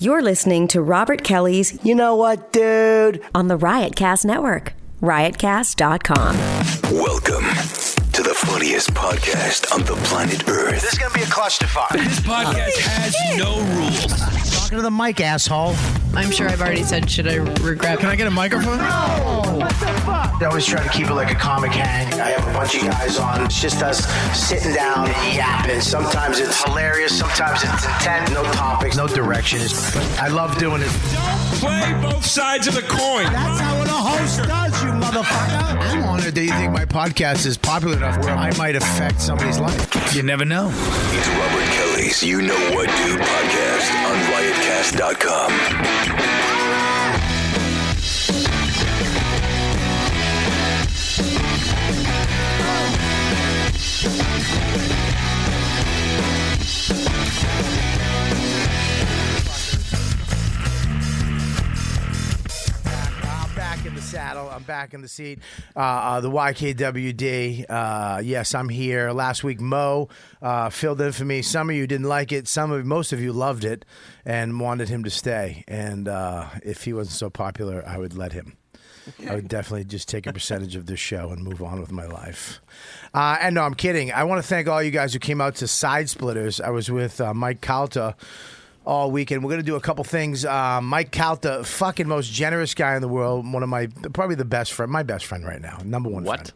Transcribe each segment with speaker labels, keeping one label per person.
Speaker 1: You're listening to Robert Kelly's
Speaker 2: You know what, dude?
Speaker 1: on the Riotcast Network, riotcast.com.
Speaker 3: Welcome to the funniest podcast on the planet Earth.
Speaker 4: This is gonna be a clutch to find.
Speaker 5: This podcast has no rules.
Speaker 6: Talking to the mic, asshole.
Speaker 7: I'm sure I've already said, should I regret?
Speaker 5: Can I get a microphone?
Speaker 4: I always try to keep it like a comic hang. I have a bunch of guys on. It's just us sitting down and yapping. Sometimes it's hilarious, sometimes it's intent. No topics, no directions. I love doing it.
Speaker 5: Play both sides of the coin.
Speaker 6: That's how a host does, you motherfucker.
Speaker 4: I'm honored that you think my podcast is popular enough where I might affect somebody's life.
Speaker 5: You never know.
Speaker 3: It's Robert Kelly's You Know What Do podcast on riotcast.com.
Speaker 4: I'm back in the saddle. I'm back in the seat. Uh, uh, the YKWD. Uh, yes, I'm here. Last week, Mo uh, filled in for me. Some of you didn't like it. Some of most of you loved it and wanted him to stay. And uh, if he wasn't so popular, I would let him. I would definitely just take a percentage of this show and move on with my life. Uh, and no, I'm kidding. I want to thank all you guys who came out to Side Splitters. I was with uh, Mike Calta all weekend. We're going to do a couple things. Uh, Mike Calta, fucking most generous guy in the world. One of my, probably the best friend, my best friend right now. Number one
Speaker 8: What?
Speaker 4: friend.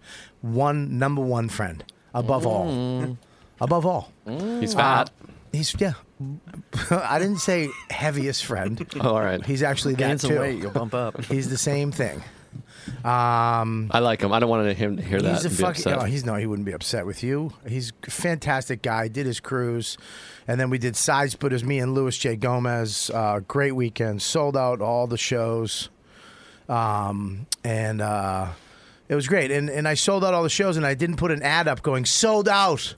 Speaker 4: One, number one friend. Above
Speaker 9: Mm.
Speaker 4: all. Above all.
Speaker 8: He's fat.
Speaker 4: He's, yeah. I didn't say heaviest friend.
Speaker 8: Oh, all right.
Speaker 4: He's actually that
Speaker 9: Gain some
Speaker 4: too.
Speaker 9: weight, you'll bump up.
Speaker 4: He's the same thing.
Speaker 8: I like him. I don't want him to hear that.
Speaker 4: He's a
Speaker 8: and be
Speaker 4: fucking.
Speaker 8: upset.
Speaker 4: No, he's no. He wouldn't be upset with you. He's a fantastic guy. Did his cruise, and then we did side splitters. Me and Louis J Gomez. Uh, great weekend. Sold out all the shows, um, and uh, it was great. And and I sold out all the shows, and I didn't put an ad up going sold out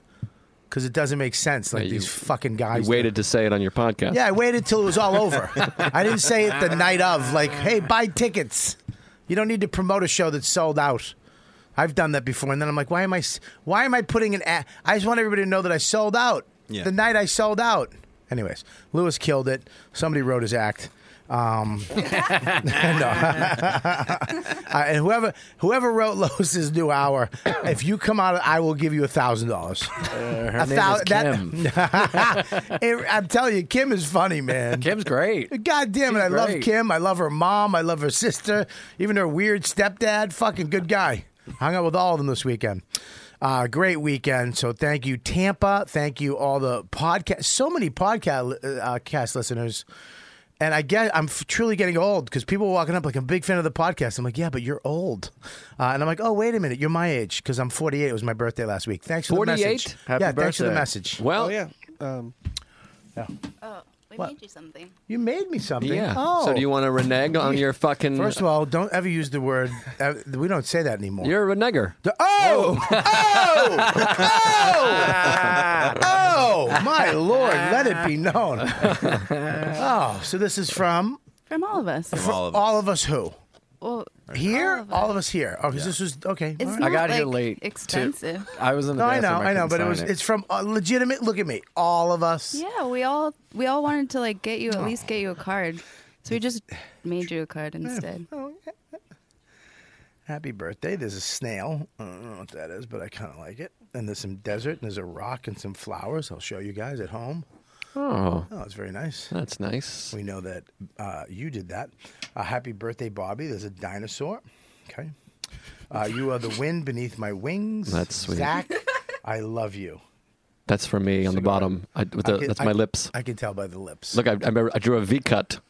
Speaker 4: because it doesn't make sense. Like
Speaker 8: Yeah, you-
Speaker 4: these fucking
Speaker 8: You
Speaker 4: guys. do.
Speaker 8: waited to say it on your podcast.
Speaker 4: Yeah, I waited till it was all over. I didn't say it the night of, like, hey, buy tickets. You don't need to promote a show that's sold out. I've done that before, and then I'm like, why am I, s- why am I putting an ad? I just want everybody to know that I sold out.
Speaker 9: Yeah.
Speaker 4: The night I sold out. Anyways, Lewis killed it. Somebody wrote his act. Um, and, uh, I- and whoever whoever wrote Lois's new hour, if you come out, I will give you a thousand dollars.
Speaker 9: Her name
Speaker 4: thou-
Speaker 9: is
Speaker 4: that-
Speaker 9: Kim.
Speaker 4: It- I'm telling you, Kim is funny, man.
Speaker 9: Kim's great.
Speaker 4: God damn it. I
Speaker 9: She's
Speaker 4: love
Speaker 9: great.
Speaker 4: Kim. I love her mom. I love her sister. Even her weird stepdad. Fucking good guy. Hung out with all of them this weekend. Uh, great weekend. So thank you, Tampa. Thank you, all the podcast. So many podcast uh, cast listeners. And I get I'm f- truly getting old because people are walking up like I'm a big fan of the podcast. I'm like, yeah, but you're old, uh, and I'm like, oh wait a minute, you're my age because I'm 48. It was my birthday last week. Thanks for the
Speaker 8: 48?
Speaker 4: message.
Speaker 9: Happy
Speaker 4: yeah, thanks for the
Speaker 9: birthday.
Speaker 4: message.
Speaker 8: Well,
Speaker 10: We
Speaker 4: What?
Speaker 10: made you something.
Speaker 4: You made me something.
Speaker 8: yeah.
Speaker 4: Oh.
Speaker 8: So do you want to renege on your fucking?
Speaker 4: First of all, don't ever use the word. Uh, we don't say that anymore.
Speaker 8: you're a reneger.
Speaker 4: The- oh, oh, oh, oh! My lord, let it be known. Oh, so this is from
Speaker 10: From all of us.
Speaker 9: All of
Speaker 4: all of us who
Speaker 10: Well,
Speaker 4: here, all
Speaker 10: All
Speaker 4: of
Speaker 10: of
Speaker 4: us, here. Oh, because this was okay.
Speaker 10: it's
Speaker 4: all right.
Speaker 10: not
Speaker 9: I got
Speaker 10: like,
Speaker 9: here late. too.
Speaker 10: Expensive.
Speaker 9: I was in the
Speaker 4: No, I know,
Speaker 9: bathroom,
Speaker 4: I know,
Speaker 9: couldn't
Speaker 4: but it
Speaker 9: sign
Speaker 4: was. It's from uh, legitimate. Look at me, all of us.
Speaker 10: Yeah, we all we all wanted to like get you at least get you a card, so we just made you a card instead.
Speaker 4: Happy birthday. There's a snail. I don't know what that is, but I kind of like it. And there's some desert, and there's a rock, and some flowers. I'll show you guys at home.
Speaker 8: Oh,
Speaker 4: Oh, it's very nice.
Speaker 8: that's nice.
Speaker 4: We know that uh, you did that. Uh, happy birthday, Bobby. There's a dinosaur. Okay. Uh, you are the wind beneath my wings.
Speaker 8: That's sweet.
Speaker 4: Zach, I love you.
Speaker 8: That's for me on the bottom. I, with
Speaker 4: I
Speaker 8: the,
Speaker 4: can-
Speaker 8: that's
Speaker 4: I-
Speaker 8: my lips.
Speaker 4: I can tell by the lips.
Speaker 8: Look, I, I, remember I drew a V cut.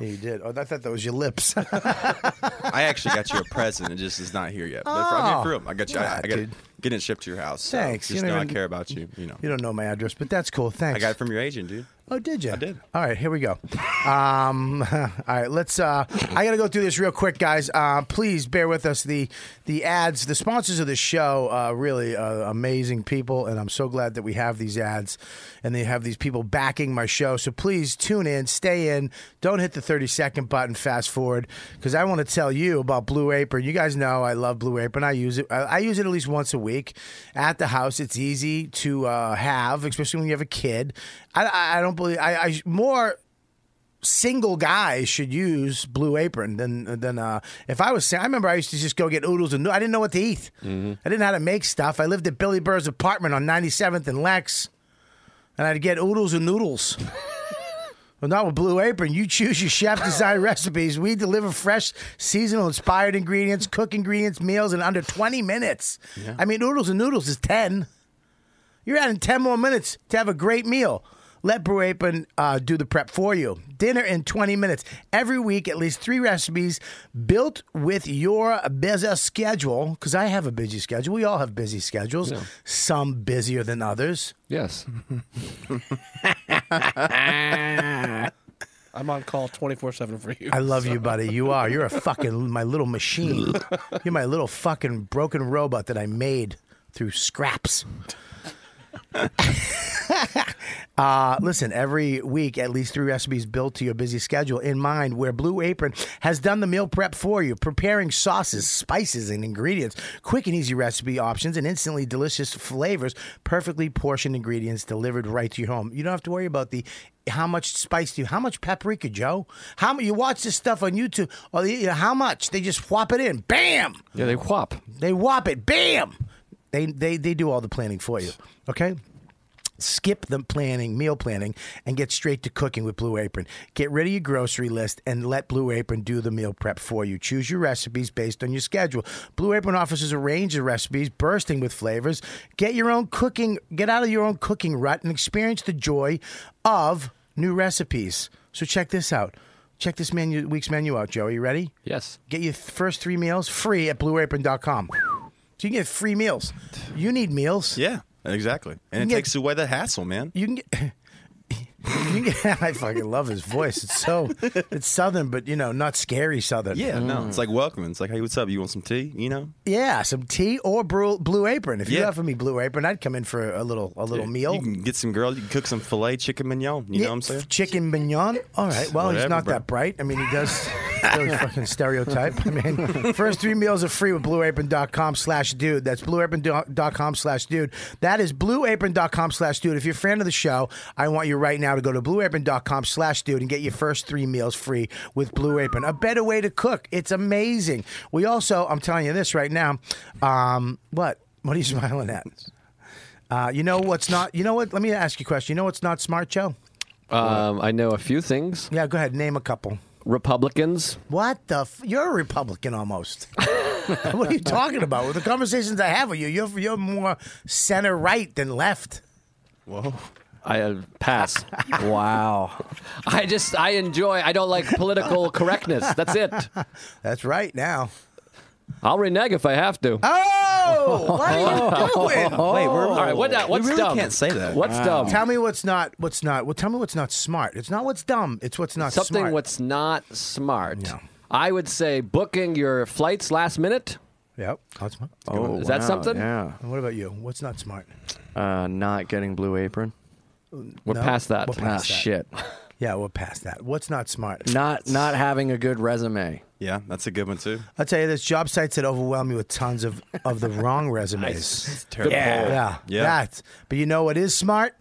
Speaker 4: Yeah, you did. Oh, I thought that was your lips.
Speaker 11: I actually got you a present. It just is not here yet. But for, I
Speaker 4: Oh.
Speaker 11: mean, for real, I got you.
Speaker 4: Yeah,
Speaker 11: I, I got
Speaker 4: dude.
Speaker 11: getting it shipped to your house. So
Speaker 4: Thanks. You
Speaker 11: Just
Speaker 4: don't
Speaker 11: know I
Speaker 4: even-
Speaker 11: care about you. You know,
Speaker 4: you don't know my address, but that's cool. Thanks.
Speaker 11: I got it from your agent, dude.
Speaker 4: Oh, did you? I
Speaker 11: did.
Speaker 4: All right, here we go. Um, all right, let's. Uh, I got to go through this real quick, guys. Uh, please bear with us. The the ads, the sponsors of the show, uh, really uh, amazing people, and I'm so glad that we have these ads, and they have these people backing my show. So please tune in, stay in. Don't hit the 30 second button, fast forward, because I want to tell you about Blue Apron. You guys know I love Blue Apron. I use it. I, I use it at least once a week at the house. It's easy to uh, have, especially when you have a kid. I, I, I don't believe I, I more single guys should use Blue Apron than than uh, if I was. sing- I remember I used to just go get oodles and noo- I didn't know what to eat. I didn't know how to make stuff. I lived at Billy Burr's apartment on 97th and Lex, and I'd get oodles and noodles. Well, not with Blue Apron. You choose your chef design recipes. We deliver fresh, seasonal inspired ingredients, cook ingredients, meals in under 20 minutes. I mean, Oodles and Noodles is 10. You're adding 10 more minutes to have a great meal. Let Blue Apron uh, do the prep for you. Dinner in 20 minutes. Every week, at least three recipes built with your busy schedule. Because I have a busy schedule. We all have busy schedules, some busier than others.
Speaker 8: Yes.
Speaker 9: I'm on call 24 7 for you.
Speaker 4: I love you, buddy. You are. You're a fucking my little machine. You're my little fucking broken robot that I made through scraps. Uh, listen, every week, at least three recipes built to your busy schedule in mind, where Blue Apron has done the meal prep for you, preparing sauces, spices, and ingredients, quick and easy recipe options, and instantly delicious flavors, perfectly portioned ingredients delivered right to your home. You don't have to worry about the how much spice do you, how much paprika, Joe? How mu- you watch this stuff on YouTube? Or you know, how much they just whop it in, bam!
Speaker 8: Yeah, they whop.
Speaker 4: They whop it, bam! They they they do all the planning for you. Okay. Skip the planning, meal planning, and get straight to cooking with Blue Apron. Get rid of your grocery list and let Blue Apron do the meal prep for you. Choose your recipes based on your schedule. Blue Apron offers a range of recipes bursting with flavors. Get your own cooking, get out of your own cooking rut and experience the joy of new recipes. So check this out. Check this menu, week's menu out, Joe. Are you ready?
Speaker 8: Yes.
Speaker 4: Get your first three meals free at blueapron.com. So you can get free meals. You need meals.
Speaker 11: Yeah, exactly. And
Speaker 4: You
Speaker 11: it
Speaker 4: get-
Speaker 11: takes away the hassle, man.
Speaker 4: You can get. You can get- I fucking love his voice. It's so it's southern, but you know, not scary southern.
Speaker 11: Yeah, no,
Speaker 4: Mm.
Speaker 11: it's like welcoming. It's like, hey, what's up? You want some tea? You know,
Speaker 4: yeah. Some tea or blue, blue apron. If you
Speaker 11: Yeah.
Speaker 4: offer me blue apron, I'd come in for a little a little meal.
Speaker 11: you can get some girl. You can cook some filet chicken mignon. You
Speaker 4: Yeah,
Speaker 11: know what I'm saying?
Speaker 4: Chicken mignon. All right. Well, he's
Speaker 11: Whatever,
Speaker 4: not
Speaker 11: bro.
Speaker 4: that bright. I mean, he does. Really fucking stereotype. I mean, first three meals are free with blueapron.com slash dude. That's blueapron.com slash dude. That is blueapron.com slash dude. If you're a fan of the show, I want you right now to go to blueapron.com slash dude and get your first three meals free with Blue Apron. A better way to cook. It's amazing. We also, I'm telling you this right now. Um, what? What are you smiling at? Uh, you know what's not, you know what? Let me ask you a question. You know what's not smart, Joe?
Speaker 8: Um, I know a few things.
Speaker 4: Yeah, go ahead. Name a couple.
Speaker 8: Republicans.
Speaker 4: What the? F- you're a Republican almost. what are you talking about? With the conversations I have with you, you're you're more center right than left.
Speaker 8: I uh, pass.
Speaker 9: Wow.
Speaker 8: I just I enjoy. I don't like political correctness. That's it.
Speaker 4: That's right now.
Speaker 8: I'll renege if I have to.
Speaker 4: Oh, what are you doing?
Speaker 11: Wait, we're,
Speaker 8: All right, what,
Speaker 4: Oh.
Speaker 8: what's
Speaker 11: we really
Speaker 8: dumb?
Speaker 11: can't say that.
Speaker 8: What's dumb?
Speaker 4: Tell me what's not what's not. Well, tell me what's not smart. It's not what's dumb. It's what's not
Speaker 8: Something
Speaker 4: smart.
Speaker 8: what's not smart. I would say booking your flights last minute.
Speaker 4: yep. That's smart.
Speaker 8: Is that something?
Speaker 9: Yeah.
Speaker 4: And what about you? What's not smart?
Speaker 9: Uh, not getting Blue Apron.
Speaker 8: We're
Speaker 4: No?
Speaker 8: past that.
Speaker 4: We're
Speaker 9: Ah,
Speaker 4: past that.
Speaker 9: shit.
Speaker 4: Yeah, we're past that. What's not smart?
Speaker 9: Not not having a good resume.
Speaker 11: Yeah, that's a good one too.
Speaker 4: I'll tell you this: job sites that overwhelm you with tons of of the wrong resumes.
Speaker 11: terrible.
Speaker 4: Yeah, yeah,
Speaker 11: Yeah.
Speaker 4: That's- But you know what is smart?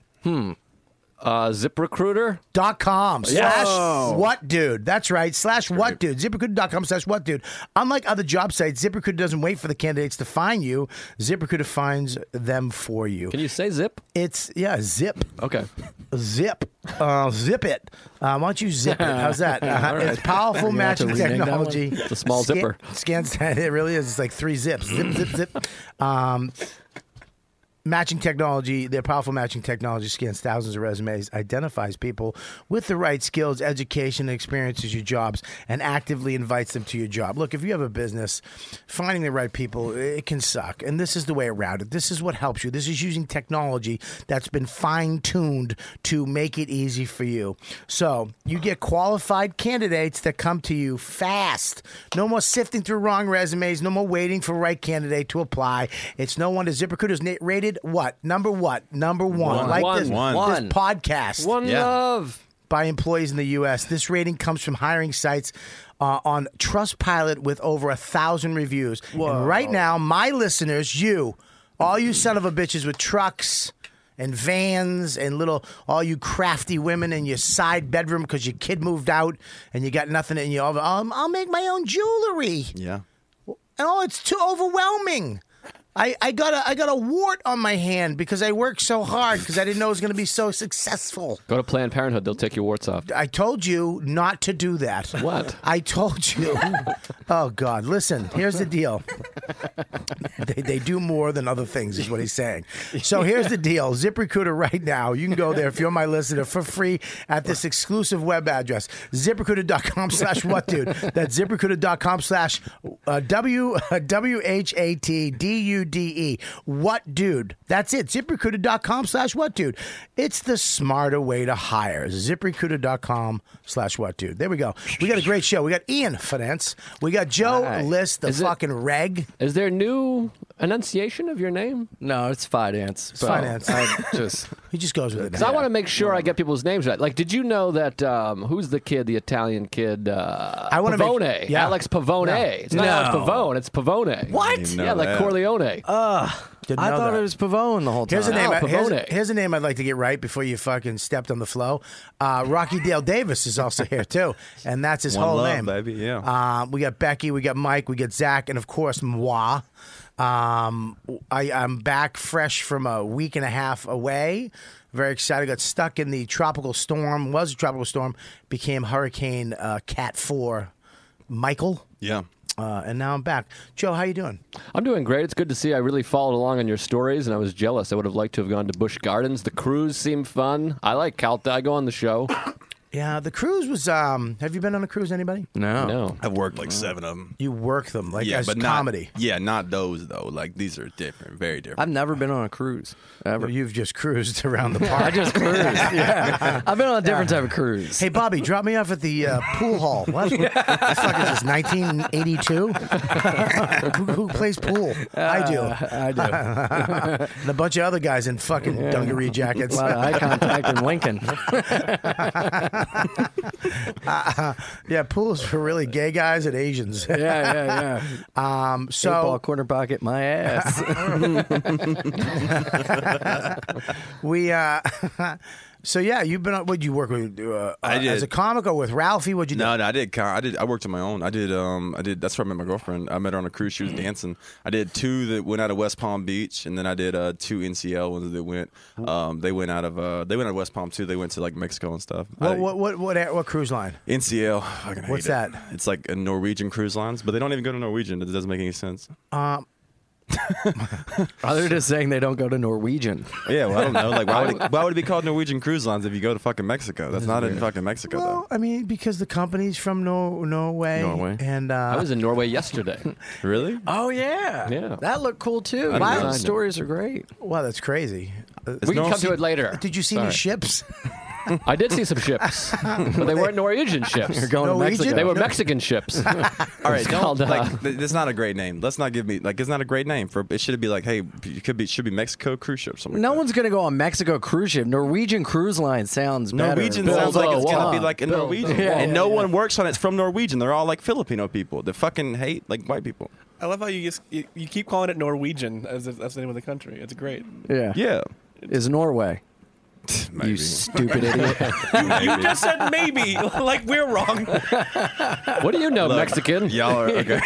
Speaker 8: Uh, ZipRecruiter.
Speaker 4: dot com slash what dude that's right slash what dude ziprecruiter.com slash what dude unlike other job sites ziprecruiter doesn't wait for the candidates to find you ziprecruiter finds them for you
Speaker 8: Can you say zip?
Speaker 4: it's yeah zip
Speaker 8: Okay.
Speaker 4: zip uh, zip it uh, why don't you zip it how's that uh, it's powerful matching
Speaker 9: rename that one.
Speaker 4: technology
Speaker 8: It's a small
Speaker 4: Scan-
Speaker 8: zipper.
Speaker 4: scans it really is it's like three zips zip zip zip um, matching technology, their powerful matching technology scans thousands of resumes, identifies people with the right skills, education, and experiences your jobs, and actively invites them to your job. Look, if you have a business, finding the right people, it can suck. And this is the way around it. This is what helps you. This is using technology that's been fine tuned to make it easy for you. So you get qualified candidates that come to you fast. No more sifting through wrong resumes, no more waiting for right candidate to apply. It's no wonder ZipRecruiter's na- rated what? Number what? Number one. Like
Speaker 8: One.
Speaker 4: this,
Speaker 11: One.
Speaker 4: this podcast
Speaker 8: One
Speaker 11: Yeah.
Speaker 8: love.
Speaker 4: by employees in the U.S. This rating comes from hiring sites uh, on Trustpilot with over a thousand reviews. And right now, my listeners, you, all you son of a bitches with trucks and vans and little all you crafty women in your side bedroom because your kid moved out and you got nothing and you all um, I'll make my own jewelry.
Speaker 11: Yeah.
Speaker 4: Oh, it's too overwhelming. I, I got a I got a wart on my hand because I worked so hard because I didn't know it was going to be so successful.
Speaker 8: Go to Planned Parenthood; they'll take your warts off.
Speaker 4: I told you not to do that.
Speaker 8: What?
Speaker 4: I told you. oh God! Listen, here's the deal. They, they do more than other things, is what he's saying. So here's the deal. ZipRecruiter right now. You can go there if you're my listener for free at this exclusive web address, ZipRecruiter.com slash what dude. That's ZipRecruiter.com slash uh, W W H A T D U D E. What dude? That's it. ZipRecruiter.com slash what dude. It's the smarter way to hire. ZipRecruiter.com slash what dude. There we go. We got a great show. We got Ian Finance. We got Joe List, the
Speaker 8: Is it-
Speaker 4: fucking reg.
Speaker 8: Is there new enunciation of your name?
Speaker 9: No, it's finance. but
Speaker 4: finance.
Speaker 9: I just
Speaker 4: He just goes with it.
Speaker 8: Because I want to make sure I get people's names right. Like, did you know that um, who's the kid, the Italian kid? Uh,
Speaker 4: I wanna make-
Speaker 8: Pavone.
Speaker 4: yeah.
Speaker 8: Alex Pavone.
Speaker 4: No.
Speaker 8: It's not
Speaker 9: No.
Speaker 8: Alex Pavone. It's Pavone.
Speaker 9: What?
Speaker 11: even know
Speaker 8: Yeah, like
Speaker 11: that.
Speaker 4: Oh,
Speaker 8: Corleone.
Speaker 4: Didn't
Speaker 9: I
Speaker 4: know
Speaker 9: thought
Speaker 4: that.
Speaker 9: it was Pavone the whole time.
Speaker 4: Here's a name.
Speaker 8: Oh,
Speaker 4: I- here's,
Speaker 8: Pavone.
Speaker 4: here's a name I'd like to get right before you fucking stepped on the flow. Uh, Rocky Dale Davis is also here too, and that's his
Speaker 11: One
Speaker 4: whole
Speaker 11: love,
Speaker 4: name.
Speaker 11: baby. Yeah.
Speaker 4: Uh, we got Becky, we got Mike, we got Zach, and of course moi. Um, I, I'm back fresh from a week and a half away. Very excited. Got stuck in the tropical storm. Was a tropical storm. Became Hurricane uh, Cat Four, Michael.
Speaker 11: Yeah.
Speaker 4: Uh, and now I'm back. Joe, how you doing?
Speaker 8: I'm doing great. It's good to see. I really followed along on your stories, and I was jealous. I would have liked to have gone to Busch Gardens. The cruise seemed fun. I like Calta. I go on the show.
Speaker 4: Yeah, the cruise was. Um, have you been on a cruise? Anybody?
Speaker 9: No.
Speaker 8: No.
Speaker 11: I've worked like seven of them.
Speaker 4: You work them like
Speaker 11: Yeah,
Speaker 4: as
Speaker 11: but
Speaker 4: comedy.
Speaker 11: Not, yeah, not those though. Like these are different, very different.
Speaker 9: I've never been on a cruise ever.
Speaker 4: You've just cruised around the park.
Speaker 9: I just cruise. yeah. I've been on a different type of cruise.
Speaker 4: Hey, Bobby, drop me off at the uh, pool hall. What? what the fuck is this? 1982? who, who plays pool? I do.
Speaker 9: Uh, I do. A
Speaker 4: And a bunch of other guys in fucking dungaree jackets.
Speaker 9: lot of eye contact in Lincoln.
Speaker 4: yeah, pools for really gay guys and Asians.
Speaker 9: Yeah, yeah, yeah.
Speaker 4: Um,
Speaker 9: Eight ball
Speaker 4: so
Speaker 9: corner pocket, my ass.
Speaker 4: we. Uh, So yeah, you've been. on What you work with? Uh,
Speaker 11: I
Speaker 4: uh, as
Speaker 11: did.
Speaker 4: a comic or with Ralphie? What'd you do?
Speaker 11: No, no, I did. co- I did. I worked on my own. I did. Um, I did. That's where I met my girlfriend. I met her on a cruise. She was
Speaker 4: Mm-hmm.
Speaker 11: dancing. I did two that went out of West Palm Beach, and then I did uh, two NCL ones that went. Um, they went out of. Uh, they went out of West Palm too. They went to like Mexico and stuff. I-
Speaker 4: What, what what what air- what cruise line?
Speaker 11: NCL. Fucking hate
Speaker 4: What's
Speaker 11: it.
Speaker 4: that?
Speaker 11: It's like a Norwegian cruise lines, but they don't even go to Norwegian. It doesn't make any sense.
Speaker 9: Other just saying they don't go to Norwegian.
Speaker 11: Yeah, well, I don't know. Like, why would it, why would it be called Norwegian cruise lines if you go to fucking Mexico? That's not in fucking Mexico
Speaker 4: Well, I mean, because the company's from Nor- Norway,
Speaker 9: Norway.
Speaker 4: and uh,
Speaker 8: I was in Norway yesterday.
Speaker 11: though. Really?
Speaker 9: Oh yeah,
Speaker 8: Yeah.
Speaker 9: That looked cool too.
Speaker 8: didn't
Speaker 9: Wow,
Speaker 8: know.
Speaker 9: the stories are great.
Speaker 4: wow, that's crazy. Uh,
Speaker 8: we can
Speaker 11: Nor-
Speaker 8: come to it later.
Speaker 4: Did you see any
Speaker 8: Sorry.
Speaker 4: ships?
Speaker 8: I did see some ships, but they weren't Norwegian ships.
Speaker 9: Going to
Speaker 4: Norwegian?
Speaker 9: Mexico.
Speaker 8: They were Mexican ships.
Speaker 11: All right, don't
Speaker 8: called, uh,
Speaker 11: like. th- It's not a great name. Let's not give me like. It's not a great name for. It should be like, hey, it could be should be Mexico cruise ship. Something.
Speaker 9: No
Speaker 11: like
Speaker 9: one's gonna go on Mexico cruise ship. Norwegian cruise line sounds
Speaker 11: that.
Speaker 9: better.
Speaker 11: Norwegian
Speaker 8: Bill,
Speaker 11: sounds like it's
Speaker 8: Bill,
Speaker 11: gonna be
Speaker 8: Juan,
Speaker 11: like a
Speaker 8: Bill,
Speaker 11: Norwegian,
Speaker 9: Bill.
Speaker 11: and
Speaker 9: Yeah,
Speaker 11: no
Speaker 9: yeah,
Speaker 11: one works on it. It's from Norwegian. They're all like Filipino people. They fucking hate like white people.
Speaker 12: I love how you just you, you keep calling it Norwegian as if that's the name of the country. It's great.
Speaker 9: Yeah.
Speaker 11: Yeah.
Speaker 9: Is Norway.
Speaker 11: Maybe.
Speaker 9: You stupid idiot.
Speaker 12: You just said maybe, like we're wrong.
Speaker 8: what do you know,
Speaker 11: Look,
Speaker 8: Mexican?
Speaker 11: Y'all are okay.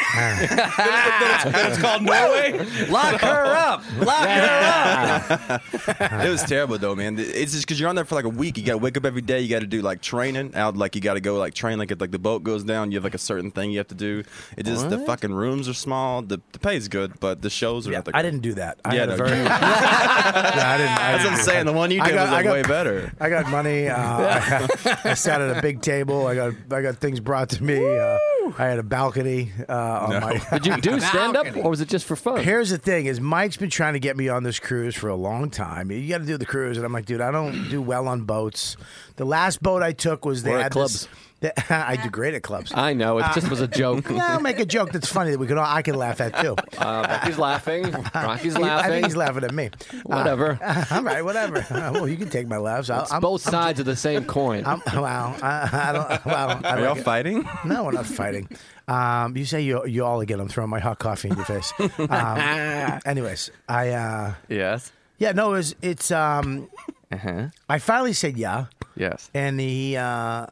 Speaker 12: That it's called Norway.
Speaker 9: Lock her up. Lock her up.
Speaker 11: it was terrible though, man. It's just because you're on there for like a week. You got to wake up every day. You got to do like training out. Like you got to go like train. Like if like the boat goes down, you have like a certain thing you have to do. It just the fucking rooms are small. The, the pay's good, but the shows are
Speaker 4: Yeah,
Speaker 11: not that
Speaker 4: I
Speaker 11: great.
Speaker 4: didn't do that. I
Speaker 11: Yeah,
Speaker 4: had a
Speaker 11: no,
Speaker 4: very-
Speaker 11: you-
Speaker 4: No, I didn't. I
Speaker 11: That's
Speaker 4: didn't
Speaker 11: what I'm
Speaker 4: do
Speaker 11: saying.
Speaker 4: that.
Speaker 11: The one you
Speaker 4: I
Speaker 11: did
Speaker 4: got-
Speaker 11: was
Speaker 4: I
Speaker 11: like
Speaker 4: got-
Speaker 11: way better.
Speaker 4: I got money. Uh, I, got- I sat at a big table. I got I got things brought to me. Uh, I had a balcony uh, on my.
Speaker 8: Did you do stand up, or was it just for fun?
Speaker 4: Here's the thing: is Mike's been trying to get me on this cruise for a long time. You got to do the cruise, and I'm like, dude, I don't do well on boats. The last boat I took was they
Speaker 8: Or at
Speaker 4: had
Speaker 8: clubs. Uh,
Speaker 4: This, I do great at clubs.
Speaker 8: I know it just was a joke.
Speaker 4: Yeah, I'll make a joke that's funny that we can all I can laugh at too.
Speaker 8: Uh, Becky's laughing. Rocky's
Speaker 4: I
Speaker 8: laughing.
Speaker 4: think he's laughing at me.
Speaker 8: Whatever.
Speaker 4: all right, whatever. Uh, well, you can take my laughs. I,
Speaker 8: It's
Speaker 4: I'm,
Speaker 8: both sides of the same coin.
Speaker 4: I'm, wow, I, I don't. Wow, I
Speaker 11: Are y'all
Speaker 4: like it.
Speaker 11: fighting?
Speaker 4: No, we're not fighting. Um, you say you, you all again. I'm throwing my hot coffee in your face. Um, anyways, I uh,
Speaker 9: Yes.
Speaker 4: Yeah, no, it was, it's. Um, I finally said yeah,
Speaker 9: Uh-huh. Yes.
Speaker 4: and the uh,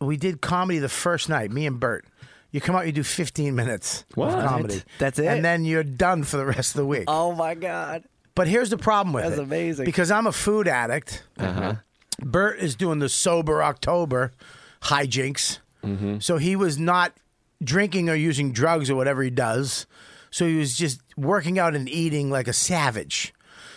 Speaker 4: we did comedy the first night. Me and Bert. You come out, you do 15 minutes
Speaker 9: What?
Speaker 4: of comedy.
Speaker 9: That's it?
Speaker 4: and then you're done for the rest of the week.
Speaker 9: Oh my god.
Speaker 4: But here's the problem with
Speaker 9: That's
Speaker 4: it.
Speaker 9: amazing. Uh-huh.
Speaker 4: Because I'm a food addict. Bert is doing the sober October hijinks. So he was not drinking or using drugs or whatever he does. So he was just working out and eating like a savage.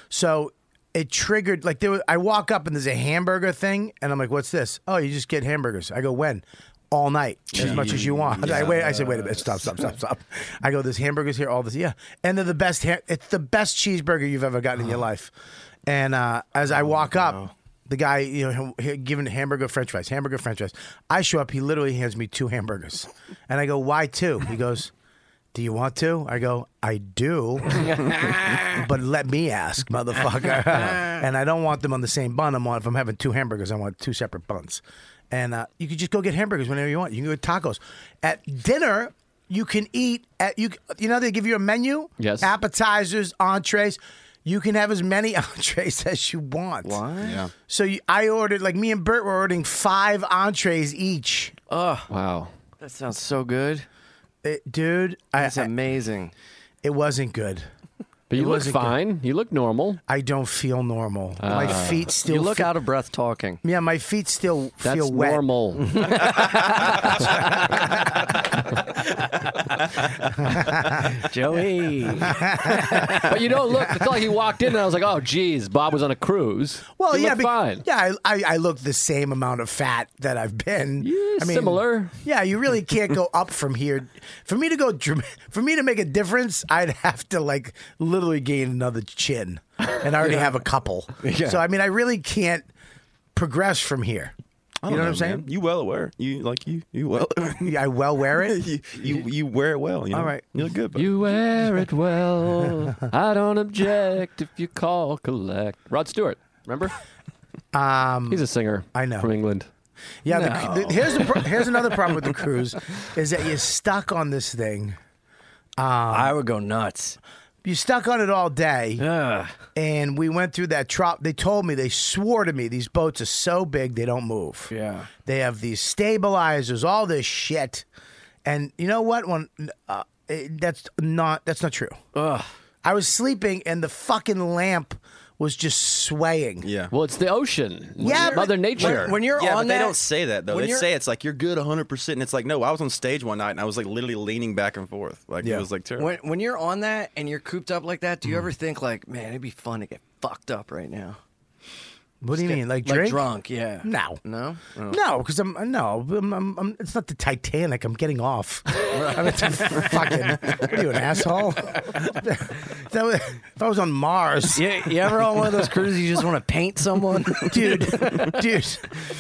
Speaker 4: So it triggered like there was, I walk up and there's a hamburger thing and I'm like, what's this? Oh, you just get hamburgers. I go, when? All night, as much as you want. I wait. I said, wait a minute, stop, stop, stop, stop. I go, there's hamburgers here, all this, yeah, and they're the best. Ha- it's the best cheeseburger you've ever gotten in your life. And uh, as I walk up, the guy, you know, he- he- giving hamburger French fries, hamburger French fries. I show up, he literally hands me two hamburgers, and I go, why two? He goes, do you want to? I go, I do, but let me ask, motherfucker. and I don't want them on the same bun. I'm on. If I'm having two hamburgers, I want two separate buns. And uh, you can just go get hamburgers whenever you want. You can go get tacos. At dinner, you can eat at you. You know they give you a menu.
Speaker 8: Yes.
Speaker 4: Appetizers, entrees. You can have as many entrees as you want. What?
Speaker 11: Yeah.
Speaker 4: So you, I ordered like me and Bert were ordering five entrees each.
Speaker 9: Oh,
Speaker 8: wow.
Speaker 9: That sounds so good.
Speaker 4: It, Uh, dude,
Speaker 9: That's
Speaker 4: I, I-
Speaker 9: amazing.
Speaker 4: it wasn't good.
Speaker 8: But you
Speaker 4: It
Speaker 8: look
Speaker 4: wasn't good.
Speaker 8: fine. You look normal.
Speaker 4: I don't feel normal. my feet still
Speaker 9: Uh, You look
Speaker 4: fe-
Speaker 9: out of breath talking.
Speaker 4: Yeah, my feet still
Speaker 8: That's
Speaker 4: feel wet.
Speaker 8: normal.
Speaker 9: Joey.
Speaker 8: but you don't look. It's not like you walked in and I was like, oh, geez, Bob was on a cruise.
Speaker 4: Well,
Speaker 8: You
Speaker 4: yeah,
Speaker 8: look
Speaker 4: be-
Speaker 8: fine.
Speaker 4: yeah. I, I I look the same amount of fat that I've been.
Speaker 8: Yeah,
Speaker 4: I mean,
Speaker 8: similar.
Speaker 4: Yeah, you really can't go up from here. For me to go, dr- for me to make a difference, I'd have to like literally gain another chin, and I already have a couple. So I mean, I really can't progress from here.
Speaker 11: I
Speaker 4: You
Speaker 11: don't
Speaker 4: know, what I'm saying?
Speaker 11: man. You well aware. You like you. You well.
Speaker 4: Yeah, I well wear it.
Speaker 11: you, you you wear it well. You know?
Speaker 4: All right.
Speaker 11: You look good. But
Speaker 8: You wear it well. I don't object if you call collect. Rod Stewart, remember? Um, He's a singer.
Speaker 4: I know.
Speaker 8: From England.
Speaker 4: Yeah. The, the, here's the, pro- here's another problem with the cruise is that you're stuck on this thing.
Speaker 9: I would go nuts.
Speaker 4: You're stuck on it all day.
Speaker 9: Ugh.
Speaker 4: and we went through that trop. They told me, they swore to me, these boats are so big they don't move.
Speaker 9: Yeah.
Speaker 4: They have these stabilizers, all this shit. And you know what? When uh, it- that's not that's not true.
Speaker 9: Ugh.
Speaker 4: I was sleeping and the fucking lamp was just swaying.
Speaker 11: yeah.
Speaker 8: Well, it's the ocean.
Speaker 4: Yeah, but-
Speaker 8: Mother Nature.
Speaker 9: When you're
Speaker 11: yeah,
Speaker 9: on
Speaker 11: but
Speaker 9: that,
Speaker 11: they don't say that though.
Speaker 9: when
Speaker 11: They
Speaker 9: you're-
Speaker 11: say it's like you're good 100, percent and it's like no. I was on stage one night and I was like literally leaning back and forth. Like
Speaker 4: Yeah.
Speaker 11: it was like terrible.
Speaker 9: when, when you're on that and you're cooped up like that, do you ever think like, man, it'd be fun to get fucked up right now?
Speaker 4: What do you mean? Like,
Speaker 9: Like
Speaker 4: drink?
Speaker 9: drunk, yeah.
Speaker 4: No.
Speaker 9: No? Oh.
Speaker 4: No, because I'm no, I'm, I'm, I'm, it's not the Titanic. I'm getting off. I'm it's fucking. What Are you an asshole? If that was- if I was on Mars,
Speaker 9: You, you ever on one of those cruises you just want to paint someone?
Speaker 4: dude, dude,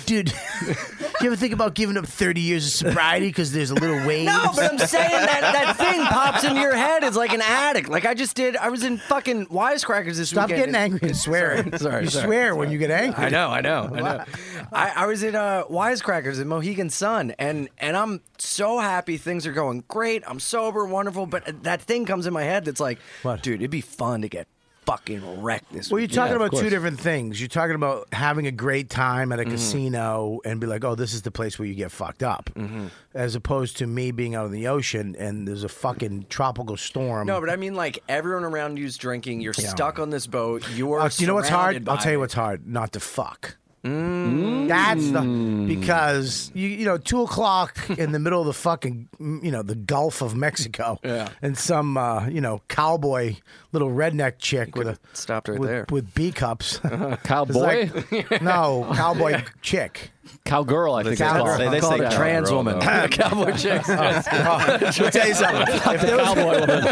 Speaker 4: dude. Do you ever think about giving up 30 years of sobriety because there's a little wave?
Speaker 9: No, but I'm saying that that thing pops into your head. It's like an addict. Like I just did. I was in fucking Wisecrackers this
Speaker 4: Stop
Speaker 9: weekend.
Speaker 4: getting angry and swearing.
Speaker 9: sorry,
Speaker 4: you
Speaker 9: sorry,
Speaker 4: swear when you get angry.
Speaker 9: I know, I know, I know. I, I was in uh, Wisecrackers in Mohegan Sun, and and I'm so happy things are going great. I'm sober, wonderful, but that thing comes in my head that's like,
Speaker 4: What?
Speaker 9: dude, it'd be fun to get fucking wrecked this
Speaker 4: Well,
Speaker 9: week.
Speaker 4: you're talking
Speaker 8: of
Speaker 4: about two
Speaker 8: course.
Speaker 4: different things. You're talking about having a great time
Speaker 9: Mm-hmm.
Speaker 4: at a casino and be like, oh, this is the place where you get fucked up,
Speaker 9: Mm-hmm.
Speaker 4: as opposed to me being out in the ocean and there's a fucking tropical storm.
Speaker 9: No, but I mean, like everyone around you's drinking. You're stuck on this boat. You're
Speaker 4: Uh, you know what's hard?
Speaker 9: surrounded
Speaker 4: I'll
Speaker 9: by Mm.
Speaker 4: tell you
Speaker 9: it.
Speaker 4: what's hard. Not to fuck. That's the because you you know two o'clock in the middle of the fucking mm, you know the Gulf of Mexico,
Speaker 9: Yeah.
Speaker 4: and some uh, you know cowboy little redneck chick with a
Speaker 9: stopped right
Speaker 4: with,
Speaker 9: there. Uh-huh.
Speaker 4: with B cups. It's
Speaker 8: Cowboy?
Speaker 4: like- no, cowboy chick.
Speaker 8: Cowgirl, I think they
Speaker 4: Cowgirl.
Speaker 8: call
Speaker 11: They-
Speaker 8: it.
Speaker 11: they
Speaker 9: Called
Speaker 11: say
Speaker 9: a trans
Speaker 11: cowgirl,
Speaker 9: woman,
Speaker 11: though.
Speaker 9: cowboy chicks.
Speaker 4: I'll tell you something. If there, was,
Speaker 8: Cowboy woman.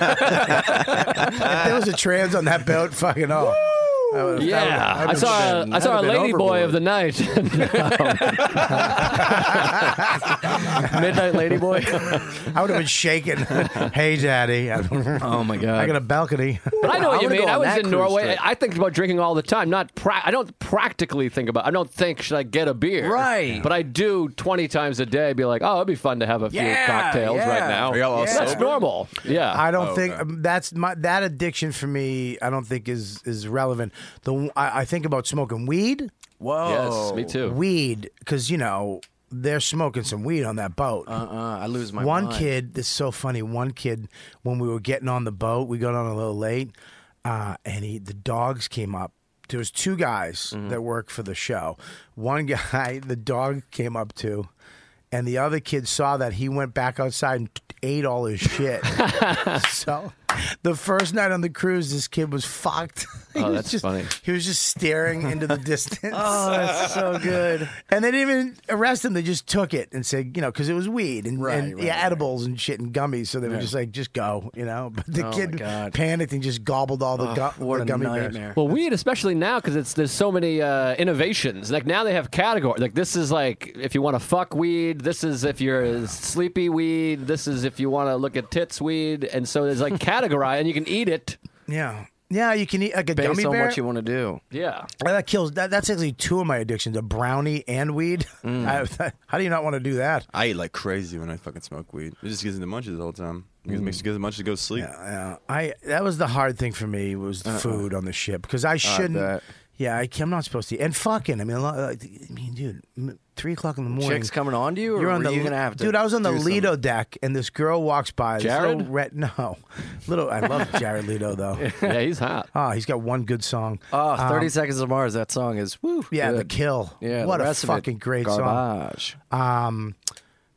Speaker 4: if there was a trans on that boat, fucking oh. That would- that
Speaker 8: Yeah,
Speaker 4: would-
Speaker 8: I saw
Speaker 4: that
Speaker 8: a,
Speaker 4: would
Speaker 8: I saw a
Speaker 4: have been
Speaker 8: lady boy of the night. Midnight lady boy.
Speaker 4: overboard. I would have been shaking. hey, daddy.
Speaker 9: oh my god!
Speaker 4: I got a balcony.
Speaker 8: But I know what you
Speaker 9: would've
Speaker 8: mean.
Speaker 9: gone
Speaker 8: I was
Speaker 9: that
Speaker 8: in
Speaker 9: cruise
Speaker 8: Norway.
Speaker 9: trip.
Speaker 8: I I think about drinking all the time. Not pra- I don't practically think about. I don't think should I get a beer.
Speaker 9: Right.
Speaker 8: But I do twenty times a day. Be like, oh, it'd be fun to have a few
Speaker 9: Yeah,
Speaker 8: cocktails
Speaker 9: yeah.
Speaker 8: right now.
Speaker 11: Are y'all all
Speaker 8: That's
Speaker 11: sober?
Speaker 8: normal. Yeah.
Speaker 9: Oh,
Speaker 4: I don't think um, that's my that addiction for me. I don't think is is relevant. The I, I think about smoking weed.
Speaker 9: Whoa. Yes, me too.
Speaker 4: Weed, because you know they're smoking some weed on that boat. Uh
Speaker 9: uh I lose my
Speaker 4: one
Speaker 9: mind.
Speaker 4: kid. This is so funny. One kid, when we were getting on the boat, we got on a little late, uh, and he the dogs came up. There was two guys
Speaker 8: Mm-hmm.
Speaker 4: that worked for the show. One guy, the dog came up to, and the other kid saw that he went back outside and ate all his shit. so, the first night on the cruise, this kid was fucked. He
Speaker 8: Oh,
Speaker 4: was
Speaker 8: that's
Speaker 4: just-
Speaker 8: funny.
Speaker 4: He was just staring into the distance.
Speaker 9: Oh, that's so good.
Speaker 4: And they didn't even arrest him. They just took it and said, you know, because it was weed and, and,
Speaker 9: right,
Speaker 4: yeah, edibles and shit and gummies. So they were
Speaker 9: Yeah.
Speaker 4: just like, just go, you know. But the
Speaker 9: Oh, my
Speaker 4: kid
Speaker 9: God.
Speaker 4: panicked and just gobbled all the,
Speaker 8: Oh,
Speaker 4: gu-
Speaker 9: what
Speaker 4: the
Speaker 9: a
Speaker 4: gummy
Speaker 9: nightmare.
Speaker 4: bears.
Speaker 8: Well, weed, especially now, because it's there's so many uh, innovations. Like now they have categories. Like this is like if you want to fuck weed. This is if you're sleepy weed. This is if you want to look at tits weed. And so there's like category, and you can eat it.
Speaker 4: Yeah. Yeah, you can eat like a
Speaker 8: Based
Speaker 4: gummy
Speaker 8: on
Speaker 4: bear.
Speaker 8: what you
Speaker 9: want to do.
Speaker 8: Yeah.
Speaker 4: Well, that kills. That, that's actually two of my addictions: a brownie and weed.
Speaker 9: Mm.
Speaker 4: I- how do you not want to do that?
Speaker 11: I eat like crazy when I fucking smoke weed. It just gives me the munchies all the time. It gives me gives me the munchies to go to sleep.
Speaker 4: Yeah, Uh, I that was the hard thing for me was the
Speaker 11: Uh-uh.
Speaker 4: food on the ship because I shouldn't.
Speaker 11: bet.
Speaker 4: yeah, I, am not supposed to. And fucking, I mean, a lot, I mean, dude, m- three o'clock in the morning.
Speaker 9: Chicks coming on to you, or
Speaker 4: You're on
Speaker 9: were
Speaker 4: the
Speaker 9: you gonna have to
Speaker 4: dude. I was on the
Speaker 9: do some-
Speaker 4: Lido deck, and this girl walks by. this
Speaker 9: Jared?
Speaker 4: little red, no, little. I love Jared Leto though.
Speaker 8: Yeah, he's hot.
Speaker 4: Oh, he's got one good song.
Speaker 9: Oh, 30
Speaker 4: Um,
Speaker 9: Seconds of Mars, that song is woo.
Speaker 4: Yeah, the
Speaker 9: good.
Speaker 4: kill.
Speaker 9: Yeah,
Speaker 4: what
Speaker 9: the
Speaker 4: a
Speaker 9: rest of it,
Speaker 4: fucking great
Speaker 9: garbage.
Speaker 4: song. Um,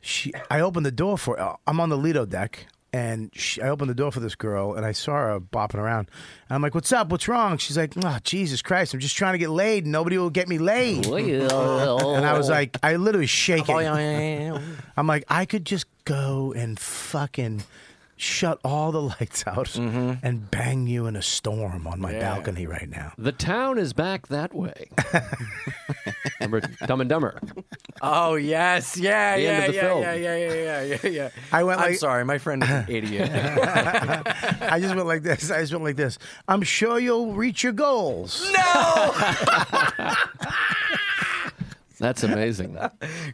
Speaker 4: she, I opened the door for. uh, I'm on the Lido deck, and she, I opened the door for this girl, and I saw her bopping around. And I'm like, "What's up? What's wrong?" She's like, "Oh, Jesus Christ! I'm just trying to get laid. and Nobody will get me laid." and I was like, I literally shaking. I'm like, I could just go and fucking. Shut all the lights out
Speaker 9: Mm-hmm.
Speaker 4: and bang you in a storm on my
Speaker 8: Yeah.
Speaker 4: balcony right now.
Speaker 8: The town is back that way. Remember Dumb and Dumber?
Speaker 9: Oh yes, yeah,
Speaker 8: The
Speaker 9: yeah,
Speaker 8: end of the
Speaker 9: yeah,
Speaker 8: film.
Speaker 9: yeah, yeah, yeah, yeah, yeah, yeah.
Speaker 4: I went
Speaker 9: I'm
Speaker 4: like-
Speaker 9: sorry, my friend is an idiot.
Speaker 4: I just went like this. I just went like this. I'm sure you'll reach your goals.
Speaker 8: That's amazing.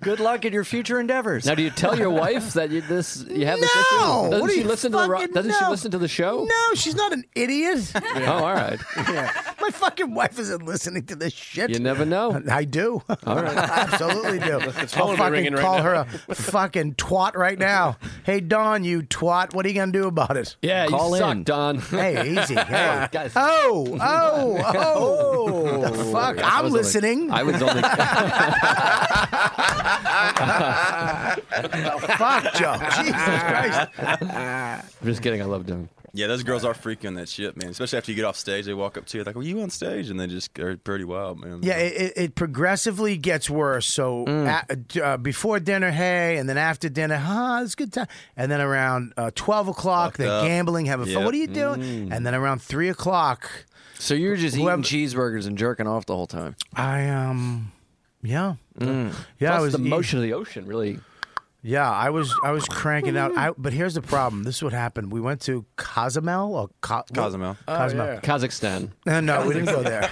Speaker 9: Good luck in your future endeavors.
Speaker 8: Now, do you tell your wife that you this you have this issue?
Speaker 4: No!
Speaker 8: Doesn't
Speaker 4: What do
Speaker 8: she
Speaker 4: you
Speaker 8: listen to the ro-
Speaker 4: fucking
Speaker 8: Doesn't she
Speaker 4: know?
Speaker 8: listen to the show?
Speaker 4: No, she's not an idiot.
Speaker 8: Oh, all right.
Speaker 4: My fucking wife isn't listening to this shit.
Speaker 8: You never know.
Speaker 4: I do.
Speaker 8: All
Speaker 4: I
Speaker 8: right.
Speaker 4: absolutely do.
Speaker 12: It's
Speaker 4: I'll
Speaker 12: phone
Speaker 4: fucking
Speaker 12: ringing right
Speaker 4: call
Speaker 12: now.
Speaker 4: her a fucking twat right now. Hey, Don, you twat. What are you going to do about it?
Speaker 8: Yeah,
Speaker 9: Call
Speaker 8: you
Speaker 9: in.
Speaker 8: suck, Don.
Speaker 4: Hey, easy. Hey.
Speaker 8: Guys.
Speaker 4: Oh, oh, oh. What the fuck?
Speaker 8: I
Speaker 4: I'm
Speaker 8: was only-
Speaker 4: listening.
Speaker 8: I was only.
Speaker 4: fuck, Joe. Jesus Christ.
Speaker 8: I'm just kidding. I love Don.
Speaker 11: Yeah, those girls are freaky on that shit, man. Especially after you get off stage, they walk up to you like, "Were you on stage?" And they just are pretty wild, man.
Speaker 4: Yeah, it, it, it progressively gets worse. So a- uh, before dinner, hey, and then after dinner, huh, it's a good time. And then around uh, 12 o'clock, they're
Speaker 11: up.
Speaker 4: gambling, having fun.
Speaker 11: Yep.
Speaker 4: What are you doing? And then around 3 o'clock,
Speaker 9: So you're just
Speaker 4: Whoever-
Speaker 9: eating cheeseburgers and jerking off the whole time.
Speaker 4: I, um, yeah. Yeah, I
Speaker 8: Plus
Speaker 4: was e-
Speaker 8: the
Speaker 4: eat-
Speaker 8: motion of the ocean really.
Speaker 4: Yeah, I was I was cranking out. I, but here's the problem. This is what happened. We went to Cozumel or Co-
Speaker 11: Cozumel.
Speaker 4: Cozumel.
Speaker 8: Kazakhstan.
Speaker 4: Uh, no, we didn't go there.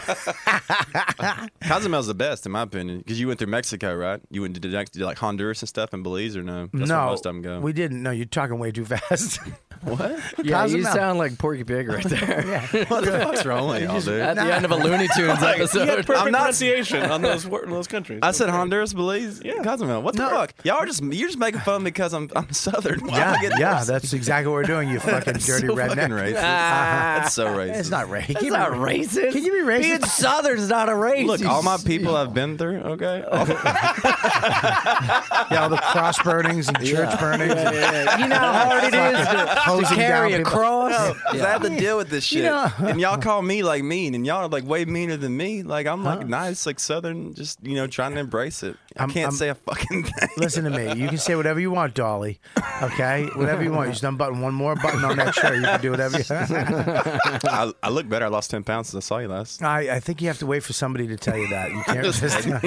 Speaker 11: Cozumel's the best, in my opinion, because you went through Mexico, right? You went to the next- like Honduras and stuff and Belize, or no? That's
Speaker 4: no,
Speaker 11: where most of them go.
Speaker 4: we didn't. No, you're talking way too fast.
Speaker 11: what?
Speaker 9: Yeah, you
Speaker 4: Cozumel.
Speaker 9: sound like Porky Pig right there.
Speaker 11: what the fuck's wrong with y'all, dude?
Speaker 9: At the end of a Looney Tunes episode.
Speaker 12: Perfect pronunciation on those wor- on those countries.
Speaker 11: I said Honduras, Belize, yeah. Cozumel. What the fuck? Y'all are just you're just making fun of me because I'm I'm Southern. Why am I
Speaker 4: Yeah,
Speaker 11: getting
Speaker 4: yeah,
Speaker 11: this?
Speaker 4: that's exactly what we're doing. You fucking dirty
Speaker 11: so
Speaker 4: redneck.
Speaker 11: fucking racist. That's so racist.
Speaker 4: It's not racist.
Speaker 9: It's not racist.
Speaker 4: Can you be racist?
Speaker 9: Being Southern's not a race.
Speaker 11: Look,
Speaker 9: you
Speaker 11: all my
Speaker 9: s-
Speaker 11: people I've been through. Okay,
Speaker 4: Oh, Yeah, all the cross burnings and church burnings.
Speaker 9: You know how hard it is to, to
Speaker 4: Hosing
Speaker 9: carry
Speaker 4: down
Speaker 9: a
Speaker 4: people.
Speaker 9: cross?
Speaker 11: Because I have to deal with this shit.
Speaker 4: know-
Speaker 11: and y'all call me like mean, and y'all are like way meaner than me. Like I'm like nice, like Southern, just you know trying to embrace it. I
Speaker 4: I'm-
Speaker 11: can't
Speaker 4: I'm-
Speaker 11: say a fucking thing.
Speaker 4: Listen to me. You can say whatever you want, Dolly. Okay, whatever you want. You just unbutton one more button on that shirt. You can do whatever. you
Speaker 11: I, I look better. I lost ten pounds since I saw you last.
Speaker 4: I, I think you have to wait for somebody to tell you that. You can't just. you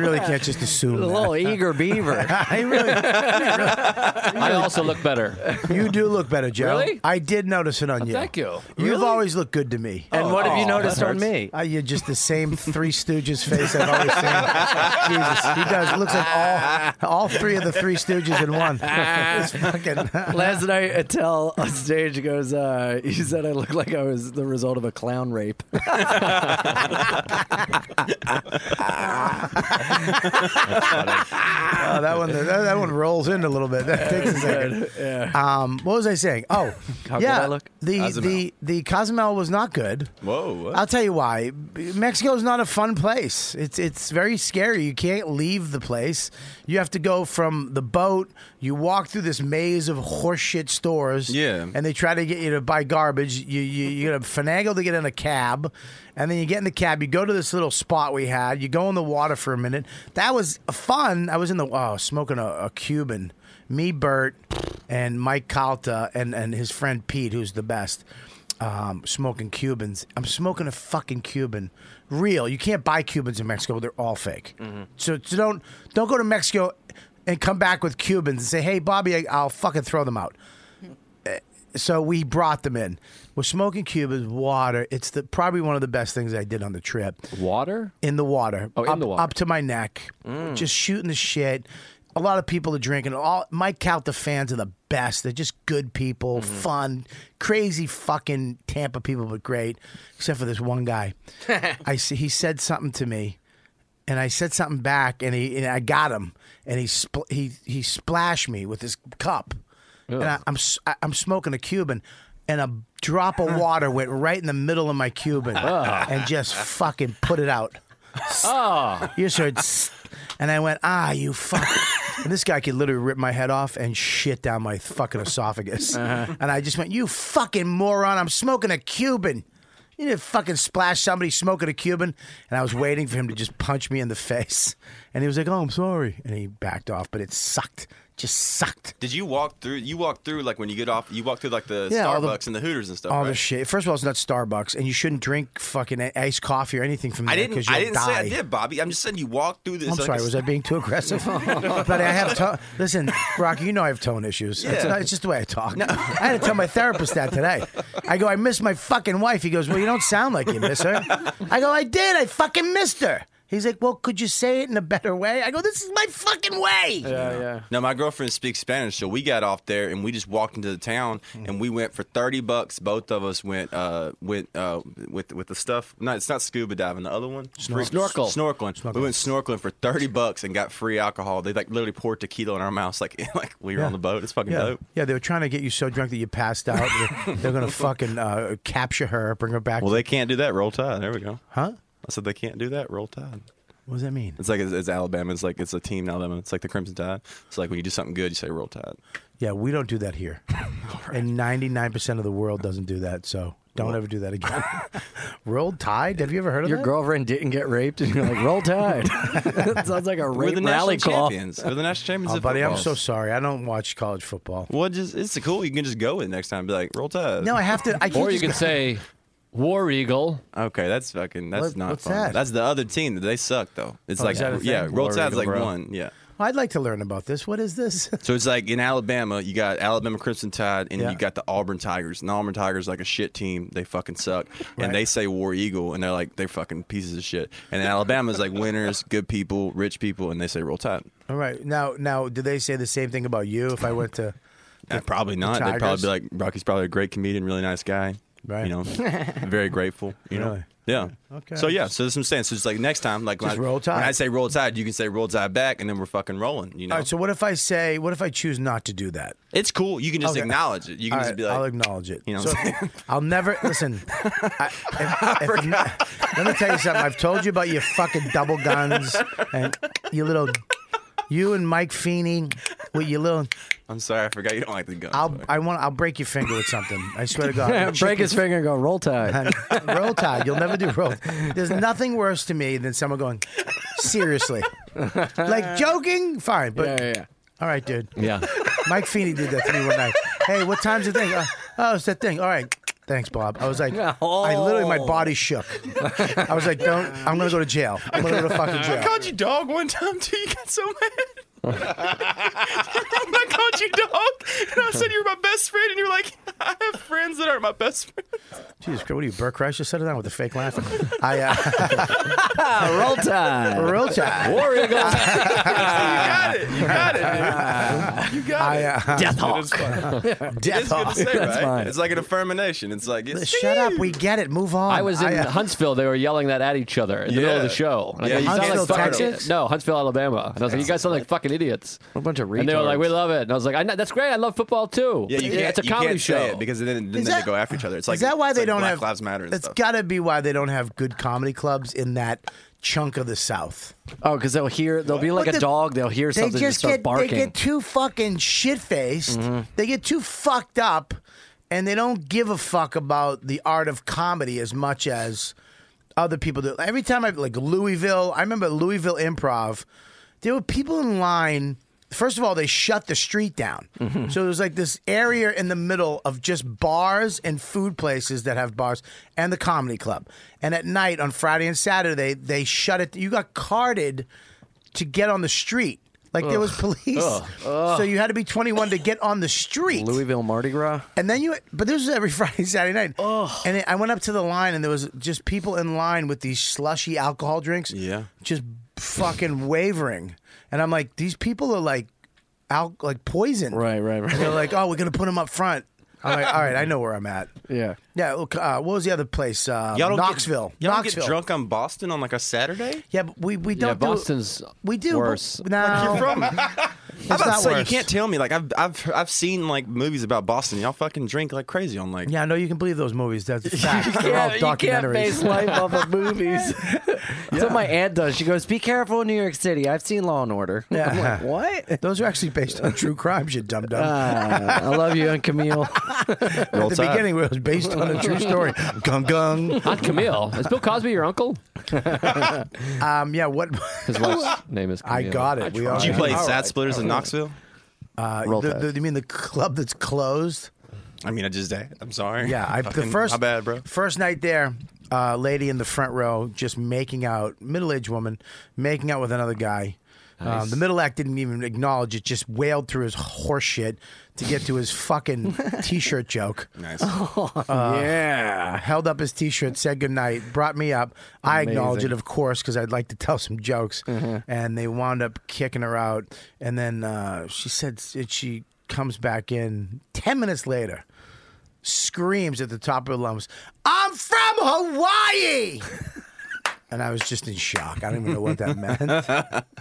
Speaker 4: really can't just assume.
Speaker 9: A
Speaker 4: That.
Speaker 9: little eager beaver.
Speaker 4: I really,
Speaker 8: I also look better.
Speaker 4: you do look better, better, Joe.
Speaker 8: Really?
Speaker 4: I did notice it on you.
Speaker 8: thank you.
Speaker 4: You've always looked good to me.
Speaker 9: And what have you noticed on me?
Speaker 4: Uh, you're just the same Three Stooges face I've always seen. Jesus, he does. Looks like all, all three of the Three Stooges in one. It's fucking.
Speaker 9: Last night, Attell on stage goes, uh, he said I look like I was the result of a clown rape.
Speaker 4: Oh, that one, that, that one rolls in a little bit. That takes a second. Um, what was I saying? Oh,
Speaker 9: How
Speaker 4: yeah.
Speaker 9: good I look?
Speaker 4: The the the Cozumel was not good.
Speaker 11: Whoa. what?
Speaker 4: I'll tell you why. Mexico's not a fun place. It's it's very scary. You can't leave the place. You have to go from the boat. You walk through this maze of horseshit stores.
Speaker 11: Yeah.
Speaker 4: And they try to get you to buy garbage. You you you gotta finagle to get in a cab, and then you get in the cab. You go to this little spot we had. You go in the water for a minute. That was fun. I was in the oh smoking a, a Cuban. Me, Bert, and Mike Calta, and and his friend Pete, who's the best um, smoking Cubans. I'm smoking a fucking Cuban, real. You can't buy Cubans in Mexico; they're all fake. So, so don't don't go to Mexico and come back with Cubans and say, "Hey, Bobby, I, I'll fucking throw them out." Eh, So we brought them in. We're smoking Cubans, water. It's the probably one of the best things I did on the trip.
Speaker 8: Water?
Speaker 4: In the water.
Speaker 8: Oh, in
Speaker 4: up,
Speaker 8: the water. Mm.
Speaker 4: Up to my neck. Just shooting the shit. A lot of people are drinking. All my count the fans are the best. They're just good people,
Speaker 8: Mm-hmm.
Speaker 4: fun, crazy fucking Tampa people, but great. Except for this one guy. I see he said something to me, and I said something back, and he and I got him, and he spl- he he splashed me with his cup, and I, I'm s- I, am smoking a Cuban. And a drop of water went right in the middle of my Cuban and just fucking put it out.
Speaker 8: Oh.
Speaker 4: You just heard, "Tss," and I went, ah, you fuck. and this guy could literally rip my head off and shit down my fucking esophagus.
Speaker 11: Uh-huh.
Speaker 4: And I just went, you fucking moron, I'm smoking a Cuban. You didn't fucking splash somebody smoking a Cuban. And I was waiting for him to just punch me in the face. And he was like, oh, I'm sorry. And he backed off, but it sucked. Just sucked.
Speaker 11: Did you walk through? You walk through like when you get off. You walk through like the
Speaker 4: Yeah, all the-
Speaker 11: Starbucks and the Hooters and stuff.
Speaker 4: All
Speaker 11: right?
Speaker 4: this shit. First of all, it's not Starbucks, and you shouldn't drink fucking iced coffee or anything from
Speaker 11: I
Speaker 4: there because
Speaker 11: didn't.
Speaker 4: you'll
Speaker 11: I didn't
Speaker 4: die.
Speaker 11: say I did, Bobby. I'm just saying you walked through this.
Speaker 4: I'm
Speaker 11: like
Speaker 4: sorry,
Speaker 11: a-
Speaker 4: was I being too aggressive? but I have tone. Listen, Rocky, you know I have tone issues. It's,
Speaker 11: Yeah.
Speaker 4: not, it's just the way I talk. I had to tell my therapist that today. I go, I miss my fucking wife. He goes, Well, you don't sound like you miss her. I go, I did. I fucking missed her. He's like, Well, could you say it in a better way? I go, This is my fucking way.
Speaker 11: yeah. No, my girlfriend speaks Spanish, so we got off there and we just walked into the town
Speaker 4: Mm.
Speaker 11: and we went for thirty bucks. Both of us went uh went uh with with the stuff. No, it's not scuba diving. The other one,
Speaker 4: Snorkel.
Speaker 11: Free-
Speaker 8: Snorkel.
Speaker 11: snorkeling. We went snorkeling for thirty bucks and got free alcohol. They like literally poured tequila in our mouths, like like we were on the boat. It's fucking
Speaker 4: Yeah.
Speaker 11: dope.
Speaker 4: yeah, they were trying to get you so drunk that you passed out. They're, they're gonna fucking uh, capture her, bring her back.
Speaker 11: Well,
Speaker 4: to-
Speaker 11: they can't do that. Roll Tide. There we go.
Speaker 4: huh?
Speaker 11: I said they can't do that. Roll Tide.
Speaker 4: What does that mean?
Speaker 11: It's like it's, it's Alabama. It's like it's a team in Alabama. It's like the Crimson Tide. It's like when you do something good, you say Roll Tide.
Speaker 4: Yeah, we don't do that here. And 99% of the world doesn't do that. So don't ever do that again. Roll Tide? Have you ever heard of
Speaker 9: Your
Speaker 4: that?
Speaker 9: girlfriend didn't get raped, and you're like, roll tide. That sounds like a
Speaker 11: We're
Speaker 9: rape
Speaker 11: the
Speaker 9: rally
Speaker 11: national
Speaker 9: call.
Speaker 11: champions. We're the national champions.
Speaker 4: Oh,
Speaker 11: of
Speaker 4: buddy, I'm
Speaker 11: football.
Speaker 4: so sorry. I don't watch college football.
Speaker 11: Well, just it's cool. You can just go with next time. Be like, roll tide.
Speaker 4: No, I have to. I can't
Speaker 8: Or you
Speaker 4: just
Speaker 8: could say War Eagle.
Speaker 11: Okay, that's fucking. That's
Speaker 4: What-
Speaker 11: not
Speaker 4: what's
Speaker 11: fun.
Speaker 4: that?
Speaker 11: That's the other team. They suck though. It's
Speaker 4: Oh,
Speaker 11: like
Speaker 4: is that a
Speaker 11: yeah,
Speaker 4: thing?
Speaker 11: roll
Speaker 4: Glory
Speaker 11: tide's
Speaker 4: to
Speaker 11: like
Speaker 4: God.
Speaker 11: one. Yeah.
Speaker 4: I'd like to learn about this. What is this?
Speaker 11: So it's like in Alabama, you got Alabama Crimson Tide, and
Speaker 4: Yeah.
Speaker 11: you got the Auburn Tigers. And the Auburn Tigers are like a shit team. They fucking suck.
Speaker 4: Right.
Speaker 11: And they say War Eagle, and they're like they're fucking pieces of shit. And Alabama's like winners, good people, rich people, and they say roll tide.
Speaker 4: All right. Now, now, do they say the same thing about you if I went to.
Speaker 11: Uh, probably not. They'd probably
Speaker 4: Tigers?
Speaker 11: be like, Rocky's probably a great comedian, really nice guy.
Speaker 4: Right.
Speaker 11: You know, very grateful. You
Speaker 4: Really?
Speaker 11: know. Yeah.
Speaker 4: Okay.
Speaker 11: So yeah. So that's what I'm saying. So it's like next time, like
Speaker 4: Just
Speaker 11: when, I,
Speaker 4: roll
Speaker 11: when I
Speaker 4: tide.
Speaker 11: say roll tide, you can say roll tide back, and then we're fucking rolling. You know.
Speaker 4: All right. So what if I say, what if I choose not to do that?
Speaker 11: it's cool. You can just
Speaker 4: Okay.
Speaker 11: acknowledge it. You can
Speaker 4: All
Speaker 11: just
Speaker 4: right,
Speaker 11: be like,
Speaker 4: I'll acknowledge it.
Speaker 11: You know
Speaker 4: So,
Speaker 11: what I'm saying?
Speaker 4: I'll never listen. I, if- if I'm not- let me tell you something. I've told you about your fucking double guns and your little, you and Mike Feeney with your little.
Speaker 11: I'm sorry, I forgot you don't like the gun.
Speaker 4: I'll I want I'll break your finger with something. I swear to God.
Speaker 9: Break his finger and go, roll tide.
Speaker 4: And roll tide. You'll never do roll. There's nothing worse to me than someone going, seriously, like joking. Fine, but
Speaker 9: Yeah, yeah, yeah.
Speaker 4: all right, dude.
Speaker 8: Yeah.
Speaker 4: Mike Feeney did that to me one night. Hey, what time's the thing? Uh, oh, it's that thing. All right. Thanks, Bob. I was like,
Speaker 8: Oh.
Speaker 4: I literally, my body shook. I was like, don't, I'm going to go to jail. I'm going to go to fucking
Speaker 5: I
Speaker 4: jail.
Speaker 5: called you dog one time too. You got so mad. I called you dog, and I said you're my best friend, and you're like, friends that aren't my best friends.
Speaker 4: Jesus Christ, what are you, Burke Kreischer? Set it down with the fake laugh. I, uh,
Speaker 9: roll tide.
Speaker 4: Roll tide.
Speaker 5: Warrior got it. You got it. Dude. You got
Speaker 4: I,
Speaker 5: it.
Speaker 4: uh, Death
Speaker 11: Hawk.
Speaker 4: Death
Speaker 11: it's good to say,
Speaker 4: Hawk. That's
Speaker 11: right?
Speaker 4: mine.
Speaker 11: It's like an affirmation. It's like, it's,
Speaker 4: Shut up. We get it. Move on.
Speaker 8: I was in
Speaker 4: uh,
Speaker 8: Huntsville. They were yelling that at each other in the middle of the
Speaker 11: Yeah.
Speaker 8: show. And I
Speaker 11: Yeah,
Speaker 8: go,
Speaker 11: you
Speaker 8: sound
Speaker 11: Huntsville,
Speaker 8: fucking-
Speaker 11: Texas?
Speaker 8: No, Huntsville, Alabama. And I was like, you guys sound like fucking idiots.
Speaker 13: A bunch of retards.
Speaker 8: And they were like, we love it. And I was like, I know, that's great. I love football too.
Speaker 11: yeah, you can't,
Speaker 8: It's a
Speaker 11: you
Speaker 8: comedy
Speaker 11: can't
Speaker 8: show.
Speaker 11: say it because then, then,
Speaker 4: Is
Speaker 11: they
Speaker 4: that-
Speaker 11: go after each other. It's like
Speaker 4: is that why
Speaker 11: it's
Speaker 4: they
Speaker 11: like
Speaker 4: don't
Speaker 11: Black
Speaker 4: have
Speaker 11: Lives Matter? And
Speaker 4: It's
Speaker 11: stuff.
Speaker 4: got to be why they don't have good comedy clubs in that chunk of the South.
Speaker 13: Oh, because they'll hear, they'll be like
Speaker 4: What
Speaker 13: a
Speaker 4: the-
Speaker 13: dog. They'll hear
Speaker 4: They
Speaker 13: something and
Speaker 4: just
Speaker 13: start
Speaker 4: get
Speaker 13: barking. Mm-hmm.
Speaker 4: they get too fucking shit faced. They get too fucked up, and they don't give a fuck about the art of comedy as much as other people do. Every time I like Louisville, I remember Louisville Improv. There were people in line. First of all, they shut the street down,
Speaker 13: Mm-hmm.
Speaker 4: so there's like this area in the middle of just bars and food places that have bars and the comedy club. And at night on Friday and Saturday, they shut it. You got carded to get on the street. Like there was
Speaker 13: Ugh.
Speaker 4: police,
Speaker 13: Ugh.
Speaker 4: so you had to be 21 to get on the street.
Speaker 13: Louisville Mardi Gras.
Speaker 4: And then you, but this was every Friday, Saturday night. And it, I went up to the line, and there was just people in line with these slushy alcohol drinks. Yeah, just fucking wavering. And I'm like, these people are like, al- like poison.
Speaker 13: Right, right, right.
Speaker 4: And they're like, oh, we're gonna put them up front. I'm like, all right, I know where I'm at.
Speaker 13: Yeah.
Speaker 4: Yeah. Look, uh, what was the other place? Uh,
Speaker 11: Y'all don't
Speaker 4: Knoxville.
Speaker 11: Get, y'all don't
Speaker 4: Knoxville.
Speaker 11: get drunk on Boston on like a Saturday?
Speaker 4: Yeah, but we we don't. do-
Speaker 11: Boston's
Speaker 4: we do but-
Speaker 11: worse.
Speaker 4: No,
Speaker 11: Like, you're from- How
Speaker 4: It's
Speaker 11: about
Speaker 4: not
Speaker 11: say you
Speaker 4: worse.
Speaker 11: can't tell me like I've I've I've seen like movies about Boston. Y'all fucking drink like crazy on like
Speaker 4: Yeah, I know you can believe those movies. That's a fact. They're all
Speaker 13: you can't
Speaker 4: documentaries.
Speaker 13: base life off of movies. That's what my aunt does. She goes, "Be careful in New York City. I've seen Law and Order."
Speaker 4: Yeah.
Speaker 13: I'm like, "What?"
Speaker 4: Those are actually based on true crimes, you dumb dumb.
Speaker 11: Uh,
Speaker 13: Ah, I love you, Aunt Camille.
Speaker 4: At the beginning, it was based on a true story. Gung gung.
Speaker 8: Aunt Camille. Is Bill Cosby your uncle?
Speaker 4: Um, yeah, what?
Speaker 8: His wife's name is
Speaker 4: I
Speaker 8: Camille.
Speaker 4: got it. We
Speaker 8: tried.
Speaker 4: are.
Speaker 11: Did you play
Speaker 4: All
Speaker 11: Sad
Speaker 4: right.
Speaker 11: Splitters in Knoxville?
Speaker 4: Uh,
Speaker 11: Roll
Speaker 4: the,
Speaker 11: Tide.
Speaker 4: the- you mean the club that's closed?
Speaker 11: I mean, I just did. I'm sorry.
Speaker 4: Yeah, I, the
Speaker 11: Fucking-
Speaker 4: first
Speaker 11: my bad, bro.
Speaker 4: first night there, uh, lady in the front row just making out, middle aged woman making out with another guy. Um,
Speaker 8: Nice.
Speaker 4: the middle act didn't even acknowledge it; just wailed through his horse shit to get to his fucking t-shirt joke.
Speaker 11: Nice.
Speaker 4: Uh,
Speaker 13: yeah.
Speaker 4: Held up his T-shirt, said goodnight, brought me up. I acknowledged it,
Speaker 13: Amazing.
Speaker 4: of course, because I'd like to tell some jokes.
Speaker 11: Mm-hmm.
Speaker 4: And they wound up kicking her out. And then uh, she said that she comes back in ten minutes later, screams at the top of her lungs, "I'm from Hawaii!" and I was just in shock. I don't even know what that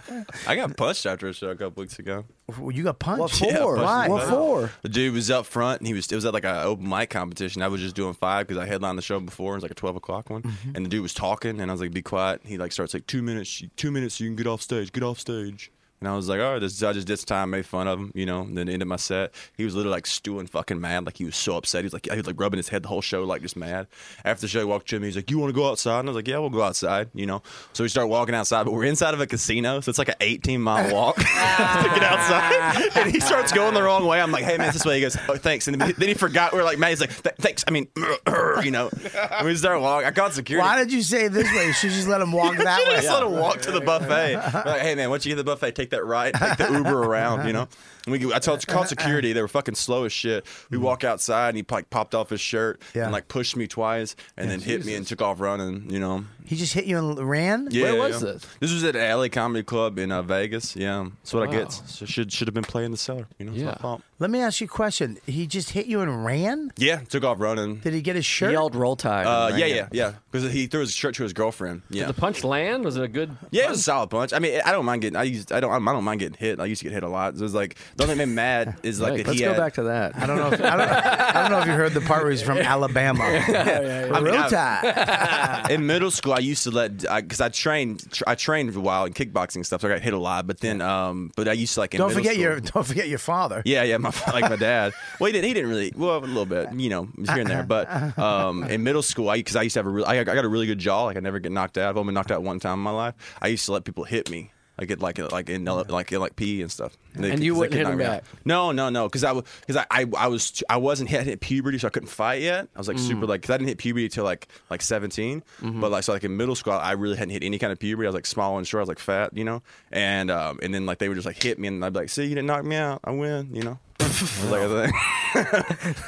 Speaker 4: meant.
Speaker 11: I got punched after a show a couple weeks ago.
Speaker 4: Well, you got punched.
Speaker 11: Yeah, I punched
Speaker 4: Why?
Speaker 11: him in the butt. The dude was up front, and he was. It was at like an open mic competition. I was just doing five because I headlined the show before. It was like a twelve o'clock one, and the dude was talking, and I was like, "Be quiet." He like starts like two minutes, two minutes, you can get off stage, get off stage. And I was like, all right, this, I just did some time, made fun of him, you know. And then ended my set. He was literally like stewing, fucking mad, like he was so upset. He was like, he was like rubbing his head the whole show, like just mad. After the show, he walked to me. He's like, you want to go outside? And I was like, yeah, we'll go outside, you know. So we start walking outside, but we're inside of a casino, so it's like an 18 mile walk to get outside. And he starts going the wrong way. I'm like, hey man, it's this way. He goes, oh thanks. And then then he forgot. We are like, man, he's like, "Th- thanks. I mean, you know. And we start walking. I called security.
Speaker 4: Why did you say it this way? You should just let him walk that
Speaker 11: Should've
Speaker 4: way.
Speaker 11: just let him walk to the buffet. We're like, hey man, once you get to the buffet, take that right, take the Uber around, you know. And we, I told, called security. They were fucking slow as shit. We walk outside, and he like popped off his shirt and like pushed me twice, and then hit me and took off running. You know.
Speaker 4: He just hit you and ran.
Speaker 11: Yeah. yeah. This was at LA Comedy Club in uh, Vegas. Yeah, that's what I get. So should should have been playing the cellar. You know. Yeah.
Speaker 4: Let me ask you a question. He just hit you and ran?
Speaker 11: Yeah. Took off running.
Speaker 4: Did he get his shirt?
Speaker 13: yelled roll tide.
Speaker 11: Uh, yeah, yeah, yeah. Because he threw his shirt to his girlfriend. Yeah.
Speaker 8: Did the punch land? Was it a good?
Speaker 11: Yeah, it was a solid punch. I mean, I don't mind getting. I used. I don't. I don't mind getting hit. I used to get hit a lot. So it's like the only thing that made me mad is like. that
Speaker 13: Let's
Speaker 11: he
Speaker 13: go
Speaker 11: had-
Speaker 13: back to that.
Speaker 4: I don't know. If, I, don't, I don't know if you heard the part where he's from Alabama.
Speaker 11: I mean,
Speaker 4: Roll
Speaker 11: I-
Speaker 4: Tide.
Speaker 11: in middle school, I used to let because I, trained. tr- I trained for a while in kickboxing and stuff. So I got hit a lot. But then, um, but I used to like. In
Speaker 4: Don't
Speaker 11: middle
Speaker 4: forget
Speaker 11: school-
Speaker 4: your don't forget your father.
Speaker 11: Yeah, yeah, my like my dad. Well, he didn't. He didn't really. Well, a little bit. You know, it was here and there. But um, in middle school, I because I used to have a real. I, I got a really good jaw. Like I never get knocked out. I've only been knocked out one time in my life. I used to let people hit me. I get like like in like in like PE and stuff. They-
Speaker 13: And you
Speaker 11: 'cause
Speaker 13: wouldn't
Speaker 11: they could
Speaker 13: hit
Speaker 11: knock
Speaker 13: him
Speaker 11: me out.
Speaker 13: back?
Speaker 11: No, no, no. Because I because I, I I was t- I wasn't hit hit puberty, so I couldn't fight yet. I was
Speaker 13: Mm.
Speaker 11: like super like because I didn't hit puberty till like like 17
Speaker 13: Mm-hmm.
Speaker 11: But like so like in middle school, I really hadn't hit any kind of puberty. I was like small and short. I was like fat, you know. And um and then like they would just like hit me, and I'd be like, "See, you didn't knock me out. I win," you know. was like a thing.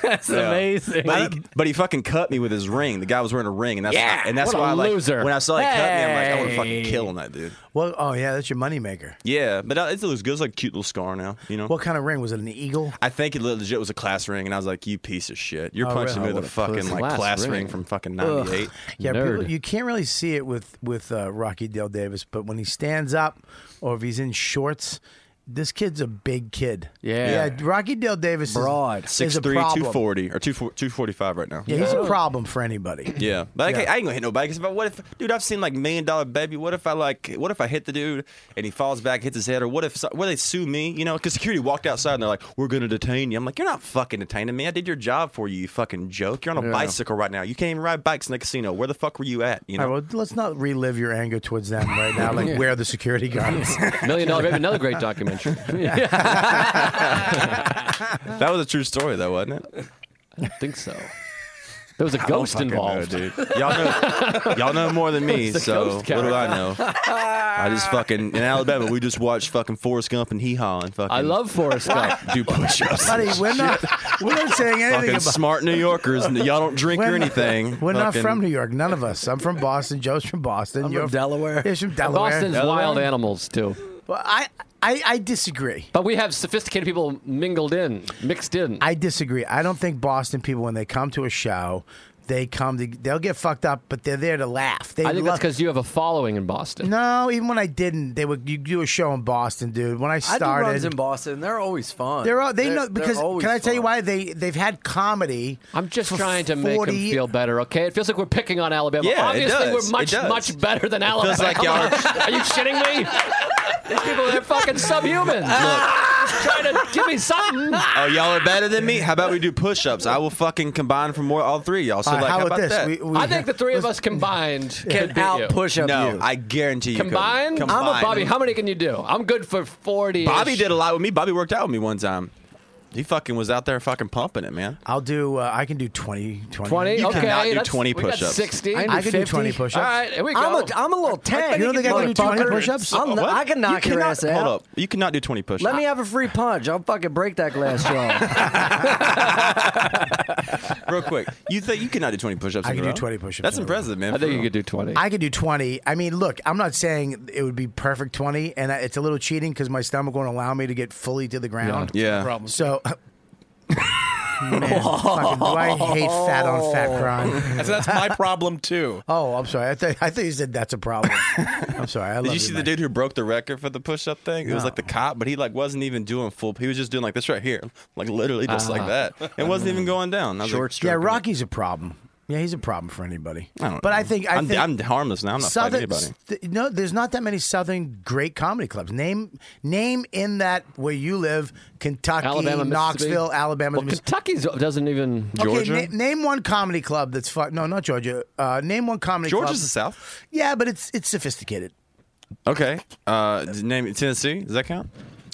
Speaker 13: That's
Speaker 11: Yeah.
Speaker 13: amazing.
Speaker 11: But he, but he fucking cut me with his ring. The guy was wearing a ring, and that's
Speaker 13: Yeah,
Speaker 11: and that's
Speaker 13: what a
Speaker 11: why I like
Speaker 13: loser.
Speaker 11: when I saw he cut me, I'm like, I would
Speaker 13: Hey.
Speaker 11: fucking kill him, that dude.
Speaker 4: Well, oh yeah, that's your moneymaker.
Speaker 11: Yeah, but uh, it looks good. It's like a cute little scar now, you know.
Speaker 4: What kind of ring was it? An eagle?
Speaker 11: I think it legit was a class ring, and I was like, "You piece of shit! You're
Speaker 4: Oh,
Speaker 11: punching
Speaker 4: really?
Speaker 11: me
Speaker 4: Oh,
Speaker 11: with a
Speaker 4: what a
Speaker 11: fucking
Speaker 4: pussy.
Speaker 11: like
Speaker 4: Class
Speaker 11: class, ring.
Speaker 4: ring.
Speaker 11: from fucking
Speaker 4: Ugh.
Speaker 11: '98."
Speaker 4: Yeah, people, you can't really see it with with uh, Rocky Dale Davis, but when he stands up or if he's in shorts, this kid's a big kid.
Speaker 11: Yeah.
Speaker 4: yeah. Rocky Dale Davis
Speaker 11: broad,
Speaker 4: is,
Speaker 11: six
Speaker 4: is a
Speaker 11: three,
Speaker 4: problem.
Speaker 11: two forty or two two forty five right now.
Speaker 4: Yeah, he's a problem for anybody.
Speaker 11: Yeah, but I,
Speaker 4: Yeah.
Speaker 11: can't- I ain't gonna hit nobody. Cause if I, what if, dude? I've seen like Million Dollar Baby. What if I like? What if I hit the dude and he falls back, hits his head, or what if? so- What if they sue me? You know, because security walked outside and they're like, "We're gonna detain you." I'm like, "You're not fucking detaining me. I did your job for you. You fucking joke. You're on a
Speaker 4: Yeah.
Speaker 11: bicycle right now. You can't even ride bikes in the casino. Where the fuck were you at? You know."
Speaker 4: All right, well, let's not relive your anger towards them right now. Like, where are the security guards?
Speaker 8: Million Dollar Baby, another great documentary.
Speaker 11: that was a true story, though, wasn't it?
Speaker 8: I don't think so. There was a
Speaker 11: I don't
Speaker 8: ghost
Speaker 11: fucking know,
Speaker 8: involved.
Speaker 11: dude. Y'all know, y'all know more than me.
Speaker 8: It's a
Speaker 11: So what
Speaker 8: ghost
Speaker 11: do I
Speaker 8: character.
Speaker 11: know? I just fucking in Alabama. We just watched fucking Forrest Gump and Hee Haw and fucking.
Speaker 8: I love Forrest Gump.
Speaker 11: do push-ups.
Speaker 4: Buddy, we're not, we're not saying anything
Speaker 11: fucking
Speaker 4: about
Speaker 11: smart New Yorkers. and Y'all don't drink or
Speaker 4: We're not-
Speaker 11: anything.
Speaker 4: We're not
Speaker 11: Fucking-
Speaker 4: from New York. None of us. I'm from Boston. Joe's from Boston.
Speaker 13: I'm
Speaker 4: You're
Speaker 13: from Delaware.
Speaker 4: He's from Delaware.
Speaker 8: Boston's wild animals too.
Speaker 4: Well, I, I, I disagree.
Speaker 8: But we have sophisticated people mingled in, mixed in.
Speaker 4: I disagree. I don't think Boston people, when they come to a show, they come to they'll get fucked up, but they're there to laugh. They
Speaker 8: I think that's
Speaker 4: love.
Speaker 8: because you have a following in Boston.
Speaker 4: no, even when I didn't, they would you do a show in Boston, dude. When I
Speaker 9: I do
Speaker 4: started,
Speaker 9: runs in Boston. They're always fun.
Speaker 4: They're all, they know
Speaker 9: they're
Speaker 4: because
Speaker 9: always
Speaker 4: can I tell you why they they've had comedy.
Speaker 8: I'm just
Speaker 4: for
Speaker 8: trying to make
Speaker 4: 40
Speaker 8: them feel better, okay? It feels like we're picking on Alabama.
Speaker 11: Yeah, it
Speaker 8: Obviously,
Speaker 11: does.
Speaker 8: we're
Speaker 11: It
Speaker 8: much,
Speaker 11: does.
Speaker 8: much better than
Speaker 11: It
Speaker 8: Alabama.
Speaker 11: feels like y'all are-
Speaker 8: are you shitting me? These people, they're fucking subhuman.
Speaker 11: Ah!
Speaker 8: trying to give me something.
Speaker 11: Oh, y'all are better than me. How about we do push-ups? I will fucking combine from more all three of y'all. So
Speaker 4: All right,
Speaker 11: like,
Speaker 4: Uh, how
Speaker 11: how
Speaker 4: about
Speaker 11: about
Speaker 4: this?
Speaker 11: that?
Speaker 4: We- we-
Speaker 8: I think the three of us combined could beat you.
Speaker 11: No, I guarantee you. couldn't.
Speaker 8: Combined? I'm a
Speaker 11: Combined.
Speaker 8: Bobby. How many can you do? I'm good for 40.
Speaker 11: Bobby did a lot with me. Bobby worked out with me one time. He fucking was out there fucking pumping it, man.
Speaker 4: I'll do. Uh, I can do 20, 20.
Speaker 8: 20?
Speaker 11: You
Speaker 8: okay,
Speaker 11: cannot do
Speaker 8: that's-
Speaker 11: 20
Speaker 8: we got
Speaker 11: push-ups.
Speaker 8: 60.
Speaker 4: I, can do 20 push-ups.
Speaker 8: All right, here we go.
Speaker 13: I'm a, I'm a little tank.
Speaker 4: You don't think I can do 20
Speaker 13: motherfucker.
Speaker 4: push-ups?
Speaker 13: I'm not-
Speaker 11: What?
Speaker 13: I can knock
Speaker 11: you
Speaker 13: your
Speaker 11: cannot-
Speaker 13: ass out.
Speaker 11: Hold up. You cannot do 20 push-ups.
Speaker 13: Let me have a free punch. I'll fucking break that glass jaw.
Speaker 11: Real quick. You think you cannot do 20 push-ups?
Speaker 4: I
Speaker 11: in a
Speaker 4: can do
Speaker 11: row?
Speaker 4: 20 push-ups
Speaker 11: That's
Speaker 4: in a row.
Speaker 11: impressive, man.
Speaker 8: I think
Speaker 11: for
Speaker 8: you
Speaker 11: real.
Speaker 8: could do 20.
Speaker 4: I could do 20. I mean, look, I'm not saying it would be perfect 20, and I, it's a little cheating because my stomach won't allow me to get fully to the ground.
Speaker 11: Yeah.
Speaker 4: So, man, fucking, do I hate fat on fat crime?
Speaker 12: That's, that's my problem too.
Speaker 4: Oh, I'm sorry. I, th- I thought you said that's a problem. I'm sorry. I love
Speaker 11: Did you see the
Speaker 4: Mike.
Speaker 11: dude who broke the record for the push-up thing? It was
Speaker 4: No.
Speaker 11: like the cop, but he like wasn't even doing full. He was just doing like this right here, like literally just like
Speaker 8: Ah.
Speaker 11: that. It wasn't
Speaker 4: Mm.
Speaker 11: even going down. I was
Speaker 9: Short
Speaker 11: like,
Speaker 4: Yeah, Rocky's a problem. Yeah, he's a problem for anybody.
Speaker 11: I don't
Speaker 4: but
Speaker 11: know.
Speaker 4: I think I
Speaker 11: I'm,
Speaker 4: think
Speaker 11: I'm harmless now. I'm not fighting anybody.
Speaker 4: Southern, th- no, there's not that many Southern great comedy clubs. Name name in that where you live, Kentucky,
Speaker 8: Alabama, Mississippi.
Speaker 4: Knoxville, Alabama.
Speaker 8: Well,
Speaker 4: Mississippi.
Speaker 8: Kentucky doesn't even.
Speaker 11: Georgia?
Speaker 4: Okay, na- name one comedy club that's fun. No, not Georgia. Uh, name one comedy club.
Speaker 11: Georgia's the South.
Speaker 4: Yeah, but it's it's sophisticated.
Speaker 11: Okay. Uh, d- name it Tennessee. Does that count?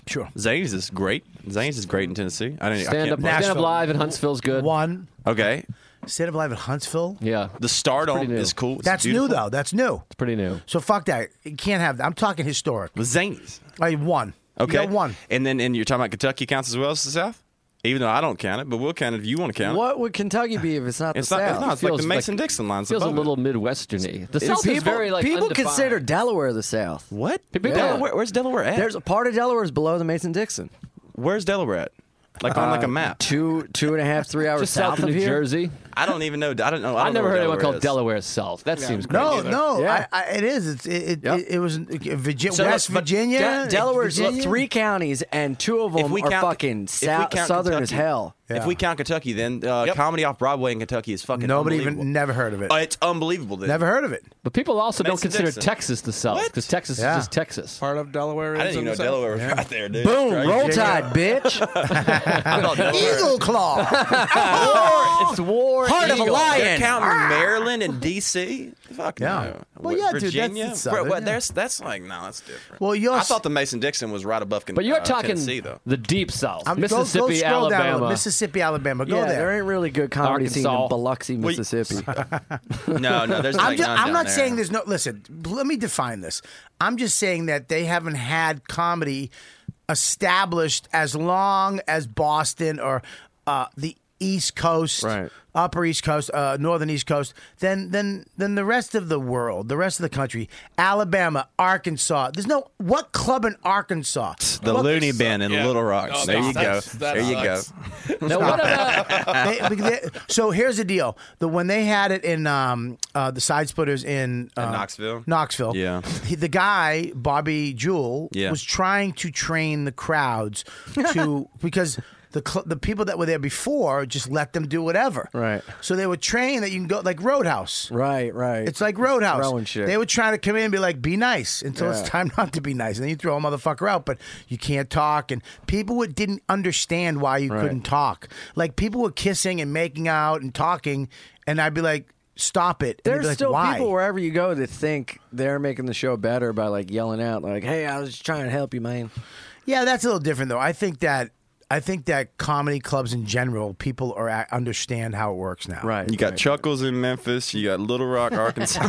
Speaker 4: Sure.
Speaker 11: Zane's is great. Zane's is great in Tennessee. I didn't.
Speaker 8: Stand
Speaker 11: I can't
Speaker 8: up, stand up
Speaker 4: Nashville.
Speaker 8: live in Huntsville's good.
Speaker 4: One.
Speaker 11: Okay.
Speaker 4: Stand up live at Huntsville.
Speaker 8: Yeah,
Speaker 11: The Stardom
Speaker 8: pretty new.
Speaker 11: is cool. It's
Speaker 4: That's new
Speaker 11: beautiful.
Speaker 4: though. That's new.
Speaker 8: it's pretty new.
Speaker 4: So fuck that. You can't have that. I'm talking historic.
Speaker 11: With Zane's.
Speaker 4: I one. You
Speaker 11: Okay.
Speaker 4: got one.
Speaker 11: And then and you're talking about Kentucky counts as well as the South, even though I don't count it, but we'll count it if you want to count it.
Speaker 13: what would Kentucky be if it's not
Speaker 11: It's
Speaker 13: the
Speaker 11: not.
Speaker 13: South?
Speaker 11: It's, not, it's like
Speaker 8: Feels
Speaker 11: the
Speaker 8: like-
Speaker 11: Mason Dixon lines.
Speaker 8: Feels a
Speaker 11: above it.
Speaker 8: little Midwesterny. The South
Speaker 13: people
Speaker 8: is very like
Speaker 13: people
Speaker 8: undefined.
Speaker 13: consider Delaware the South.
Speaker 11: What?
Speaker 8: People-
Speaker 11: Delaware, where's Delaware at?
Speaker 13: There's a part of Delaware is below the Mason Dixon.
Speaker 11: where's Delaware at? Like on like a map.
Speaker 13: Two two and a half three hours
Speaker 8: just
Speaker 13: south,
Speaker 8: south of New
Speaker 13: here.
Speaker 8: Jersey.
Speaker 11: I don't even know. I don't know. I
Speaker 8: I
Speaker 11: don't know
Speaker 8: never
Speaker 11: where
Speaker 8: heard anyone call
Speaker 11: is.
Speaker 8: Delaware South. That seems crazy.
Speaker 4: No, no,
Speaker 13: Yeah.
Speaker 4: I, I, it is. It's, it, it,
Speaker 13: Yep.
Speaker 4: it, it was Virginia,
Speaker 11: So let's-
Speaker 4: West
Speaker 11: but
Speaker 4: Virginia,
Speaker 13: De- Uh, Delaware's
Speaker 4: Virginia?
Speaker 13: three counties, and two of them
Speaker 11: If we
Speaker 13: are
Speaker 11: count,
Speaker 13: fucking
Speaker 11: if we
Speaker 13: south,
Speaker 11: count
Speaker 13: southern
Speaker 11: Kentucky-
Speaker 13: as hell.
Speaker 11: If we count Kentucky, then uh, comedy off Broadway in Kentucky is fucking
Speaker 4: Nobody
Speaker 11: unbelievable.
Speaker 4: even never heard of it.
Speaker 11: Oh, it's unbelievable. Then.
Speaker 4: never heard of it.
Speaker 8: But people also don't
Speaker 11: Mason
Speaker 8: consider
Speaker 11: Dixon.
Speaker 8: Texas the South
Speaker 11: What?
Speaker 8: because Texas
Speaker 4: Yeah.
Speaker 8: is just Texas.
Speaker 12: Part of Delaware.
Speaker 11: I didn't
Speaker 12: is
Speaker 11: even
Speaker 12: in
Speaker 11: know
Speaker 12: the South.
Speaker 11: Delaware was right there, dude.
Speaker 13: Boom,
Speaker 11: That's
Speaker 13: roll
Speaker 11: crazy.
Speaker 13: tide, bitch.
Speaker 11: I thought Delaware-
Speaker 4: Eagle Claw.
Speaker 8: It's war.
Speaker 13: Heart of a
Speaker 8: eagle.
Speaker 13: lion.
Speaker 11: They're counting Maryland and D.C. Fuck
Speaker 4: Yeah.
Speaker 11: no.
Speaker 4: Well,
Speaker 11: What,
Speaker 4: yeah, dude, that's-
Speaker 11: Virginia?
Speaker 4: that's
Speaker 11: Bro,
Speaker 4: southern,
Speaker 11: what,
Speaker 4: yeah.
Speaker 11: there's- that's like no, that's different.
Speaker 4: Well, you're
Speaker 11: I
Speaker 4: s-
Speaker 11: thought the Mason Dixon was right above. Ken-
Speaker 8: But you're
Speaker 11: uh,
Speaker 8: talking
Speaker 11: Tennessee, though.
Speaker 8: the deep South,
Speaker 4: I'm- go- go
Speaker 8: Mississippi,
Speaker 4: scroll down a little.
Speaker 8: Alabama.
Speaker 4: Mississippi, Alabama. Go
Speaker 13: yeah,
Speaker 4: there.
Speaker 13: there ain't really good comedy scene in
Speaker 8: Arkansas.
Speaker 13: Biloxi,
Speaker 11: Well, you-
Speaker 13: Mississippi.
Speaker 11: No, no, there's.
Speaker 4: I'm,
Speaker 11: like
Speaker 4: just,
Speaker 11: none
Speaker 4: I'm
Speaker 11: down
Speaker 4: not
Speaker 11: there.
Speaker 4: saying there's no. Listen, let me define this. I'm just saying that they haven't had comedy established as long as Boston or uh, the East Coast, Upper East Coast, uh, Northern East Coast, then then then the rest of the world, the rest of the country, Alabama, Arkansas. There's no what club in Arkansas?
Speaker 11: The
Speaker 4: What-
Speaker 11: Looney Bin in Little Rock.
Speaker 4: No,
Speaker 11: there you
Speaker 4: that
Speaker 11: go.
Speaker 4: sucks. That
Speaker 11: There you go.
Speaker 4: sucks. They- they- so here's the deal: the when they had it in um, uh, the side splitters in,
Speaker 11: In
Speaker 4: uh,
Speaker 11: Knoxville?
Speaker 4: Knoxville,
Speaker 11: Yeah.
Speaker 4: he, the guy Bobby Jewell
Speaker 11: Yeah.
Speaker 4: was trying to train the crowds to because. The, cl- the people that were there before just let them do whatever. Right. So they were trained that you can go like Roadhouse. Right, right. It's like Roadhouse.
Speaker 13: throwing shit.
Speaker 4: They would try to come in and be like, "Be nice," until it's
Speaker 13: Yeah.
Speaker 4: time not to be nice, and then you throw a motherfucker out. But you can't talk, and people would, didn't understand why you
Speaker 13: Right.
Speaker 4: couldn't talk. Like people were kissing and making out and talking, and I'd be like, "Stop it!" And they'd be
Speaker 13: There's
Speaker 4: like,
Speaker 13: still
Speaker 4: why?
Speaker 13: people wherever you go that think they're making the show better by like yelling out, like, "Hey, I was just trying to help you, man."
Speaker 4: Yeah, that's a little different though. I think that I think that comedy clubs in general, people are at, understand how it works now. Right.
Speaker 11: You got Chuckles in Memphis. You got Little Rock, Arkansas.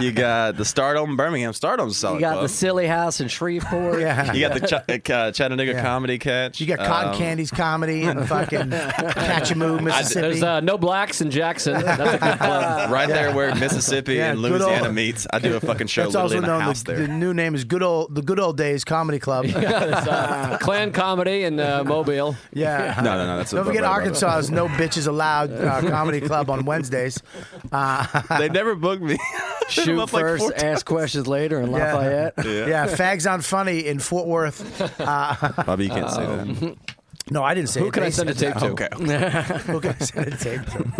Speaker 11: you got the Stardom in Birmingham. Stardom's a solid
Speaker 13: You got
Speaker 11: club.
Speaker 13: the silly house in Shreveport.
Speaker 11: you got the Ch- uh, Chattanooga
Speaker 4: Yeah.
Speaker 11: Comedy Catch.
Speaker 4: You got Cotton
Speaker 11: Um,
Speaker 4: Candy's comedy and fucking Catchamoo,
Speaker 8: I-
Speaker 4: Mississippi.
Speaker 8: there's uh, no blacks in Jackson. That's a good club.
Speaker 11: Right there where Mississippi
Speaker 4: Yeah,
Speaker 11: and
Speaker 4: good
Speaker 11: Louisiana
Speaker 4: old-
Speaker 11: meets. I do a fucking show
Speaker 4: That's
Speaker 11: literally
Speaker 4: also
Speaker 11: in a
Speaker 4: known.
Speaker 11: house
Speaker 4: the,
Speaker 11: there.
Speaker 4: the new name is good old the good old days comedy club.
Speaker 8: Yeah, there's, uh, Klan comedy in uh, Mobile.
Speaker 4: Yeah.
Speaker 11: No, no, no, that's a
Speaker 4: Don't forget
Speaker 11: Bud Light
Speaker 4: Arkansas's No Bitches Allowed uh, Comedy Club on Wednesdays. Uh,
Speaker 11: they never booked me.
Speaker 13: Shoot first, ask questions later in
Speaker 4: Yeah.
Speaker 13: Lafayette.
Speaker 4: Yeah. fags on funny in Fort Worth. Uh,
Speaker 11: Bobby, you can't say that.
Speaker 4: Oh. No, I didn't say.
Speaker 8: Who
Speaker 4: it.
Speaker 8: can I
Speaker 4: They
Speaker 8: send a
Speaker 4: said
Speaker 8: tape
Speaker 4: that.
Speaker 8: to? Okay.
Speaker 4: Who can I send a tape to?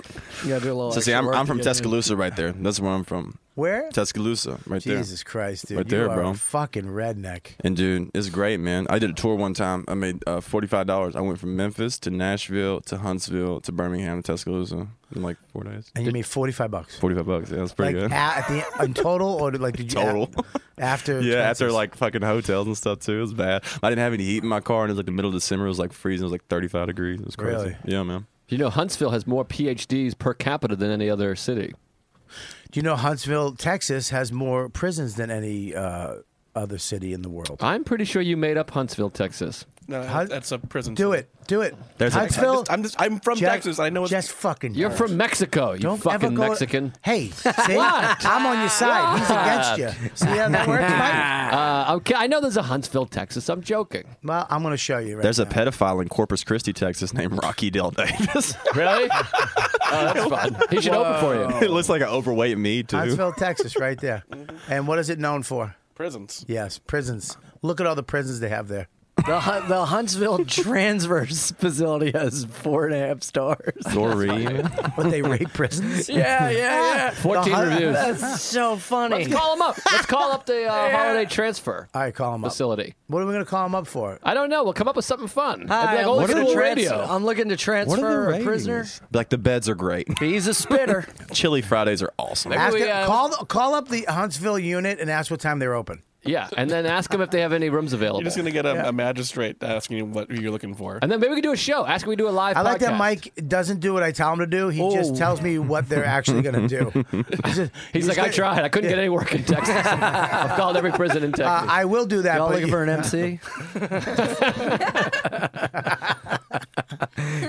Speaker 13: Yeah, do a little.
Speaker 11: So see,
Speaker 13: extra
Speaker 11: I'm,
Speaker 13: work
Speaker 11: I'm
Speaker 13: to
Speaker 11: from
Speaker 13: get in.
Speaker 11: Tuscaloosa right there. That's where I'm from.
Speaker 4: Where?
Speaker 11: Tuscaloosa, right there.
Speaker 4: Jesus Christ, dude!
Speaker 11: Right
Speaker 4: you
Speaker 11: there,
Speaker 4: are
Speaker 11: bro.
Speaker 4: a fucking redneck.
Speaker 11: And dude, it's great, man. I did a tour one time. I made uh, forty five dollars. I went from Memphis to Nashville to Huntsville to Birmingham to Tuscaloosa in like four days.
Speaker 4: And you made forty five bucks.
Speaker 11: Forty five bucks. Yeah, that's
Speaker 4: Like
Speaker 11: pretty
Speaker 4: ah,
Speaker 11: good.
Speaker 4: at, at the in total, or did, like did you
Speaker 11: Total.
Speaker 4: after?
Speaker 11: yeah, after like fucking hotels and stuff too. It was bad. I didn't have any heat in my car, and it was like the middle of December. It was like freezing. It was like thirty five degrees. It was crazy.
Speaker 4: Really?
Speaker 11: Yeah, man.
Speaker 8: You know, Huntsville has more PhDs per capita than any other city.
Speaker 4: Do you know Huntsville, Texas, has more prisons than any uh, other city in the world?
Speaker 11: Uh,
Speaker 8: I'm pretty sure you made up Huntsville, Texas.
Speaker 12: No, that's a prison.
Speaker 4: Do it, do it.
Speaker 8: There's a-
Speaker 4: Huntsville.
Speaker 12: I'm just, I'm from
Speaker 4: Jack-
Speaker 12: Texas. I know it's
Speaker 4: just fucking.
Speaker 8: You're from Mexico, you
Speaker 4: Don't ever
Speaker 8: fucking
Speaker 4: go-
Speaker 8: Mexican.
Speaker 4: Hey, see,
Speaker 8: What?
Speaker 4: I'm on your side. He's against you. See how that works, Mike?
Speaker 8: Uh, okay, I know there's a Huntsville, Texas. I'm joking.
Speaker 4: Well, I'm going to show you. Right
Speaker 11: There's a pedophile in Corpus Christi, Texas, named Rocky Dell Davis.
Speaker 8: really? Oh, that's fun. He should open for you.
Speaker 11: it looks like an overweight me too.
Speaker 4: Huntsville, Texas, right there. And what is it known for?
Speaker 12: Mm-hmm. prisons.
Speaker 4: Yes, prisons. Look at all the prisons they have there.
Speaker 13: The, Hun- the Huntsville Transverse facility has four and a half stars.
Speaker 11: Doreen.
Speaker 4: But they rape prisons.
Speaker 13: Yeah, yeah, yeah.
Speaker 8: 14
Speaker 4: The Hun-
Speaker 8: reviews.
Speaker 13: Ah, That's so funny.
Speaker 8: Let's call him up. Let's call up the uh,
Speaker 13: Yeah.
Speaker 8: holiday transfer
Speaker 4: All right, call them up.
Speaker 8: facility.
Speaker 4: What are we going to call them up for?
Speaker 8: I don't know. We'll come up with something fun. It'd
Speaker 13: Hi,
Speaker 8: be like
Speaker 13: I'm
Speaker 8: old
Speaker 13: looking to
Speaker 8: school
Speaker 13: trans-
Speaker 8: radio.
Speaker 13: I'm looking to transfer a prisoner.
Speaker 11: Like the beds are great.
Speaker 13: He's a spitter.
Speaker 11: Chili Fridays are awesome.
Speaker 8: Maybe
Speaker 4: Ask
Speaker 8: we,
Speaker 4: it-
Speaker 8: uh,
Speaker 4: call, call up the Huntsville unit and ask what time they're open.
Speaker 8: Yeah, and then ask them if they have any rooms available.
Speaker 12: You're just gonna get a, a magistrate asking you what you're looking for.
Speaker 8: And then maybe we can do a show. Ask if we do a live
Speaker 4: I like
Speaker 8: podcast. Oh.
Speaker 4: that Mike doesn't do what I tell him to do. He just tells me what they're actually going to do. He's, just-
Speaker 8: He's like, I tried. I couldn't get any work in Texas. I've called every prison in Texas.
Speaker 4: Uh, I will do that.
Speaker 13: Y'all
Speaker 4: but
Speaker 13: looking for an MC?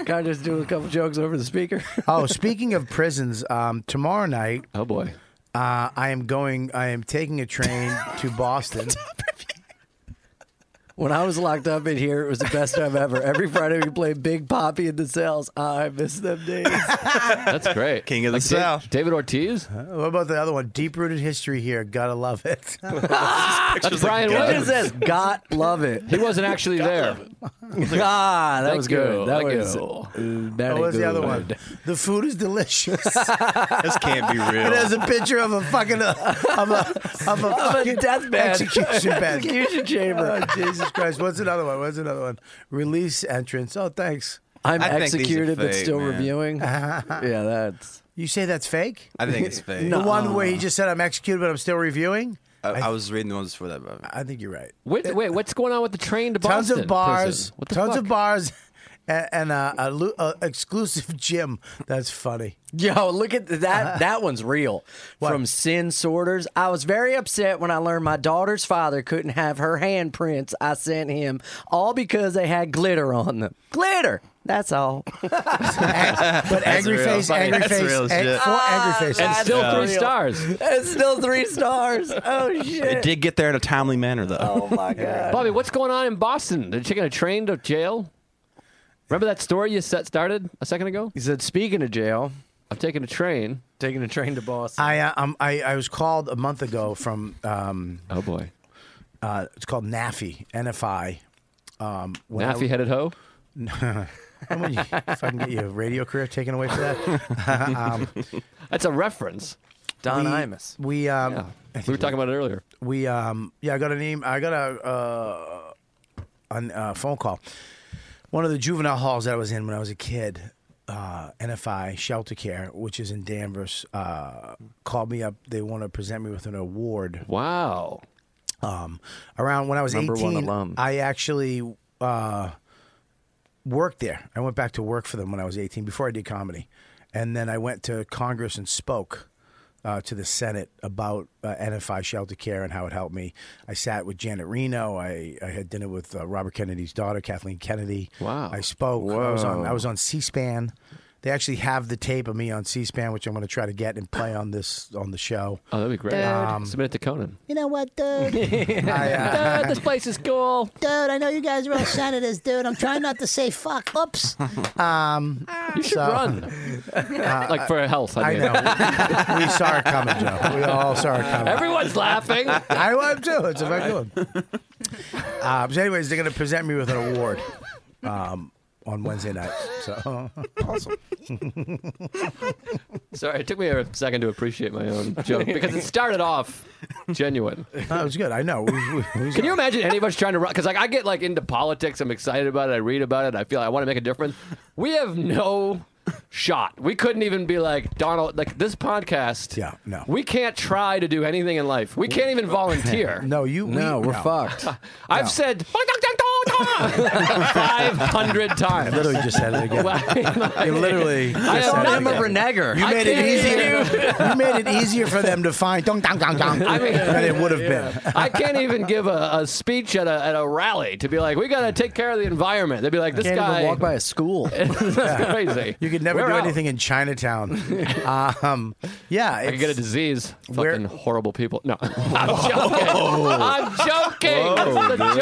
Speaker 13: Can I just do a couple jokes over the speaker?
Speaker 4: oh, speaking of prisons, um, tomorrow night
Speaker 8: oh boy.
Speaker 4: uh, I am going. I am taking a train to Boston.
Speaker 13: When I was locked up in here, it was the best time ever. Every Friday we played Big Poppy in the cells. Ah, I miss them days.
Speaker 8: That's great.
Speaker 11: King of the
Speaker 8: Like Da-
Speaker 11: South.
Speaker 8: David Ortiz?
Speaker 4: what about the other one? Deep rooted history here. Gotta love it.
Speaker 8: That's Brian
Speaker 13: What
Speaker 8: Williams.
Speaker 13: is this? God love it.
Speaker 8: He wasn't actually there.
Speaker 13: Ah, that
Speaker 8: Thank
Speaker 13: was
Speaker 8: you.
Speaker 13: good. That
Speaker 8: Thank
Speaker 13: was.
Speaker 8: you.
Speaker 13: uh, very
Speaker 4: What was the other
Speaker 13: good.
Speaker 4: one? The food is delicious.
Speaker 11: This can't be real.
Speaker 4: it has a picture of a fucking uh, of a of a,
Speaker 13: Of
Speaker 4: fucking
Speaker 13: a death bed.
Speaker 4: execution bed.
Speaker 13: Execution chamber.
Speaker 4: Oh, Jesus Christ! What's another one? What's another one? Release entrance. Oh, thanks.
Speaker 13: I'm
Speaker 11: I think these are
Speaker 13: executed but
Speaker 11: fake,
Speaker 13: still
Speaker 11: man.
Speaker 13: reviewing. yeah, that's.
Speaker 4: You say that's fake?
Speaker 11: I think it's fake.
Speaker 4: The one where he just said I'm executed, but I'm still reviewing.
Speaker 11: I, I was reading the ones before that, but
Speaker 4: I think you're right.
Speaker 8: Wait, wait, what's going on with the train to
Speaker 4: Tons
Speaker 8: Boston?
Speaker 4: of bars,
Speaker 8: prison? What the
Speaker 4: tons
Speaker 8: fuck?
Speaker 4: of bars, and, and uh, a, lu- a exclusive gym. That's funny.
Speaker 9: Yo, look at
Speaker 4: Uh-huh.
Speaker 9: that. That one's real. From Sin Sorters. I was very upset when I learned my daughter's father couldn't have her handprints I sent him, all because they had glitter on them. Glitter. That's all.
Speaker 4: but angry face, angry face, ang- four angry faces,
Speaker 9: It's still three stars. Oh
Speaker 11: It
Speaker 9: shit.
Speaker 11: did get there in a timely manner, though. Oh
Speaker 9: my god,
Speaker 8: Bobby, what's going on in Boston? They're taking a train to jail. Remember that story you set started a second ago?
Speaker 9: He said, "Speaking of jail,
Speaker 8: I'm taking a train.
Speaker 9: Taking a train to Boston."
Speaker 4: I, uh, um, I I was called a month ago from. Um,
Speaker 8: oh boy,
Speaker 4: uh, it's called NAFI. NFI. Um,
Speaker 8: Naffy headed hoe.
Speaker 4: if I can get your radio career taken away for that, um,
Speaker 8: That's a reference.
Speaker 4: we, We um, we
Speaker 8: were talking about it earlier.
Speaker 4: We um, yeah, I got an email. I got a uh, an, uh, phone call. One of the juvenile halls that I was in when I was a kid, uh, NFI Shelter Care, which is in Danvers, uh, called me up. They want to present me with an award.
Speaker 8: Wow.
Speaker 4: Um, around when I was
Speaker 9: Number one
Speaker 4: 18,
Speaker 9: alum.
Speaker 4: I actually uh, worked there. I went back to work for them when I was 18 before I did comedy. And then I went to Congress and spoke uh, to the Senate about uh, NFI shelter care and how it helped me. I sat with Janet Reno. I, I had dinner with uh, Robert Kennedy's daughter, Kathleen Kennedy. Wow. I spoke. I was on, I was on C-SPAN. They actually have the tape of me on C-SPAN, which I'm going to try to get and play on this on the show.
Speaker 8: Oh, that'd be great.
Speaker 4: Dude. Um,
Speaker 8: Submit it to Conan.
Speaker 14: You know what, dude?
Speaker 4: I, uh, Dude, this
Speaker 8: place is cool.
Speaker 14: Dude, I know you guys are all senators, dude. I'm trying not to say fuck. Oops.
Speaker 4: Um,
Speaker 8: you should run. like for health. I,
Speaker 4: uh, I
Speaker 8: mean.
Speaker 4: know. we saw it coming, Joe. We all saw it coming.
Speaker 8: Everyone's laughing.
Speaker 4: I am too. It's a very good one. Uh, so, anyways, they're going to present me with an award um, on Wednesday night. So awesome.
Speaker 8: Sorry, it took me a second to appreciate my own joke because it started off genuine.
Speaker 4: That was good. I know.
Speaker 8: Can you imagine any of us trying to run? Because like I get like into politics, I'm excited about it, I read about it, I feel like I want to make a difference. We have no shot. We couldn't even be like Donald. Like this podcast. Yeah,
Speaker 4: no.
Speaker 8: We can't try to do anything in life. We can't even volunteer.
Speaker 4: No, you.
Speaker 9: No,
Speaker 4: we,
Speaker 9: we're fucked.
Speaker 8: I've said five hundred times. I
Speaker 4: literally just said it again. You literally.
Speaker 9: I
Speaker 4: just
Speaker 9: am
Speaker 4: said it
Speaker 9: not
Speaker 4: again.
Speaker 9: a renegger.
Speaker 4: You
Speaker 9: I
Speaker 4: made it
Speaker 9: can't
Speaker 4: easier.
Speaker 9: do-
Speaker 4: you made it easier for them to find dong dong dong dong
Speaker 8: I mean-
Speaker 4: than it would have been.
Speaker 8: I can't even give a, a speech at a, at a rally to be like, we got to take care of the environment. They'd be like, this
Speaker 9: Can't even
Speaker 8: guy
Speaker 9: walk by a school.
Speaker 8: That's crazy.
Speaker 4: You could never
Speaker 8: We're
Speaker 4: do
Speaker 8: out.
Speaker 4: anything in Chinatown. um, yeah,
Speaker 8: I could
Speaker 4: it's-
Speaker 8: get a disease. Fucking horrible people. No, I'm joking. I'm joking. That's the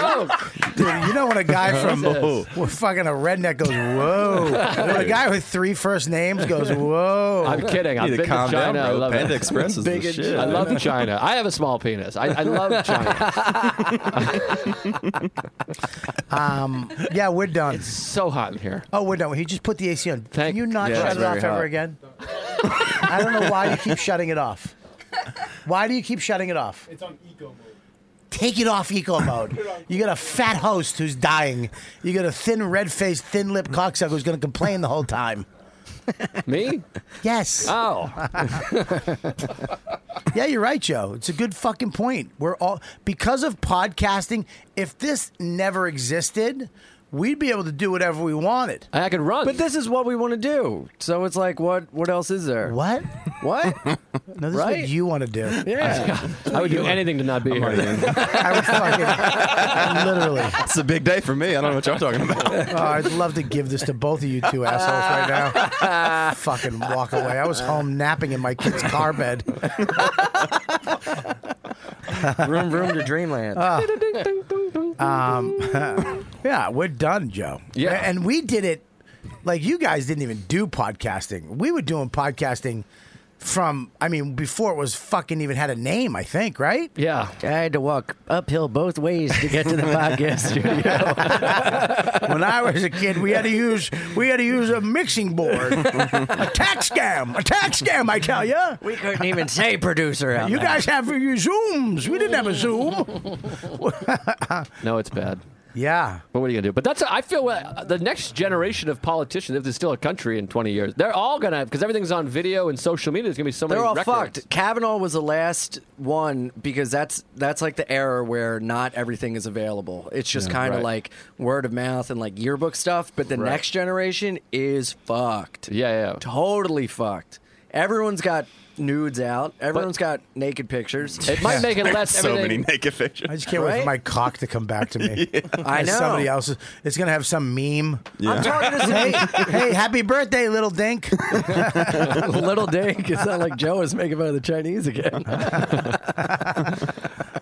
Speaker 8: joke.
Speaker 4: Dude, you know when a guy from
Speaker 8: Jesus.
Speaker 4: well, fucking a redneck goes, whoa. when a guy with three first names goes, whoa.
Speaker 8: I'm kidding. I've
Speaker 11: Need to
Speaker 8: been to
Speaker 11: calm
Speaker 8: China.
Speaker 11: down,
Speaker 8: I
Speaker 11: bro.
Speaker 8: love
Speaker 11: Panda
Speaker 8: it.
Speaker 11: Express is the Big in shit.
Speaker 8: I love
Speaker 11: China.
Speaker 8: China. I have a small penis. I, I love China.
Speaker 4: Um, yeah, we're done. It's
Speaker 8: so hot in here.
Speaker 4: Oh, we're done. He just put the AC on. Can you not
Speaker 8: Yeah,
Speaker 4: shut
Speaker 8: it's
Speaker 4: it off
Speaker 8: very
Speaker 4: ever
Speaker 8: hot.
Speaker 4: again? I don't know why you keep shutting it off. Why do you keep shutting it off? It's on eco mode. Take it off eco mode. You got a fat host who's dying. You got a thin, red faced, thin lipped cocksucker who's going to complain the whole time.
Speaker 8: Me?
Speaker 4: Yes.
Speaker 8: Oh.
Speaker 4: yeah, you're right, Joe. It's a good fucking point. We're all because of podcasting. If this never existed, we'd be able to do whatever we wanted.
Speaker 8: I could run.
Speaker 9: But this is what we want to do. So it's like, what? What else is there?
Speaker 4: What?
Speaker 9: What?
Speaker 4: No, this is
Speaker 9: Right?
Speaker 4: what you want to do.
Speaker 9: Yeah.
Speaker 8: I would do anything to not be here.
Speaker 4: Literally.
Speaker 11: It's a big day for me. I don't know what y'all talking about.
Speaker 4: Oh, I'd love to give this to both of you two assholes right now. Fucking walk away. I was home napping in my kid's car bed.
Speaker 9: room, room to dreamland.
Speaker 4: Oh. um, yeah, we're done, Joe.
Speaker 9: Yeah.
Speaker 4: and we did it. Like you guys didn't even do podcasting. We were doing podcasting from. I mean, before it was fucking even had a name. I think, right?
Speaker 8: Yeah.
Speaker 13: I had to walk uphill both ways to get to the podcast studio.
Speaker 4: when I was a kid, we had to use we had to use a mixing board, a tax scam, a tax scam. I tell you,
Speaker 13: We couldn't even say producer.
Speaker 9: Oh,
Speaker 4: you guys have your zooms. We didn't have a zoom.
Speaker 8: No, it's bad.
Speaker 4: Yeah.
Speaker 8: But what are you gonna do? But that's I feel uh, the next generation of politicians, if there's still a country in 20 years, they're all gonna have because everything's on video and social media. There's gonna be so
Speaker 9: They're
Speaker 8: many.
Speaker 9: all
Speaker 8: records.
Speaker 9: fucked. Kavanaugh was the last one because that's that's like the era where not everything is available. It's just
Speaker 13: Yeah,
Speaker 9: kind of
Speaker 13: right.
Speaker 9: like word of mouth and like yearbook stuff. But the
Speaker 13: Right.
Speaker 9: next generation is fucked.
Speaker 8: Yeah, yeah,
Speaker 9: totally fucked. Everyone's got nudes out. Everyone's got naked pictures.
Speaker 8: It might make it less
Speaker 11: so many naked pictures.
Speaker 4: I just can't wait for my cock to come back to me.
Speaker 9: I
Speaker 4: As
Speaker 9: know.
Speaker 4: Somebody else's. It's gonna have some meme.
Speaker 11: Yeah.
Speaker 9: talking to
Speaker 4: hey,
Speaker 9: some-
Speaker 4: hey, happy birthday, little dink.
Speaker 9: Little dink. It's not like Joe is making fun of the Chinese again.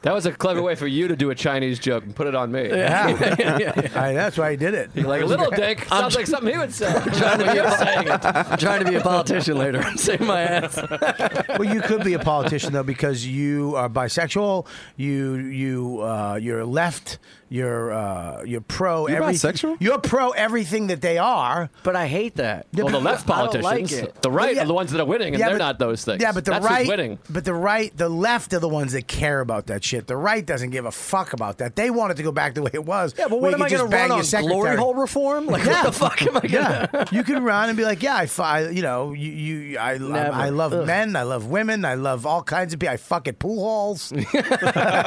Speaker 8: That was a clever way for you to do a Chinese joke and put it on me.
Speaker 4: Yeah. I- that's why I did it.
Speaker 8: like little dick
Speaker 4: I'm
Speaker 8: sounds like something he would say.
Speaker 9: I'm trying to be a politician later. Save my ass.
Speaker 4: well, you could be a politician though because you are bisexual. You you uh, you're left. You're uh, you're pro.
Speaker 11: You're
Speaker 4: everyth-
Speaker 11: bisexual?
Speaker 4: You're pro everything that they are.
Speaker 9: But I hate that.
Speaker 8: Well, the left politicians, the right are the ones that are winning, and they're not those things.
Speaker 4: Yeah, but the
Speaker 8: That's who's
Speaker 4: right,
Speaker 8: winning.
Speaker 4: but the right, the left are the ones that care about that shit. The right doesn't give a fuck about that. They want it to go back the way it was.
Speaker 9: Yeah, but
Speaker 4: where
Speaker 9: what
Speaker 4: you
Speaker 9: am I
Speaker 4: could just
Speaker 9: going to
Speaker 4: bang
Speaker 9: run
Speaker 4: your
Speaker 9: on? Glory
Speaker 4: secretary.
Speaker 9: hole reform? Like, what the fuck am I going to?
Speaker 4: Yeah, you can run and be like, yeah, I, fi- I- you know, you, you I,
Speaker 9: Never.
Speaker 4: I, I love
Speaker 9: Ugh.
Speaker 4: men, I love women, I love all kinds of people. I fuck at pool halls.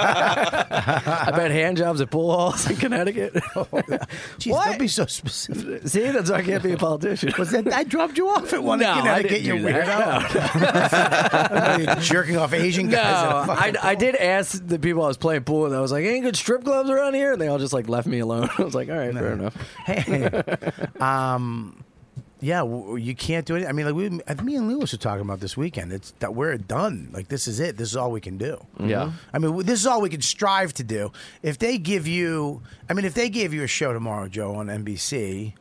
Speaker 9: I bet hand jobs at pool halls in Connecticut.
Speaker 4: Jeez, don't be so specific.
Speaker 9: Oh, See, that's why I can't be a politician.
Speaker 4: Was that I dropped you off at one
Speaker 9: No,
Speaker 4: in
Speaker 9: I
Speaker 4: Connecticut, you
Speaker 9: didn't do
Speaker 4: weirdo? You're jerking off Asian
Speaker 9: No,
Speaker 4: guys. at a
Speaker 9: I,
Speaker 4: fucking
Speaker 9: I did ask the people I was playing pool with. I was like, "Ain't good strip clubs around here," and they all just like left me alone. I was like, "All right, fair enough."
Speaker 4: Hey, um, yeah, w- you can't do it. I mean, like we, me and Lewis were talking about this weekend. It's that we're done. Like this is it. This is all we can do.
Speaker 8: Yeah.
Speaker 4: I mean, w- this is all we can strive to do. If they give you, I mean, if they gave you a show tomorrow, Joe, on NBC,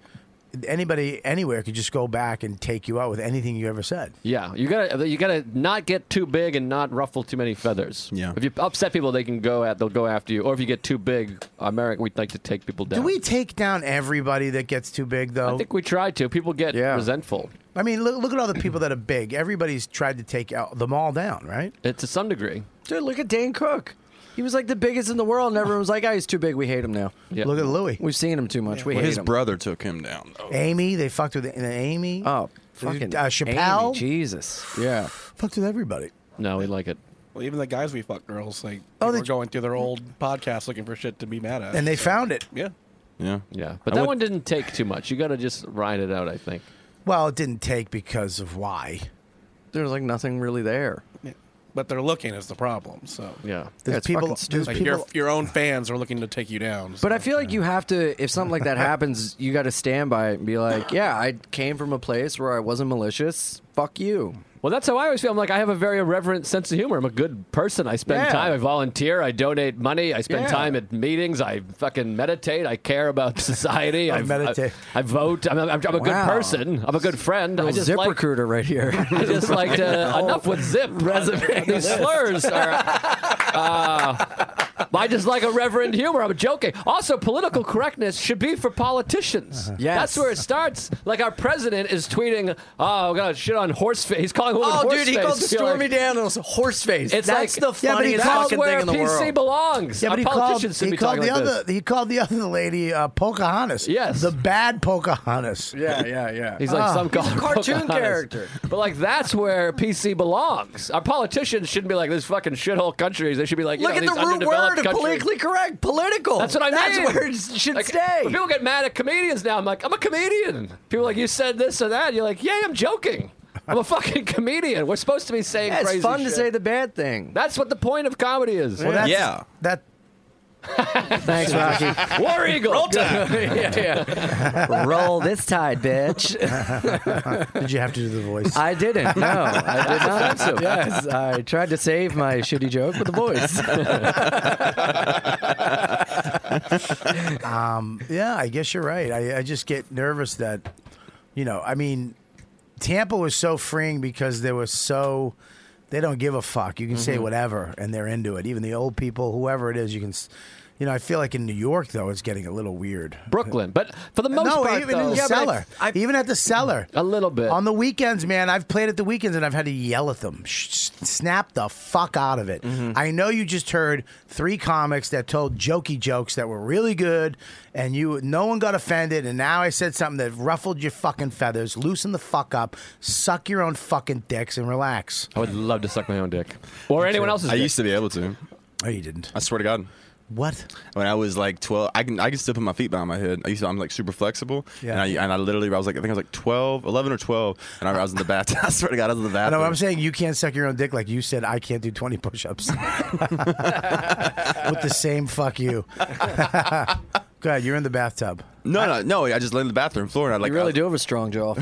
Speaker 4: anybody anywhere could just go back and take you out with anything you ever said.
Speaker 8: Yeah, you gotta you gotta not get too big and not ruffle too many feathers. Yeah. If you upset people, they can go at they'll go after you. Or if you get too big, America, we'd like to take people down.
Speaker 4: Do we take down everybody that gets too big, though?
Speaker 8: I think we try to. People get resentful.
Speaker 4: I mean, look, look at all the people that are big. Everybody's tried to take out them all down, right?
Speaker 8: It, to some degree.
Speaker 9: Dude, look at Dan Cook. He was like the biggest in the world, and everyone was like, "Oh, he's too big. We hate him now."
Speaker 4: Look at Louis.
Speaker 9: We've seen him too much. We
Speaker 11: Well,
Speaker 9: hate
Speaker 11: his
Speaker 9: him.
Speaker 11: brother took him down. Though.
Speaker 4: Amy, they fucked with uh, Amy.
Speaker 9: Oh,
Speaker 12: fucking
Speaker 4: uh, Chappelle.
Speaker 12: Amy,
Speaker 9: Jesus, yeah,
Speaker 4: fucked with everybody.
Speaker 8: No, we like it.
Speaker 12: Well, even the guys we fuck girls, like, oh, they are going through their old podcast looking for shit to be mad at,
Speaker 4: And they found it.
Speaker 12: Yeah.
Speaker 11: Yeah.
Speaker 8: Yeah. But
Speaker 12: I
Speaker 8: that
Speaker 12: would-
Speaker 8: one didn't take too much. You gotta just ride it out. I think.
Speaker 4: Well, it didn't take because of why.
Speaker 9: There's like nothing really there.
Speaker 12: But they're looking is the problem. So
Speaker 8: yeah,
Speaker 4: There's
Speaker 12: it's
Speaker 4: people-
Speaker 12: fucking
Speaker 4: there's
Speaker 12: stupid. Like,
Speaker 4: people-
Speaker 12: your, your own fans are looking to take you down.
Speaker 9: But I feel like you have to, if something like that happens, you got to stand by it and be like, yeah, I came from a place where I wasn't malicious. Fuck you.
Speaker 8: Well, that's how I always feel. I'm like, I have a very irreverent sense of humor. I'm a good person. I spend
Speaker 9: Yeah.
Speaker 8: time. I volunteer. I donate money. I spend
Speaker 9: Yeah.
Speaker 8: time at meetings. I fucking meditate. I care about society.
Speaker 4: I
Speaker 8: I've-
Speaker 4: meditate.
Speaker 8: I, I vote. I'm, I'm, I'm a good
Speaker 9: Wow.
Speaker 8: person. I'm a good friend. I
Speaker 9: Little
Speaker 8: just
Speaker 9: zip
Speaker 8: like.
Speaker 9: recruiter right here.
Speaker 8: I just like to, enough with zip
Speaker 9: Resume.
Speaker 8: These slurs are. Uh, I just like a reverend humor. I'm joking. Also, political correctness should be for politicians.
Speaker 9: Uh-huh. Yes.
Speaker 8: that's where it starts. Like our president is tweeting, "Oh God, shit on horse face." He's calling women
Speaker 9: Oh,
Speaker 8: horse
Speaker 9: dude, he
Speaker 8: face.
Speaker 9: called
Speaker 8: You're
Speaker 9: Stormy
Speaker 8: like-
Speaker 9: Daniels horse face.
Speaker 8: It's
Speaker 9: That's
Speaker 8: like,
Speaker 9: the
Speaker 4: Yeah, but he
Speaker 9: funniest
Speaker 4: called
Speaker 9: fucking
Speaker 8: where
Speaker 9: thing in the
Speaker 8: PC
Speaker 9: world.
Speaker 8: belongs.
Speaker 4: Yeah,
Speaker 8: Our
Speaker 4: but he called,
Speaker 8: politicians should
Speaker 4: he
Speaker 8: be
Speaker 4: called the
Speaker 8: talking like
Speaker 4: other
Speaker 8: this.
Speaker 4: he called the other lady uh, Pocahontas.
Speaker 8: Yes.
Speaker 4: the bad Pocahontas.
Speaker 9: yeah, yeah, yeah.
Speaker 8: He's like
Speaker 4: Ah.
Speaker 8: some
Speaker 9: He's a cartoon
Speaker 8: Pocahontas.
Speaker 9: character.
Speaker 8: But like that's where PC belongs. Our politicians shouldn't be like this fucking shithole countries. They should be like, you
Speaker 9: Look
Speaker 8: know,
Speaker 9: at
Speaker 8: these
Speaker 9: the root
Speaker 8: underdeveloped
Speaker 9: word of
Speaker 8: countries.
Speaker 9: politically correct. Political.
Speaker 8: That's what I mean.
Speaker 9: That's where it should
Speaker 8: Like,
Speaker 9: stay.
Speaker 8: When people get mad at comedians now, I'm like, I'm a comedian. People are like you said this or that. You're like, yeah, I'm joking. I'm a fucking comedian. We're supposed to be saying
Speaker 9: Yeah,
Speaker 8: crazy
Speaker 9: it's fun
Speaker 8: shit.
Speaker 9: to say the bad thing.
Speaker 8: That's what the point of comedy is.
Speaker 4: Well, that's,
Speaker 11: Yeah.
Speaker 4: that
Speaker 9: Thanks, Rocky.
Speaker 8: War Eagle. Roll
Speaker 9: yeah, yeah. Roll this tide, bitch.
Speaker 4: did you have to do the voice?
Speaker 9: I didn't. No, I did not.
Speaker 8: Offensive.
Speaker 9: Yes, I tried to save my shitty joke with a voice.
Speaker 4: um, yeah, I guess you're right. I, I just get nervous that, you know, I mean, Tampa was so freeing because they were so. They don't give a fuck. You can say whatever, and they're into it. Even the old people, whoever it is, you can, s- You know, I feel like in New York though, it's getting a little weird.
Speaker 8: Brooklyn, but for the most
Speaker 4: no,
Speaker 8: part,
Speaker 4: even in
Speaker 8: though-
Speaker 4: the cellar, even at the cellar,
Speaker 8: a little bit.
Speaker 4: On the weekends, man, I've played at the weekends and I've had to yell at them. Sh- s- snap the fuck out of it.
Speaker 8: Mm-hmm.
Speaker 4: I know you just heard three comics that told jokey jokes that were really good, and you no one got offended. And now I said something that ruffled your fucking feathers. Loosen the fuck up. Suck your own fucking dicks and relax.
Speaker 8: I would love to suck my own dick or anyone else's.
Speaker 11: I
Speaker 8: dick.
Speaker 11: used to be able to.
Speaker 4: Oh, you didn't.
Speaker 11: I swear to God.
Speaker 4: What?
Speaker 11: When I was like twelve, I can I can still put my feet behind my head. I used to, I'm like super flexible.
Speaker 4: Yeah.
Speaker 11: And I, and I literally I was like I think I was like 12, 11 or twelve, and I, I was in the bath. I swear to God, I was in the
Speaker 4: I
Speaker 11: bathroom.
Speaker 4: know what I'm saying. You can't suck your own dick like you said. I can't do 20 push-ups with the same fuck you. God, you're in the bathtub.
Speaker 11: No, no, no. I just lay in the bathroom floor and I like
Speaker 9: you really do have a strong jaw.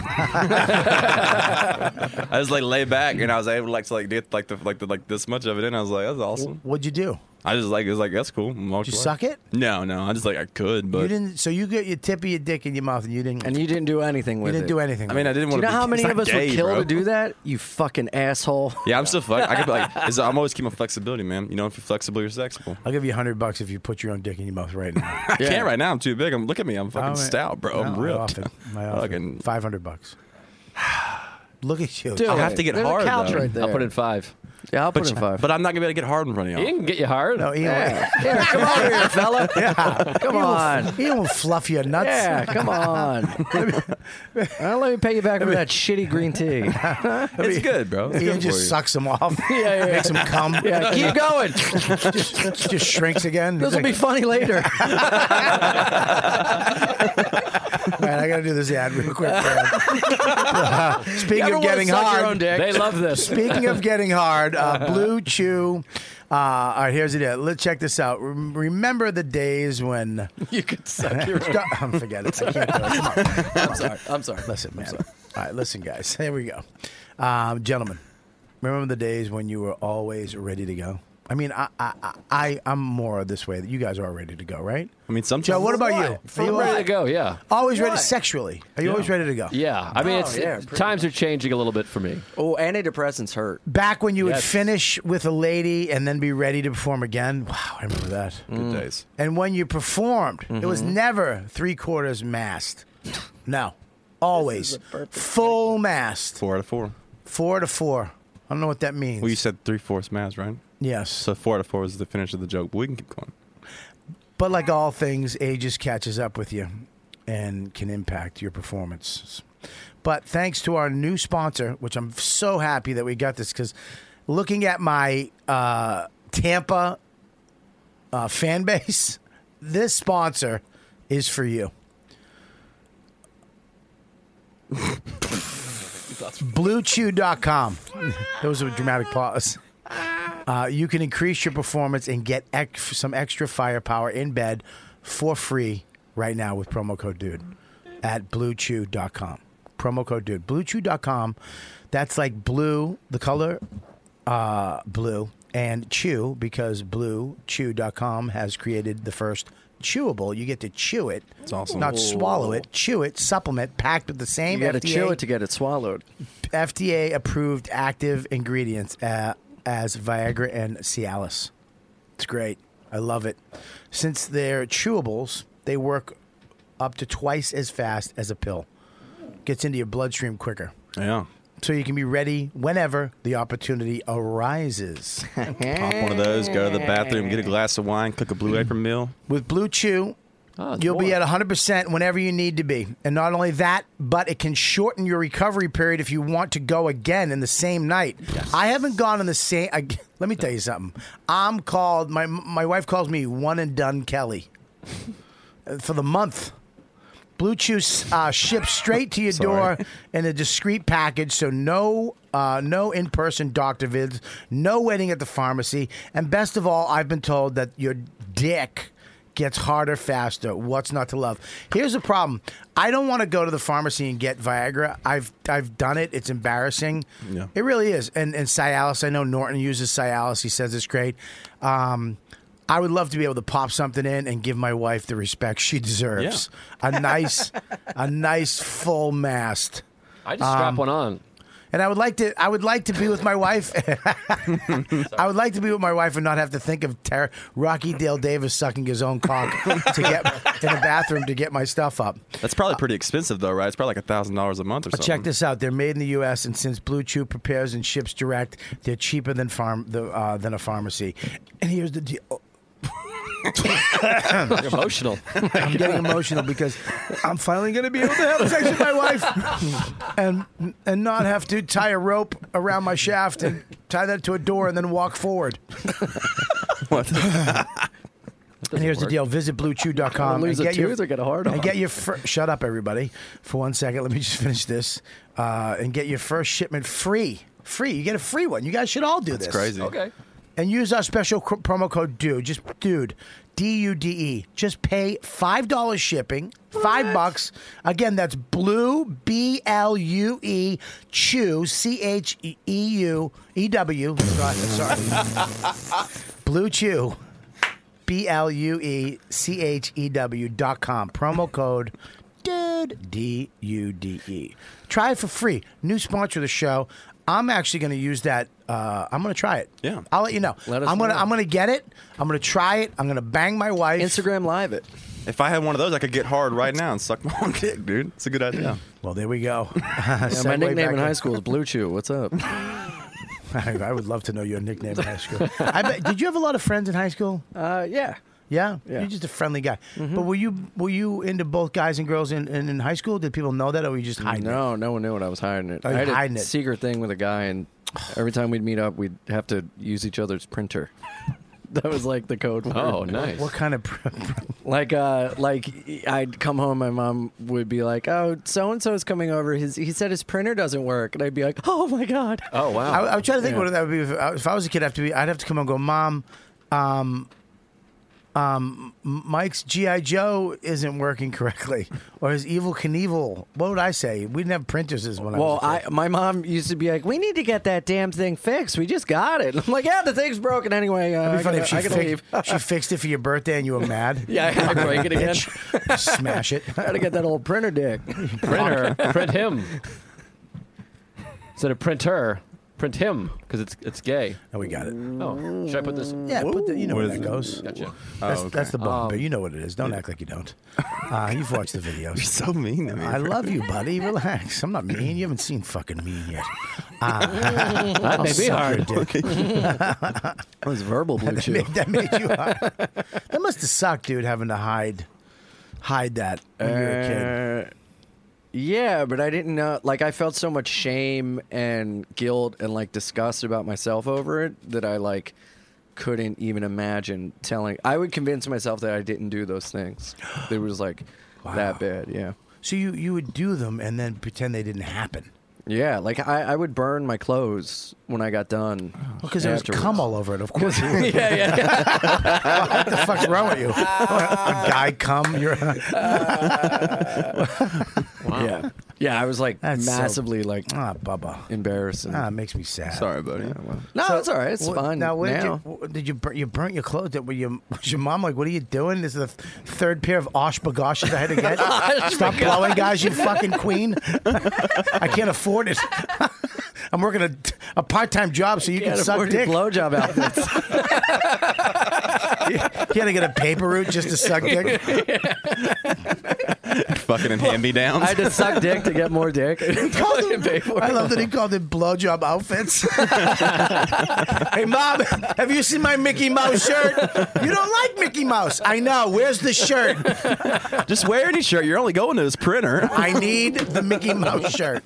Speaker 11: I just like lay back and I was able to like to like get like the like the like this much of it in. I was like, that's
Speaker 9: Mm-hmm.
Speaker 11: awesome.
Speaker 4: What'd you do?
Speaker 11: I just like it was like that's cool.
Speaker 4: Did you suck it?
Speaker 11: No, no. I just like I could, but
Speaker 4: you didn't. So you get your tip of your dick in your mouth, and you didn't.
Speaker 9: And you didn't do anything
Speaker 4: You
Speaker 9: with it.
Speaker 4: didn't do anything
Speaker 11: I mean, I didn't
Speaker 9: Do
Speaker 11: want
Speaker 9: you know
Speaker 11: to.
Speaker 9: how many of us would kill to do
Speaker 11: that?
Speaker 9: that? You fucking asshole.
Speaker 11: Yeah, I'm still fuck. I could be like, it's- I'm always keeping my flexibility, man. You know, if you're flexible, you're flexible.
Speaker 4: I'll give you a hundred bucks if you put your own dick in your mouth right now.
Speaker 11: I can't right now. I'm too big. I'm look at me. I'm fucking
Speaker 4: Oh, man.
Speaker 11: stout, bro. I'm
Speaker 4: No, I
Speaker 11: ripped.
Speaker 4: offered- I offered
Speaker 11: Fucking-
Speaker 4: five hundred bucks. Look at you.
Speaker 11: Do I'll it. have to get There's a hard, couch though. right
Speaker 8: I'll
Speaker 11: there.
Speaker 8: put in five.
Speaker 9: Yeah, I'll
Speaker 11: but, but I'm not gonna be able to get hard in front of
Speaker 8: He
Speaker 11: y'all.
Speaker 8: can get you hard.
Speaker 4: No, Ian. Yeah.
Speaker 9: Yeah, come over here, fella. Come
Speaker 4: he
Speaker 9: on.
Speaker 4: Will, he will fluff your nuts.
Speaker 9: Yeah, come on. Well, let me pay you back for that shitty green tea. yeah,
Speaker 11: It's good, bro. It's good
Speaker 4: Ian
Speaker 11: for
Speaker 4: just
Speaker 11: you.
Speaker 4: sucks him off.
Speaker 9: yeah.
Speaker 4: Makes him come.
Speaker 9: Yeah, keep going.
Speaker 4: just, just shrinks again.
Speaker 9: This will be funny later.
Speaker 4: Man, I gotta do this ad real quick. man. Uh,
Speaker 9: You
Speaker 4: speaking
Speaker 9: ever
Speaker 4: of
Speaker 9: wanna
Speaker 4: getting
Speaker 9: suck your
Speaker 4: hard,
Speaker 9: own dick? They love this.
Speaker 4: Speaking of getting hard, uh, Blue Chew. Uh, all right, here's it. Let's check this out. Rem- Remember the days when
Speaker 9: you could suck your own.
Speaker 4: I'm forget it. I can't do it. Come on.
Speaker 9: I'm sorry. I'm sorry.
Speaker 4: Listen, man. All right, listen, guys. Here we go. Um, gentlemen, remember the days when you were always ready to go? I mean, I, I, I- I, I'm more this way. You guys are ready to go, right?
Speaker 11: I mean, sometimes.
Speaker 4: Joe, what about you? Are
Speaker 8: I'm
Speaker 4: you
Speaker 8: ready
Speaker 4: always,
Speaker 8: to go. Yeah.
Speaker 4: always ready
Speaker 9: What?
Speaker 4: sexually? Are you always ready to go?
Speaker 8: Yeah. I mean,
Speaker 9: Oh,
Speaker 8: it's
Speaker 9: yeah,
Speaker 8: it-
Speaker 9: pretty
Speaker 8: times are changing a little bit for me.
Speaker 9: Oh, antidepressants hurt.
Speaker 4: Back when you would
Speaker 8: Yes.
Speaker 4: finish with a lady and then be ready to perform again. Wow, I remember that.
Speaker 11: Good days.
Speaker 4: And when you performed, it was never three quarters masked. No, always full masked.
Speaker 11: Four out of four.
Speaker 4: Four to four. I don't know what that means.
Speaker 11: Well, you said three fourths mass, right?
Speaker 4: yes.
Speaker 11: So four out of four is the finish of the joke. But we can keep going.
Speaker 4: But like all things, age just catches up with you and can impact your performances. But thanks to our new sponsor, which I'm so happy that we got this because looking at my uh, Tampa uh, fan base, this sponsor is for you. BlueChew.com. There was a dramatic pause. Uh, you can increase your performance and get ex- some extra firepower in bed for free right now with promo code DUDE at bluechew.com. Promo code DUDE. Bluechew.com. That's like blue, the color uh, blue, and chew because bluechew.com has created the first chewable. You get to chew it. It's
Speaker 11: awesome.
Speaker 4: Not swallow it, chew it, supplement packed with the
Speaker 9: You
Speaker 4: same
Speaker 9: got to
Speaker 4: FDA
Speaker 9: chew it to get it swallowed.
Speaker 4: FDA approved active ingredients uh, as Viagra and Cialis. It's great. I love it. Since they're chewables, they work up to twice as fast as a pill. Gets into your bloodstream quicker.
Speaker 11: Yeah.
Speaker 4: So you can be ready whenever the opportunity arises.
Speaker 11: Pop one of those. Go to the bathroom. Get a glass of wine. Cook a blue apron meal.
Speaker 4: With Blue Chew,
Speaker 8: Oh, it's
Speaker 4: You'll be
Speaker 8: warm.
Speaker 4: at 100% whenever you need to be. And not only that, but it can shorten your recovery period if you want to go again in the same night. I haven't gone in the same I, Let me tell you something. I'm called my my wife calls me one and done Kelly Uh, for the month. Blue Chew uh, ships straight to your door in a discreet package, so no uh, no in person doctor visits, no waiting at the pharmacy, and best of all, I've been told that your dick gets harder faster. What's not to love? Here's the problem: I don't want to go to the pharmacy and get Viagra. I've I've done it. It's embarrassing.
Speaker 11: Yeah.
Speaker 4: It really is. And and Cialis, I know Norton uses Cialis. He says it's great. Um, I would love to be able to pop something in and give my wife the respect she deserves. A nice, a nice full mast. um,
Speaker 8: I just strap one on.
Speaker 4: And I would like to I would like to be with my wife. I would like to be with my wife and not have to think of ter- Rocky Dale Davis sucking his own cock to get in the bathroom to get my stuff up.
Speaker 11: That's probably pretty expensive though, right? It's probably like thousand dollars a month or something.
Speaker 4: Check this out. They're made in the U.S. and since Blue Chew prepares and ships direct, they're cheaper than farm the, uh, than a pharmacy. And here's the deal.
Speaker 8: You're emotional.
Speaker 4: I'm getting emotional because I'm finally going to be able to have sex with my wife and and not have to tie a rope around my shaft and tie that to a door and then walk forward.
Speaker 11: What?
Speaker 4: And here's the deal: visit bluechew.com
Speaker 9: Wanna lose
Speaker 4: and
Speaker 9: a
Speaker 4: get your
Speaker 9: tooth or get a hard on?
Speaker 4: and get your fir- shut up, everybody, for one second. Let me just finish this uh, and get your first shipment free. Free, you get a free one. You guys should all do
Speaker 11: That's
Speaker 4: this.
Speaker 11: crazy. Okay.
Speaker 4: And use our special cr- promo code DUDE. Just DUDE, D U D E. Just pay five dollars shipping, five bucks. Again, that's blue B L U E Chew C H E U E W. Sorry, sorry. Blue Chew. B L U E C H E W dot com. Promo code DUDE. D U D E. Try it for free. New sponsor of the show. I'm actually going to use that. Uh, I'm going to try it. Yeah. I'll let you know.
Speaker 11: Let us
Speaker 4: I'm going to
Speaker 11: know.
Speaker 4: I'm going to get it. I'm going to try it. I'm going to bang my wife.
Speaker 11: Instagram Live it. If I had one of those, I could get hard right now and suck my own dick, dude. It's a good idea.
Speaker 4: Well, there we go.
Speaker 9: Yeah, my
Speaker 4: Segue
Speaker 9: nickname
Speaker 4: back
Speaker 9: in
Speaker 4: in.
Speaker 9: high school is Blue Chew. What's up?
Speaker 4: I, I would love to know your nickname in high school. I bet, did you have a lot of friends in high school?
Speaker 9: Uh, yeah.
Speaker 4: Yeah? Mm-hmm.
Speaker 9: Yeah.
Speaker 4: You're just a friendly guy. But were you were you into both guys and girls in, in, in high school? Did people know that or were you just hiding it?
Speaker 9: No, no one knew what I was hiding it.
Speaker 4: Oh,
Speaker 9: I
Speaker 4: you're
Speaker 9: had a
Speaker 4: hiding it.
Speaker 9: secret thing with a guy, and every time we'd meet up, we'd have to use each other's printer. that was like the code word.
Speaker 8: Oh, nice.
Speaker 4: What kind of
Speaker 9: like uh like I'd come home my mom would be like, "Oh, so and so's coming over. His he said his printer doesn't work." And I'd be like, "Oh my god."
Speaker 8: Oh wow.
Speaker 4: I, I was trying to think what that would be. If, uh, if I was a kid, I have to be. I'd have to come and go, Mom. Um, um, Mike's GI Joe isn't working correctly, or his Evil Knievel. What would I say? We didn't have printers as when
Speaker 9: Well,
Speaker 4: I was.
Speaker 9: I my mom used to be like, "We need to get that damn thing fixed. We just got it." I'm like, "Yeah, the thing's broken anyway." Uh,
Speaker 4: It'd be funny
Speaker 9: I
Speaker 4: if
Speaker 9: gotta,
Speaker 4: she,
Speaker 9: I gotta
Speaker 4: fix-
Speaker 9: leave.
Speaker 4: she fixed it for your birthday and you were mad.
Speaker 9: Yeah, I gotta break it again.
Speaker 4: Bitch. Smash it.
Speaker 9: gotta get that old printer dick.
Speaker 8: Printer, print him. Instead of print her, print him because it's it's gay.
Speaker 4: Oh, we got it.
Speaker 8: Oh, should I put this?
Speaker 4: Yeah, put the, you know
Speaker 8: What
Speaker 4: where
Speaker 8: is
Speaker 4: that
Speaker 8: it?
Speaker 4: goes.
Speaker 8: Gotcha.
Speaker 4: That's,
Speaker 8: Oh, okay.
Speaker 4: that's the bomb,
Speaker 8: Um,
Speaker 4: but you know what it is. Don't act like you don't. Uh, you've watched the videos. You're
Speaker 11: so mean to me.
Speaker 4: I love you, buddy. Relax. I'm not mean. You haven't seen fucking mean yet. Uh,
Speaker 9: That
Speaker 4: I'll
Speaker 9: may be
Speaker 4: suck your
Speaker 9: hard.
Speaker 4: dick.
Speaker 9: That was verbal blue
Speaker 4: that,
Speaker 9: chew.
Speaker 4: made, that made you hard. That must have sucked, dude, having to hide hide that when you were a kid.
Speaker 9: Uh, Yeah, but I didn't know. Like, I felt so much shame and guilt and like disgust about myself over it that I like couldn't even imagine telling. I would convince myself that I didn't do those things. It was like that bad. Yeah.
Speaker 4: So you, you would do them and then pretend they didn't happen.
Speaker 9: Yeah, like I, I would burn my clothes when I got done.
Speaker 4: Because there was
Speaker 9: afterwards.
Speaker 4: cum all over it, of course.
Speaker 9: yeah, yeah.
Speaker 4: what the fuck's wrong with you? a guy cum? You're
Speaker 9: Yeah. Yeah, I was like
Speaker 4: That's so-
Speaker 9: massively like
Speaker 4: ah, Bubba.
Speaker 9: embarrassing.
Speaker 4: Ah, it makes me sad.
Speaker 11: Sorry, buddy.
Speaker 9: no,
Speaker 4: So,
Speaker 9: it's all right. It's
Speaker 4: what-
Speaker 9: fine.
Speaker 4: Now,
Speaker 9: Now,
Speaker 4: what
Speaker 9: now.
Speaker 4: did you, what- did you bur- you burnt your clothes? Did- Were your, was your mom like, "What are you doing? This is the th- third pair of osh bagoshes I had to get.
Speaker 9: Osh
Speaker 4: Stop
Speaker 9: bagosh.
Speaker 4: blowing, guys! You fucking queen! I can't afford it. I'm working a, a part time job so you
Speaker 9: Yeah,
Speaker 4: can
Speaker 9: the
Speaker 4: suck
Speaker 9: forty
Speaker 4: dick.
Speaker 9: blowjob outfits.
Speaker 4: you had to get a paper route just to suck dick.
Speaker 11: Fucking and hand me downs.
Speaker 9: I had to suck dick to get more dick.
Speaker 4: I love that he called it blowjob outfits. hey, mom, have you seen my Mickey Mouse shirt? You don't like Mickey Mouse. I know. Where's the shirt?
Speaker 11: Just wear any shirt. You're only going to this printer.
Speaker 4: I need the Mickey Mouse shirt.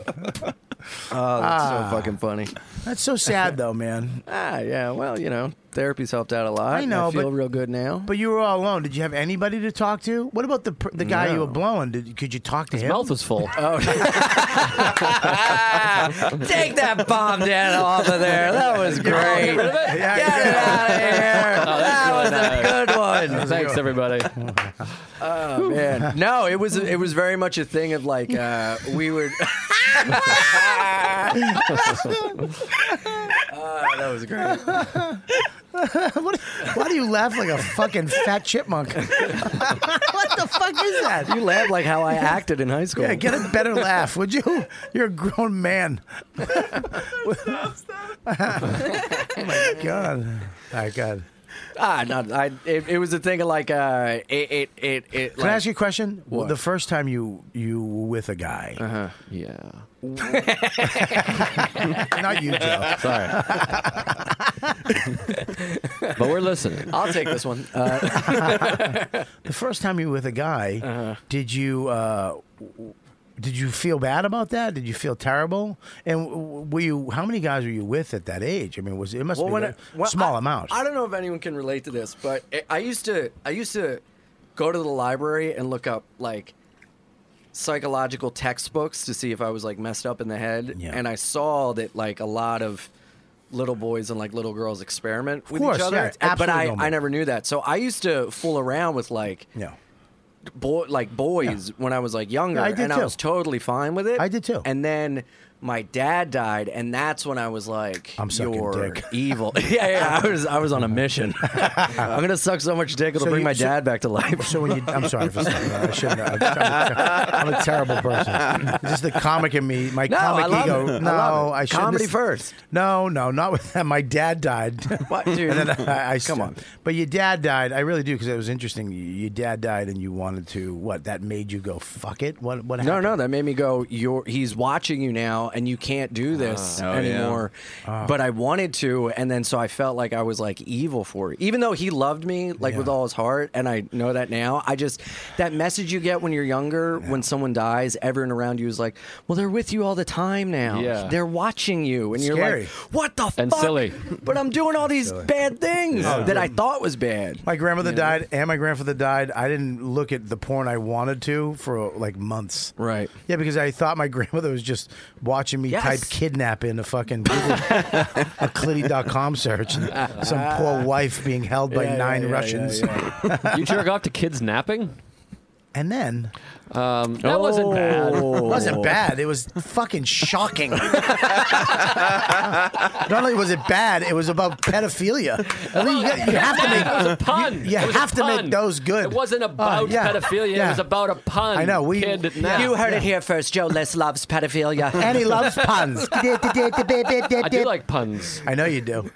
Speaker 9: Oh, that's so fucking funny.
Speaker 4: That's so sad, though, man.
Speaker 9: Ah, yeah. Well, you know, therapy's helped out a lot.
Speaker 4: I
Speaker 9: and
Speaker 4: know,
Speaker 9: I feel
Speaker 4: but-
Speaker 9: real good now.
Speaker 4: But you were all alone. Did you have anybody to talk to? What about the pr- the guy you were
Speaker 9: No.
Speaker 4: blowing? Did, could you talk to
Speaker 8: His
Speaker 4: him?
Speaker 8: mouth was full.
Speaker 9: Oh. Take that bomb down off of there. That was great. Get
Speaker 8: it?
Speaker 4: Yeah,
Speaker 9: it
Speaker 4: yeah.
Speaker 9: out of here.
Speaker 8: Oh,
Speaker 9: that was
Speaker 8: that's
Speaker 9: a
Speaker 8: really
Speaker 9: good one.
Speaker 8: nice. Thanks, everybody.
Speaker 9: Oh, man. No, it was it was very much a thing of like uh, we would. Ah, oh, that was great.
Speaker 4: What- why do you laugh like a fucking fat chipmunk? what the fuck is that?
Speaker 9: You laugh like how I acted in high school.
Speaker 4: Yeah, get a better laugh, would you? You're a grown man. oh my god! All right, God.
Speaker 9: Ah, no, I, it, it was a thing of like, uh, it, it, it, it.
Speaker 4: Can I ask you a question? The first time you you were with a guy. Uh-huh.
Speaker 8: Yeah.
Speaker 4: Not you, Joe.
Speaker 8: Sorry. but we're listening.
Speaker 9: I'll take this one. Uh,
Speaker 4: the first time you were with a guy,
Speaker 9: Uh-huh.
Speaker 4: did you uh, w- did you feel bad about that? Did you feel terrible? And w- w- were you how many guys were you with at that age? I mean, was it must
Speaker 9: Well,
Speaker 4: be
Speaker 9: when
Speaker 4: a
Speaker 9: I- well,
Speaker 4: small
Speaker 9: I-
Speaker 4: amount.
Speaker 9: I don't know if anyone can relate to this, but I- I used to I used to go to the library and look up like psychological textbooks to see if I was like messed up in the head, and I saw that like a lot of little boys and like little girls experiment with
Speaker 4: course,
Speaker 9: each other,
Speaker 4: yeah,
Speaker 9: and- but
Speaker 4: absolutely
Speaker 9: I,
Speaker 4: normal.
Speaker 9: I never knew that. So I used to fool around with like
Speaker 4: yeah.
Speaker 9: boy like boys when I was like younger,
Speaker 4: Yeah, I did
Speaker 9: and I
Speaker 4: too.
Speaker 9: was totally fine with it.
Speaker 4: I did too.
Speaker 9: And then my dad died, and that's when I was like,
Speaker 4: I'm sucking
Speaker 9: "You're
Speaker 4: dick."
Speaker 9: evil." yeah, yeah. I was I was on a mission. I'm gonna suck so much dick it'll
Speaker 4: So
Speaker 9: bring
Speaker 4: you-
Speaker 9: my
Speaker 4: so-
Speaker 9: dad back to life.
Speaker 4: So when you, I'm sorry for saying that. I shouldn't. I'm, I'm, a terrible person. Just the comic in me, my
Speaker 9: No,
Speaker 4: comic
Speaker 9: I love
Speaker 4: ego.
Speaker 9: it. I
Speaker 4: No,
Speaker 9: love it.
Speaker 4: I shouldn't.
Speaker 9: Comedy
Speaker 4: have-
Speaker 9: first.
Speaker 4: No, no, not with that. My dad died.
Speaker 9: What, dude?
Speaker 4: And then I, I
Speaker 9: Come on.
Speaker 4: But your dad died. I really do because it was interesting. Y- Your dad died, and you wanted to. What? That made you go fuck it. What? What?
Speaker 9: No,
Speaker 4: Happened?
Speaker 9: no, that made me go. You're he's watching you now, and you can't do this
Speaker 11: Oh, yeah.
Speaker 9: anymore. But I wanted to, and then so I felt like I was like evil for it, even though he loved me like with all his heart, and I know that now. I just that message you get when you're younger, when someone dies, everyone around you is like, "Well, they're with you all the time now.
Speaker 8: Yeah.
Speaker 9: They're watching you," and you're
Speaker 4: Scary.
Speaker 9: like, "What the
Speaker 8: And
Speaker 9: fuck?"
Speaker 8: silly.
Speaker 9: But I'm doing all these bad things
Speaker 4: Yeah.
Speaker 9: that I thought was bad.
Speaker 4: My grandmother died, and my grandfather died. I didn't look at the porn I wanted to for like months.
Speaker 9: Right.
Speaker 4: Yeah, because I thought my grandmother was just watching me
Speaker 9: Yes.
Speaker 4: type kidnap in a fucking Google, a clitty.com search. and Some poor wife being held by nine Russians.
Speaker 8: You jerk off to kids napping?
Speaker 4: And then
Speaker 8: Um, that
Speaker 4: Oh.
Speaker 8: wasn't bad.
Speaker 11: Oh.
Speaker 4: it wasn't bad. It was fucking shocking. Not only was it bad, it was about pedophilia. I mean, you, got- you have to make
Speaker 8: It was a pun.
Speaker 4: You, you
Speaker 8: It was a
Speaker 4: have to
Speaker 8: pun.
Speaker 4: make those good.
Speaker 8: It wasn't
Speaker 4: Uh,
Speaker 8: about
Speaker 4: yeah,
Speaker 8: pedophilia. It
Speaker 4: yeah.
Speaker 8: was about a pun.
Speaker 4: I know, we-
Speaker 8: Kid
Speaker 4: Yeah.
Speaker 8: nap.
Speaker 9: You heard it here first. Joe Les loves pedophilia.
Speaker 4: and he loves puns.
Speaker 8: I do like puns.
Speaker 4: I know you do.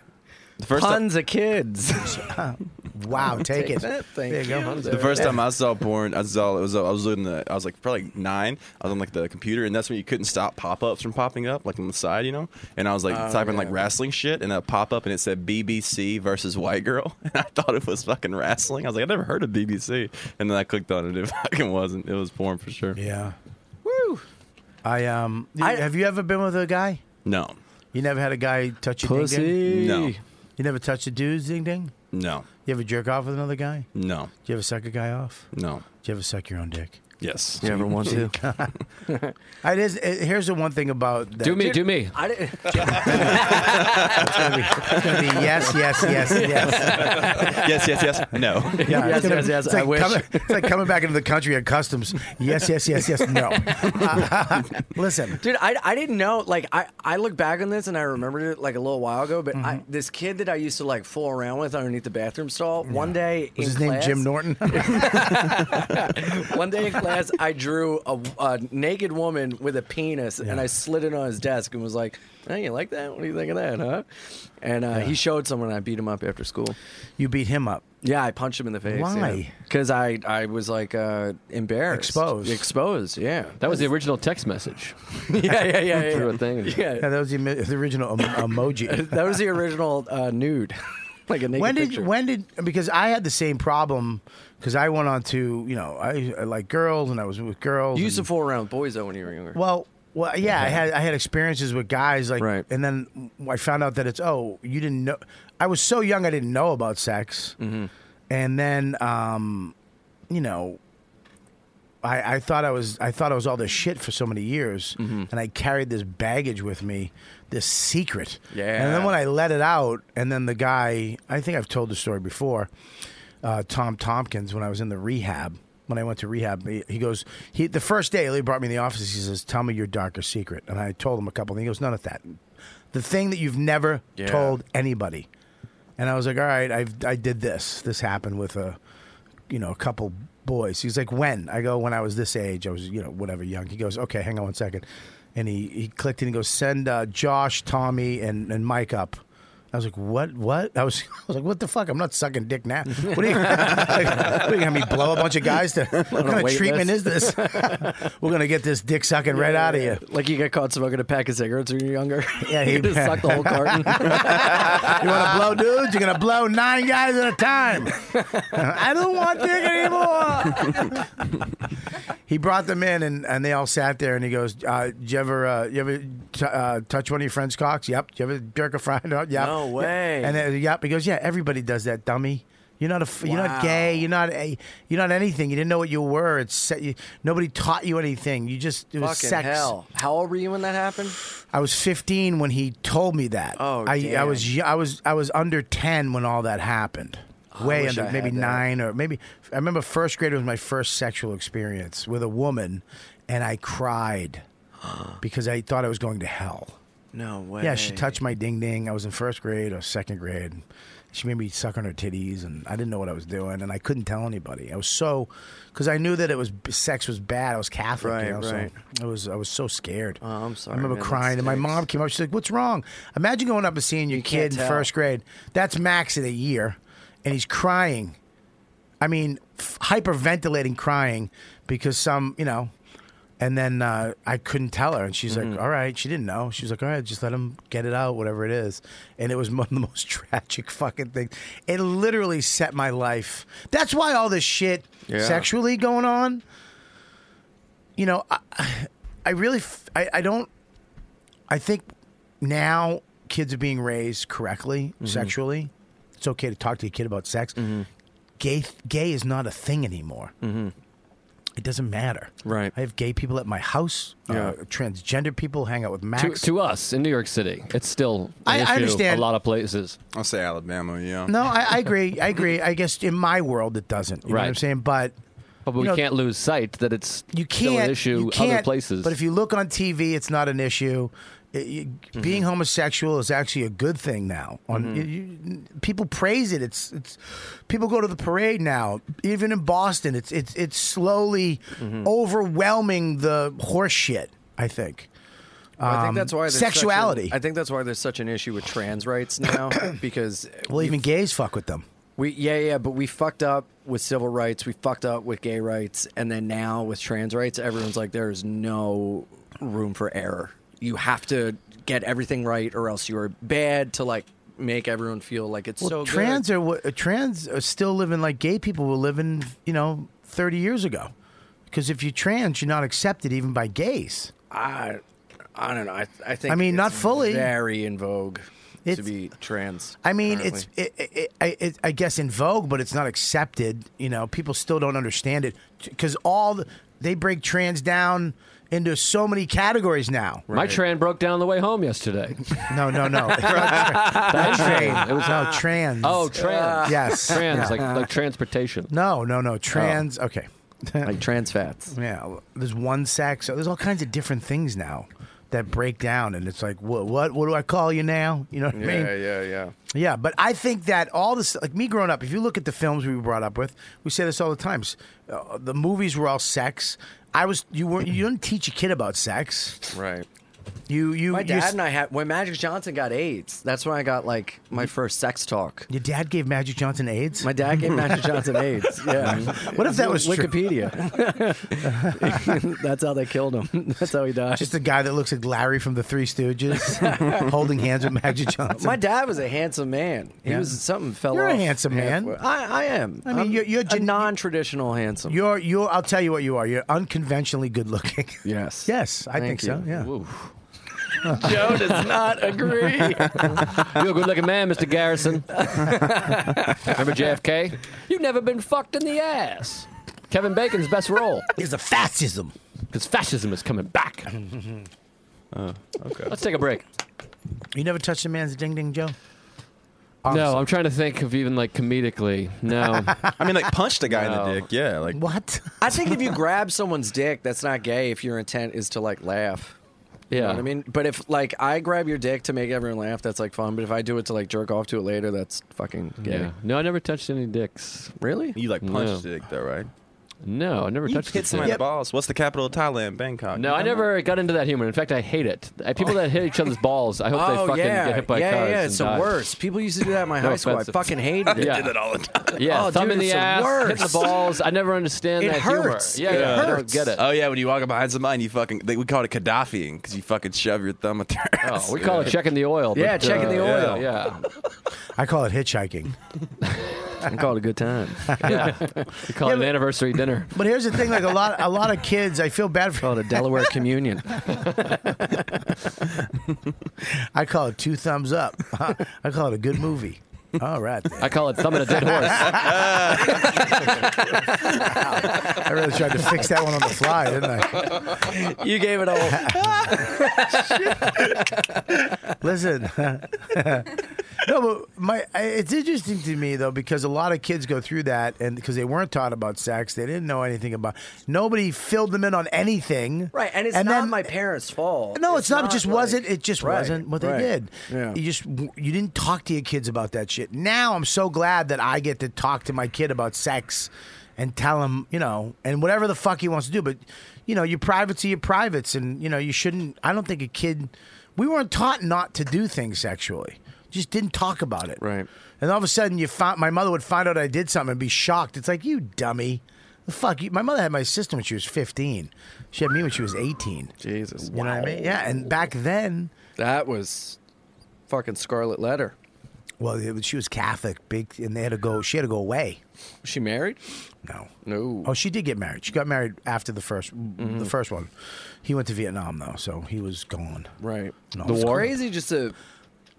Speaker 11: The first time,
Speaker 9: Tons of kids.
Speaker 4: Wow, take, it.
Speaker 9: that. Thank
Speaker 4: there you go.
Speaker 11: the first time I saw porn, I saw it was I was looking at I was like probably nine. I was on like the computer, and that's when you couldn't stop pop ups from popping up, like on the side, you know. And I was like
Speaker 9: Oh,
Speaker 11: typing like wrestling shit, and a pop up, and it said BBC versus white girl, and I thought it was fucking wrestling. I was like, I've never heard of BBC, and then I clicked on it. It fucking wasn't. It was porn for sure.
Speaker 4: Yeah. Woo. I um.
Speaker 9: I-
Speaker 4: have you ever been with a guy?
Speaker 11: No,
Speaker 4: You never had a guy touch your ding ding.
Speaker 11: no,
Speaker 4: You never touched a dude's ding ding.
Speaker 11: no,
Speaker 4: You ever jerk off with another guy?
Speaker 11: no,
Speaker 4: Do you ever suck a guy off?
Speaker 11: no.
Speaker 4: Do you ever suck your own dick?
Speaker 11: Yes.
Speaker 9: You ever want to?
Speaker 4: It is. It, here's the one thing about that.
Speaker 8: Do me, do me.
Speaker 9: I didn't.
Speaker 4: It's gonna be yes, yes, yes, yes.
Speaker 11: yes, yes, yes. No.
Speaker 4: Yeah,
Speaker 9: Yes,
Speaker 4: it's gonna-
Speaker 9: yes, yes,
Speaker 4: it's like
Speaker 9: I wish.
Speaker 4: Coming, it's like coming back into the country at customs. Yes, yes, yes, yes. No. listen.
Speaker 9: Dude, I, I didn't know. Like, I, I look back on this and I remembered it like a little while ago. But I,
Speaker 4: Mm-hmm.
Speaker 9: this kid that I used to like fool around with underneath the bathroom stall, one day
Speaker 4: Was
Speaker 9: in
Speaker 4: his name
Speaker 9: class-
Speaker 4: Jim Norton?
Speaker 9: One day in class, I drew a, a naked woman with a penis, and I slid it on his desk and was like, "Hey, you like that? What do you think of that, huh?" And uh, he showed someone. And I beat him up after school.
Speaker 4: you beat him up.
Speaker 9: Yeah, I punched him in the face.
Speaker 4: Why?
Speaker 9: Because I, I was like uh, embarrassed,
Speaker 4: Exposed.
Speaker 9: exposed. Yeah,
Speaker 8: That was the original text message.
Speaker 9: yeah, yeah, yeah, yeah.
Speaker 8: Through a thing.
Speaker 9: Yeah,
Speaker 4: Yeah, that was the, emo- the original em- emoji.
Speaker 9: that was the original uh, nude, like a naked
Speaker 4: when did
Speaker 9: picture.
Speaker 4: when did because I had the same problem because I went on to you know I, I like girls and I was with girls.
Speaker 9: you used to
Speaker 4: and-
Speaker 9: fool around with boys though when you were younger.
Speaker 4: well, well, yeah, I had I had experiences with guys like,
Speaker 9: Right.
Speaker 4: and then I found out that it's oh you didn't know I was so young I didn't know about sex,
Speaker 9: Mm-hmm.
Speaker 4: and then um, you know. I, I thought I was I thought I was all this shit for so many years,
Speaker 9: Mm-hmm.
Speaker 4: and I carried this baggage with me, this secret. And then
Speaker 9: Yeah.
Speaker 4: when I let it out, and then the guy, I think I've told the story before, uh, Tom Tompkins, when I was in the rehab, when I went to rehab, he, he goes, he the first day he brought me in the office, he says, "Tell me your darkest secret," and I told him a couple. things. He goes, "None of that. The thing that you've never
Speaker 9: Yeah.
Speaker 4: told anybody." And I was like, all right, I I did this. This happened with a, you know, a couple boys. He's like, when? I go, when I was this age. I was, you know, whatever, young. He goes, okay, hang on one second. And he, he clicked and he goes, send uh, Josh, Tommy, and, and Mike up. I was like, what? What? I was, I was like, what the fuck? I'm not sucking dick now. What are you, like, what are you gonna me blow a bunch of guys to? What
Speaker 9: On a
Speaker 4: kind of
Speaker 9: wait
Speaker 4: treatment
Speaker 9: list.
Speaker 4: is this? We're gonna get this dick sucking right out of you.
Speaker 9: Like you got caught smoking a pack of cigarettes when you were younger.
Speaker 4: Yeah, he-
Speaker 9: you just sucked the whole carton.
Speaker 4: You want to blow dudes? You're gonna blow nine guys at a time. I don't want dick anymore. he brought them in, and, and they all sat there, and he goes, uh, "Did you ever, uh, you ever t- uh, touch one of your friends' cocks? Yep. Did you ever jerk a friend out? Yep.
Speaker 9: No
Speaker 4: Yep."
Speaker 9: way.
Speaker 4: And then, yep, he goes, "Yeah, everybody does that, dummy." You're not a, f- you're not gay. You're not a, you're not anything. You didn't know what you were. It's se- you, nobody taught you anything. You just it was
Speaker 9: Fucking
Speaker 4: sex.
Speaker 9: hell! How old were you when that happened?
Speaker 4: I was 15 when he told me that. Oh, I, I
Speaker 9: damn.
Speaker 4: was y- I was I was under 10 when all that happened.
Speaker 9: I
Speaker 4: Way
Speaker 9: wish
Speaker 4: under,
Speaker 9: I
Speaker 4: maybe
Speaker 9: had that.
Speaker 4: nine or maybe. I remember first grade was my first sexual experience with a woman, and I cried because I thought I was going to hell.
Speaker 9: No way.
Speaker 4: Yeah, she touched my ding ding. I was in first grade or second grade. She made me suck on her titties, and I didn't know what I was doing, and I couldn't tell anybody. I was so, because I knew that it was sex was bad. I was Catholic, you
Speaker 9: Right,
Speaker 4: know, so
Speaker 9: right.
Speaker 4: I was I was so scared. Oh, I'm
Speaker 9: sorry,
Speaker 4: I remember
Speaker 9: man, that
Speaker 4: crying, and my mom came up. She's like, "What's wrong?" Imagine going up and seeing your
Speaker 9: can't
Speaker 4: kid in
Speaker 9: tell.
Speaker 4: first grade. That's Max at a year, and he's crying. I mean, f- hyperventilating, crying because some, you know. And then uh, I couldn't tell her, and she's like, "All right." She didn't know. She was like, "All right, just let him get it out, whatever it is." And it was one of the most tragic fucking things. It literally set my life. That's why all this shit
Speaker 15: Yeah.
Speaker 4: sexually going on. You know, I, I really, f- I, I don't. I think now kids are being raised correctly
Speaker 8: Mm-hmm.
Speaker 4: sexually. It's okay to talk to your kid about sex. Gay, gay is not a thing anymore.
Speaker 8: Mm-hmm.
Speaker 4: It doesn't matter. Right. I have gay people at my house.
Speaker 8: Yeah.
Speaker 4: Uh, transgender people hang out with
Speaker 8: To,
Speaker 4: Max.
Speaker 8: to us in New York City, it's still an
Speaker 4: I- I
Speaker 8: issue
Speaker 4: understand.
Speaker 8: a lot of places.
Speaker 11: I'll say Alabama, yeah.
Speaker 4: no, I, I agree. I agree. I guess in my world it doesn't. You know what I'm
Speaker 8: Right.
Speaker 4: saying? But
Speaker 8: But we
Speaker 4: you know,
Speaker 8: can't lose sight that it's
Speaker 4: you
Speaker 8: still
Speaker 4: can't
Speaker 8: an issue
Speaker 4: you can't,
Speaker 8: other places.
Speaker 4: But if you look on TV, it's not an issue. It- you-
Speaker 8: Mm-hmm.
Speaker 4: Being homosexual is actually a good thing now. On you- you- people praise it. It's it's people go to the parade now. Even in Boston, it's it's it's slowly
Speaker 8: Mm-hmm.
Speaker 4: overwhelming the horse shit. I think.
Speaker 9: I
Speaker 4: Um,
Speaker 9: think that's why there's
Speaker 4: sexuality.
Speaker 9: Such an, I think that's why there's such an issue with trans rights now because
Speaker 4: well, even gays fuck with them.
Speaker 9: we yeah yeah, but we fucked up with civil rights, we fucked up with gay rights, and then now with trans rights, everyone's like, there is no room for error. You have to get everything right, or else you are bad to like make everyone feel like it's
Speaker 4: Well,
Speaker 9: so good.
Speaker 4: trans are what uh, trans are still living like gay people were living, you know, thirty years ago. Because if you're trans, you're not accepted even by gays.
Speaker 9: I I don't know. I, I think
Speaker 4: I mean,
Speaker 9: it's
Speaker 4: not fully.
Speaker 9: very in vogue to
Speaker 4: It's-
Speaker 9: be trans.
Speaker 4: I mean,
Speaker 9: currently.
Speaker 4: it's it, it, I- it, I guess in vogue, but it's not accepted. You know, people still don't understand it because all the, they break trans down into so many categories now.
Speaker 8: My train broke down on the way home yesterday.
Speaker 4: No, no, no. It's
Speaker 8: not
Speaker 4: Not train. It was no trans.
Speaker 8: Oh, trans.
Speaker 4: Yes.
Speaker 8: Trans,
Speaker 4: Yeah.
Speaker 8: like, like transportation.
Speaker 4: No, no, no. Trans.
Speaker 8: Oh.
Speaker 4: Okay.
Speaker 9: like trans fats.
Speaker 4: Yeah. There's one sex. So there's all kinds of different things now that break down, and it's like, what, what, what do I call you now? You know what I mean?
Speaker 5: Yeah, yeah, yeah.
Speaker 4: Yeah, but I think that all this, like me growing up, if you look at the films we were brought up with, we say this all the times. Uh, the movies were all sex. I was you weren't you didn't teach a kid about sex.
Speaker 11: Right.
Speaker 4: You you
Speaker 9: my
Speaker 4: you
Speaker 9: dad
Speaker 4: s-
Speaker 9: and I had when Magic Johnson got AIDS. That's when I got like my first sex talk.
Speaker 4: Your dad gave Magic Johnson AIDS.
Speaker 9: My dad gave Magic Johnson AIDS. Yeah.
Speaker 4: What if that was true?
Speaker 9: Wikipedia? That's how they killed him. That's how he died.
Speaker 4: Just a guy that looks like Larry from the Three Stooges, holding hands with Magic Johnson.
Speaker 9: My dad was a handsome man. He
Speaker 4: Yeah.
Speaker 9: was something fell
Speaker 4: You're a
Speaker 9: off.
Speaker 4: handsome man.
Speaker 9: halfway. I, I am.
Speaker 4: I mean,
Speaker 9: I'm
Speaker 4: you're- you're
Speaker 9: a non-traditional handsome.
Speaker 4: You're you're. I'll tell you what you are. You're unconventionally good looking.
Speaker 9: Yes.
Speaker 4: Yes, I think
Speaker 9: Thank
Speaker 4: so.
Speaker 9: you.
Speaker 4: Yeah.
Speaker 9: Joe does not agree.
Speaker 8: You're a good looking man, Mr. Garrison. Remember JFK? You've never been fucked in the ass. Kevin Bacon's best role
Speaker 4: is a fascism.
Speaker 8: Because fascism is coming back. Uh, okay. Let's take a break.
Speaker 4: You never touched a man's ding ding, Joe.
Speaker 8: No, I'm trying to think of even like comedically. No.
Speaker 11: I mean, like punched a guy in the
Speaker 8: No.
Speaker 11: dick. Yeah, like
Speaker 4: what?
Speaker 9: I think if you grab someone's dick, that's not gay. If your intent is to like laugh. You know what I mean, but if like I grab your dick to make everyone laugh, that's like fun. But if I do it to like jerk off to it later, that's fucking gay.
Speaker 8: Yeah. No, I never touched any dicks.
Speaker 9: Really?
Speaker 11: You like punched a dick though, right?
Speaker 8: No, I never
Speaker 11: You
Speaker 8: touched
Speaker 11: hit
Speaker 8: a dick.
Speaker 11: somebody in the balls. What's the capital of Thailand? Bangkok.
Speaker 8: No, I never got into that humor. In fact, I hate it. Uh, People that hit each other's balls, I hope they
Speaker 9: Oh,
Speaker 8: fucking
Speaker 9: yeah.
Speaker 8: get hit by
Speaker 9: yeah,
Speaker 8: cars.
Speaker 9: Yeah,
Speaker 8: and
Speaker 9: it's the
Speaker 8: die.
Speaker 9: worst. People used to do that in my
Speaker 8: No
Speaker 9: high school. I
Speaker 8: offense.
Speaker 9: fucking hated it.
Speaker 8: Yeah. I did that
Speaker 11: all the time.
Speaker 8: Yeah,
Speaker 9: Oh,
Speaker 8: thumb
Speaker 9: dude,
Speaker 8: in the
Speaker 9: it's the
Speaker 8: ass, hit
Speaker 9: worst.
Speaker 8: the balls. I never understand
Speaker 9: It
Speaker 8: that
Speaker 9: hurts.
Speaker 8: humor. Yeah, yeah, I don't get it.
Speaker 11: Oh yeah, when you walk up behind somebody, and you fucking they, we call it Gaddafiing because you fucking shove your thumb at their ass.
Speaker 8: Oh, we call it checking the oil,
Speaker 11: Yeah,
Speaker 8: but,
Speaker 11: checking the
Speaker 8: uh,
Speaker 11: oil.
Speaker 8: Yeah,
Speaker 4: I call it hitchhiking.
Speaker 9: I call it a good time.
Speaker 8: yeah. we call it an anniversary dinner.
Speaker 4: But here's the thing: like a lot, a lot of kids, I feel bad for.
Speaker 9: Call it a Delaware communion.
Speaker 4: I call it two thumbs up. I call it a good movie. All right. then.
Speaker 8: I call it thumbing a dead horse.
Speaker 4: I really tried to fix that one on the fly, didn't I?
Speaker 9: you gave it all.
Speaker 4: Listen. no, but my I- it's interesting to me though because a lot of kids go through that, and because they weren't taught about sex, they didn't know anything about. Nobody filled them in on anything.
Speaker 9: Right, and it's not my parents' fault.
Speaker 4: No, it's, not. It just
Speaker 9: like-
Speaker 4: wasn't. It just
Speaker 9: Right,
Speaker 4: wasn't what they
Speaker 9: right.
Speaker 4: did.
Speaker 9: Yeah.
Speaker 4: You just you didn't talk to your kids about that shit. Now I'm so glad that I get to talk to my kid about sex and tell him, you know, and whatever the fuck he wants to do. But you know, your privates are your privates, and you know, you shouldn't. I don't think a kid. We weren't taught not to do things sexually. Just didn't talk about it.
Speaker 9: Right.
Speaker 4: And all of a sudden, you found my mother would find out I did something and be shocked. It's like you dummy. The fuck you. My mother had my sister when she was 15. She had me when she was 18.
Speaker 9: Jesus.
Speaker 4: You know what I mean? Yeah, and back then,
Speaker 9: That was fucking Scarlet Letter.
Speaker 4: well, it was, she was Catholic, big, and they had to go. She had to go away.
Speaker 9: Was she married?
Speaker 4: No,
Speaker 9: No. Mm-hmm.
Speaker 4: oh, she did get married. She got married after the 1st the first one. He went to Vietnam though, so he was gone.
Speaker 9: Right.
Speaker 4: No,
Speaker 9: It's
Speaker 4: it's cool.
Speaker 9: crazy just to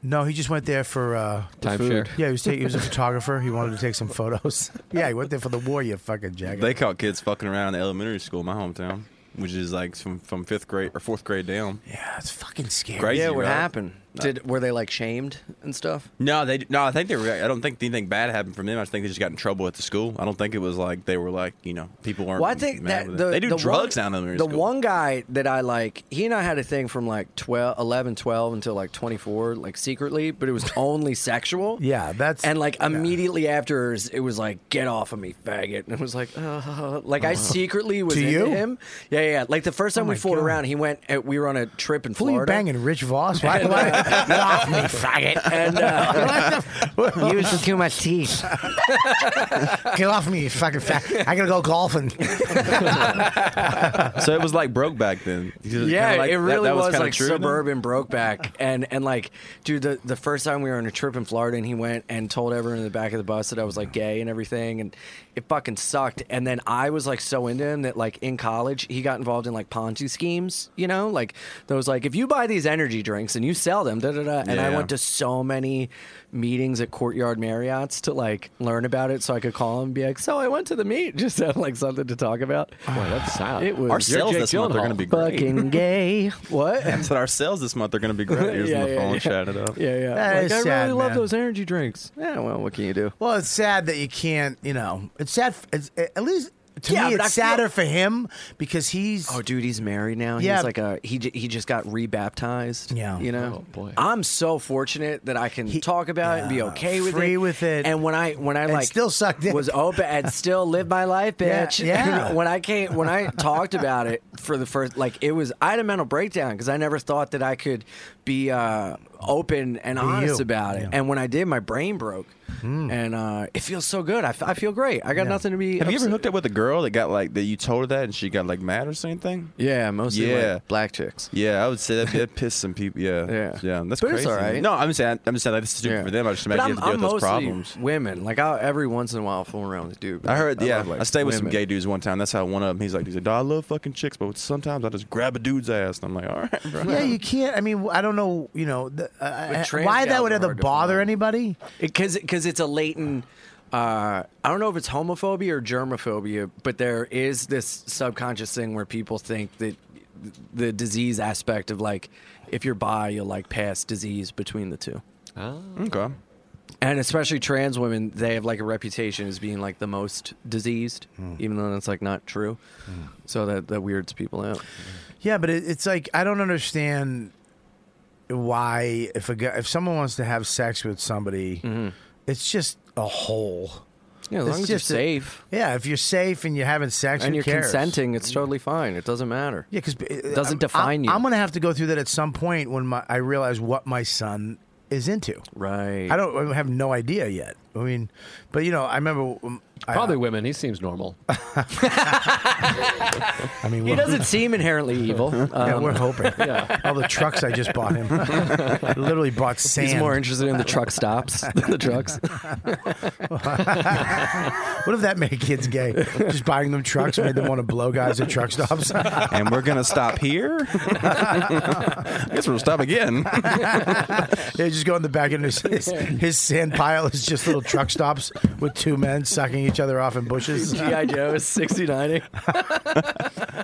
Speaker 4: No, he just went there for uh,
Speaker 8: Timeshare.
Speaker 4: Yeah, he was, ta- he was a photographer. He wanted to take some photos. yeah, he went there for the war. You fucking jacket.
Speaker 11: They caught kids fucking around in elementary school in my hometown, which is like from, from fifth grade or fourth grade down.
Speaker 4: yeah, it's fucking scary.
Speaker 11: Crazy,
Speaker 9: Yeah, what
Speaker 11: right?
Speaker 9: happened? Did were they like shamed and stuff?
Speaker 11: No, they no. I think they were. I don't think anything bad happened from them. I just think they just got in trouble at the school. I don't think it was like they were like you know people weren't.
Speaker 9: Well, I think
Speaker 11: mad
Speaker 9: that
Speaker 11: with
Speaker 9: the,
Speaker 11: it. they do
Speaker 9: the
Speaker 11: drugs
Speaker 9: one,
Speaker 11: down in elementary
Speaker 9: The
Speaker 11: school.
Speaker 9: one guy that I like, he and I had a thing from like 12, 11, 12 until like 24, like secretly, but it was only sexual.
Speaker 4: Yeah, that's-
Speaker 9: And like
Speaker 4: yeah.
Speaker 9: immediately after, it was like, get off of me, faggot. And it was like, uh, like I secretly was
Speaker 4: Uh-huh. To
Speaker 9: into
Speaker 4: you? Oh
Speaker 9: him. Yeah, yeah. Like the first time we
Speaker 4: my
Speaker 9: fooled
Speaker 4: God.
Speaker 9: around, he went, uh, we were on a trip in
Speaker 4: Who are
Speaker 9: Florida.
Speaker 4: you banging, Rich Voss? Why? why? Get off me, faggot.
Speaker 9: And uh,
Speaker 13: Using too much teeth.
Speaker 4: Get off me, you fucking faggot. I gotta go golfing.
Speaker 11: so it was like broke back then.
Speaker 9: Yeah, it really was,
Speaker 11: kinda
Speaker 9: like
Speaker 11: true then?
Speaker 9: suburban Brokeback, and and like, dude, the the first time we were on a trip in Florida, and he went and told everyone in the back of the bus that I was like gay and everything, and it fucking sucked. And then I was like so into him that like in college he got involved in like Ponzi schemes, you know, like those like if you buy these energy drinks and you sell them, da da da. And I
Speaker 11: Yeah.
Speaker 9: went to so many meetings at Courtyard Marriott's to like learn about it, so I could call him and be like, so I went to the meet, just have like something to talk about.
Speaker 8: Boy, that's sad.
Speaker 9: It was
Speaker 11: Our
Speaker 9: You're
Speaker 11: sales
Speaker 9: Jake
Speaker 11: this month are
Speaker 9: Gyllenhaal.
Speaker 11: going to be great.
Speaker 9: fucking gay. What?
Speaker 11: I said our sales this month are going to be great. Here's
Speaker 9: Yeah,
Speaker 11: on the
Speaker 9: yeah,
Speaker 11: phone,
Speaker 9: yeah.
Speaker 11: chat it up.
Speaker 9: Yeah, yeah.
Speaker 4: That
Speaker 9: like,
Speaker 4: is
Speaker 9: I
Speaker 4: sad,
Speaker 9: really love
Speaker 4: man.
Speaker 9: those energy drinks. Yeah, well, what can you do?
Speaker 4: Well, it's sad that you can't. You know, it's sad. It's, at least to
Speaker 9: Yeah,
Speaker 4: me,
Speaker 9: but
Speaker 4: it's
Speaker 9: I feel-
Speaker 4: sadder for him because he's.
Speaker 9: Oh, dude, he's married now.
Speaker 4: Yeah.
Speaker 9: He's like a he. j- He just got rebaptized.
Speaker 4: Yeah.
Speaker 9: you know.
Speaker 8: Oh, boy.
Speaker 9: I'm so fortunate that I can talk about it and be
Speaker 4: yeah,
Speaker 9: okay with
Speaker 4: free
Speaker 9: it.
Speaker 4: with it.
Speaker 9: And when I when I
Speaker 4: And
Speaker 9: like
Speaker 4: still suck dick.
Speaker 9: was open and still live my life,
Speaker 4: Yeah,
Speaker 9: bitch.
Speaker 4: yeah.
Speaker 9: when I came when I talked about it for the first like it was I had a mental breakdown because I never thought that I could be uh, open and honest
Speaker 4: you.
Speaker 9: about it.
Speaker 4: Yeah. Hmm.
Speaker 9: And when I did, my brain broke. And uh, it feels so good. I, f- I feel great. I got nothing to be.
Speaker 11: Have you ever
Speaker 9: upset-
Speaker 11: hooked up with a girl that got like that? You told her that and she got like mad or something.
Speaker 9: Yeah, mostly
Speaker 11: Yeah.
Speaker 9: like black chicks.
Speaker 11: Yeah, I would say that that pissed some people. Yeah,
Speaker 9: Yeah.
Speaker 11: yeah. That's
Speaker 9: But it's
Speaker 11: crazy.
Speaker 9: all right.
Speaker 11: No, I'm just saying. I'm just saying like, that's stupid
Speaker 9: Yeah.
Speaker 11: for them. I just
Speaker 9: But
Speaker 11: imagine you
Speaker 9: I'm,
Speaker 11: have to deal
Speaker 9: I'm
Speaker 11: with those
Speaker 9: mostly
Speaker 11: problems.
Speaker 9: women. Like I every once in a while fool around with a dude.
Speaker 11: I heard, yeah. I,
Speaker 9: love, like,
Speaker 11: stayed with some
Speaker 9: women.
Speaker 11: gay dudes one time. That's how one of them. He's like, he's like, "Dude, I love fucking chicks, but sometimes I just grab a dude's ass, and I'm like, all right, bro.
Speaker 4: Yeah, you can't. I mean, I don't know. You know, the, uh,
Speaker 9: trans
Speaker 4: why
Speaker 9: gals
Speaker 4: that would
Speaker 9: are
Speaker 4: ever
Speaker 9: hard to
Speaker 4: bother
Speaker 9: find.
Speaker 4: anybody.
Speaker 9: because because it's a latent. Uh, I don't know if it's homophobia or germophobia, but there is this subconscious thing where people think that the disease aspect of like if you're bi, you'll like pass disease between the two.
Speaker 11: Okay.
Speaker 9: And especially trans women, they have like a reputation as being like the
Speaker 11: Hmm.
Speaker 9: most diseased, even though that's like not true. So that that weirds people out.
Speaker 4: Yeah, but it, it's like I don't understand why if a guy, if someone wants to have sex with somebody,
Speaker 9: Mm-hmm.
Speaker 4: it's just a hole.
Speaker 9: Yeah, as
Speaker 4: It's
Speaker 9: long as you're
Speaker 4: just a-
Speaker 9: safe.
Speaker 4: yeah, if you're safe and you're having sex
Speaker 9: and
Speaker 4: who
Speaker 9: you're
Speaker 4: cares?
Speaker 9: consenting, it's totally fine. It doesn't matter.
Speaker 4: Yeah, because
Speaker 9: it doesn't define
Speaker 4: I'm,
Speaker 9: you.
Speaker 4: I'm gonna have to go through that at some point when my, I realize what my son is into.
Speaker 9: Right.
Speaker 4: I don't I have no idea yet. I mean, but you know, I remember um, I,
Speaker 8: Probably women. He seems normal.
Speaker 4: I mean,
Speaker 9: He
Speaker 4: we're-
Speaker 9: doesn't seem inherently evil.
Speaker 4: yeah,
Speaker 9: Um,
Speaker 4: we're hoping.
Speaker 9: yeah.
Speaker 4: All the trucks I just bought him. Literally bought sand.
Speaker 9: He's more interested in the truck stops than the trucks.
Speaker 4: what if that made kids gay? Just buying them trucks made them want to blow guys at truck stops.
Speaker 11: and we're gonna stop here. I guess we'll stop again.
Speaker 4: yeah, just go in the back and his, his, his sand pile is just little truck stops with two men sucking each other off in bushes.
Speaker 9: G.I. Joe is 69.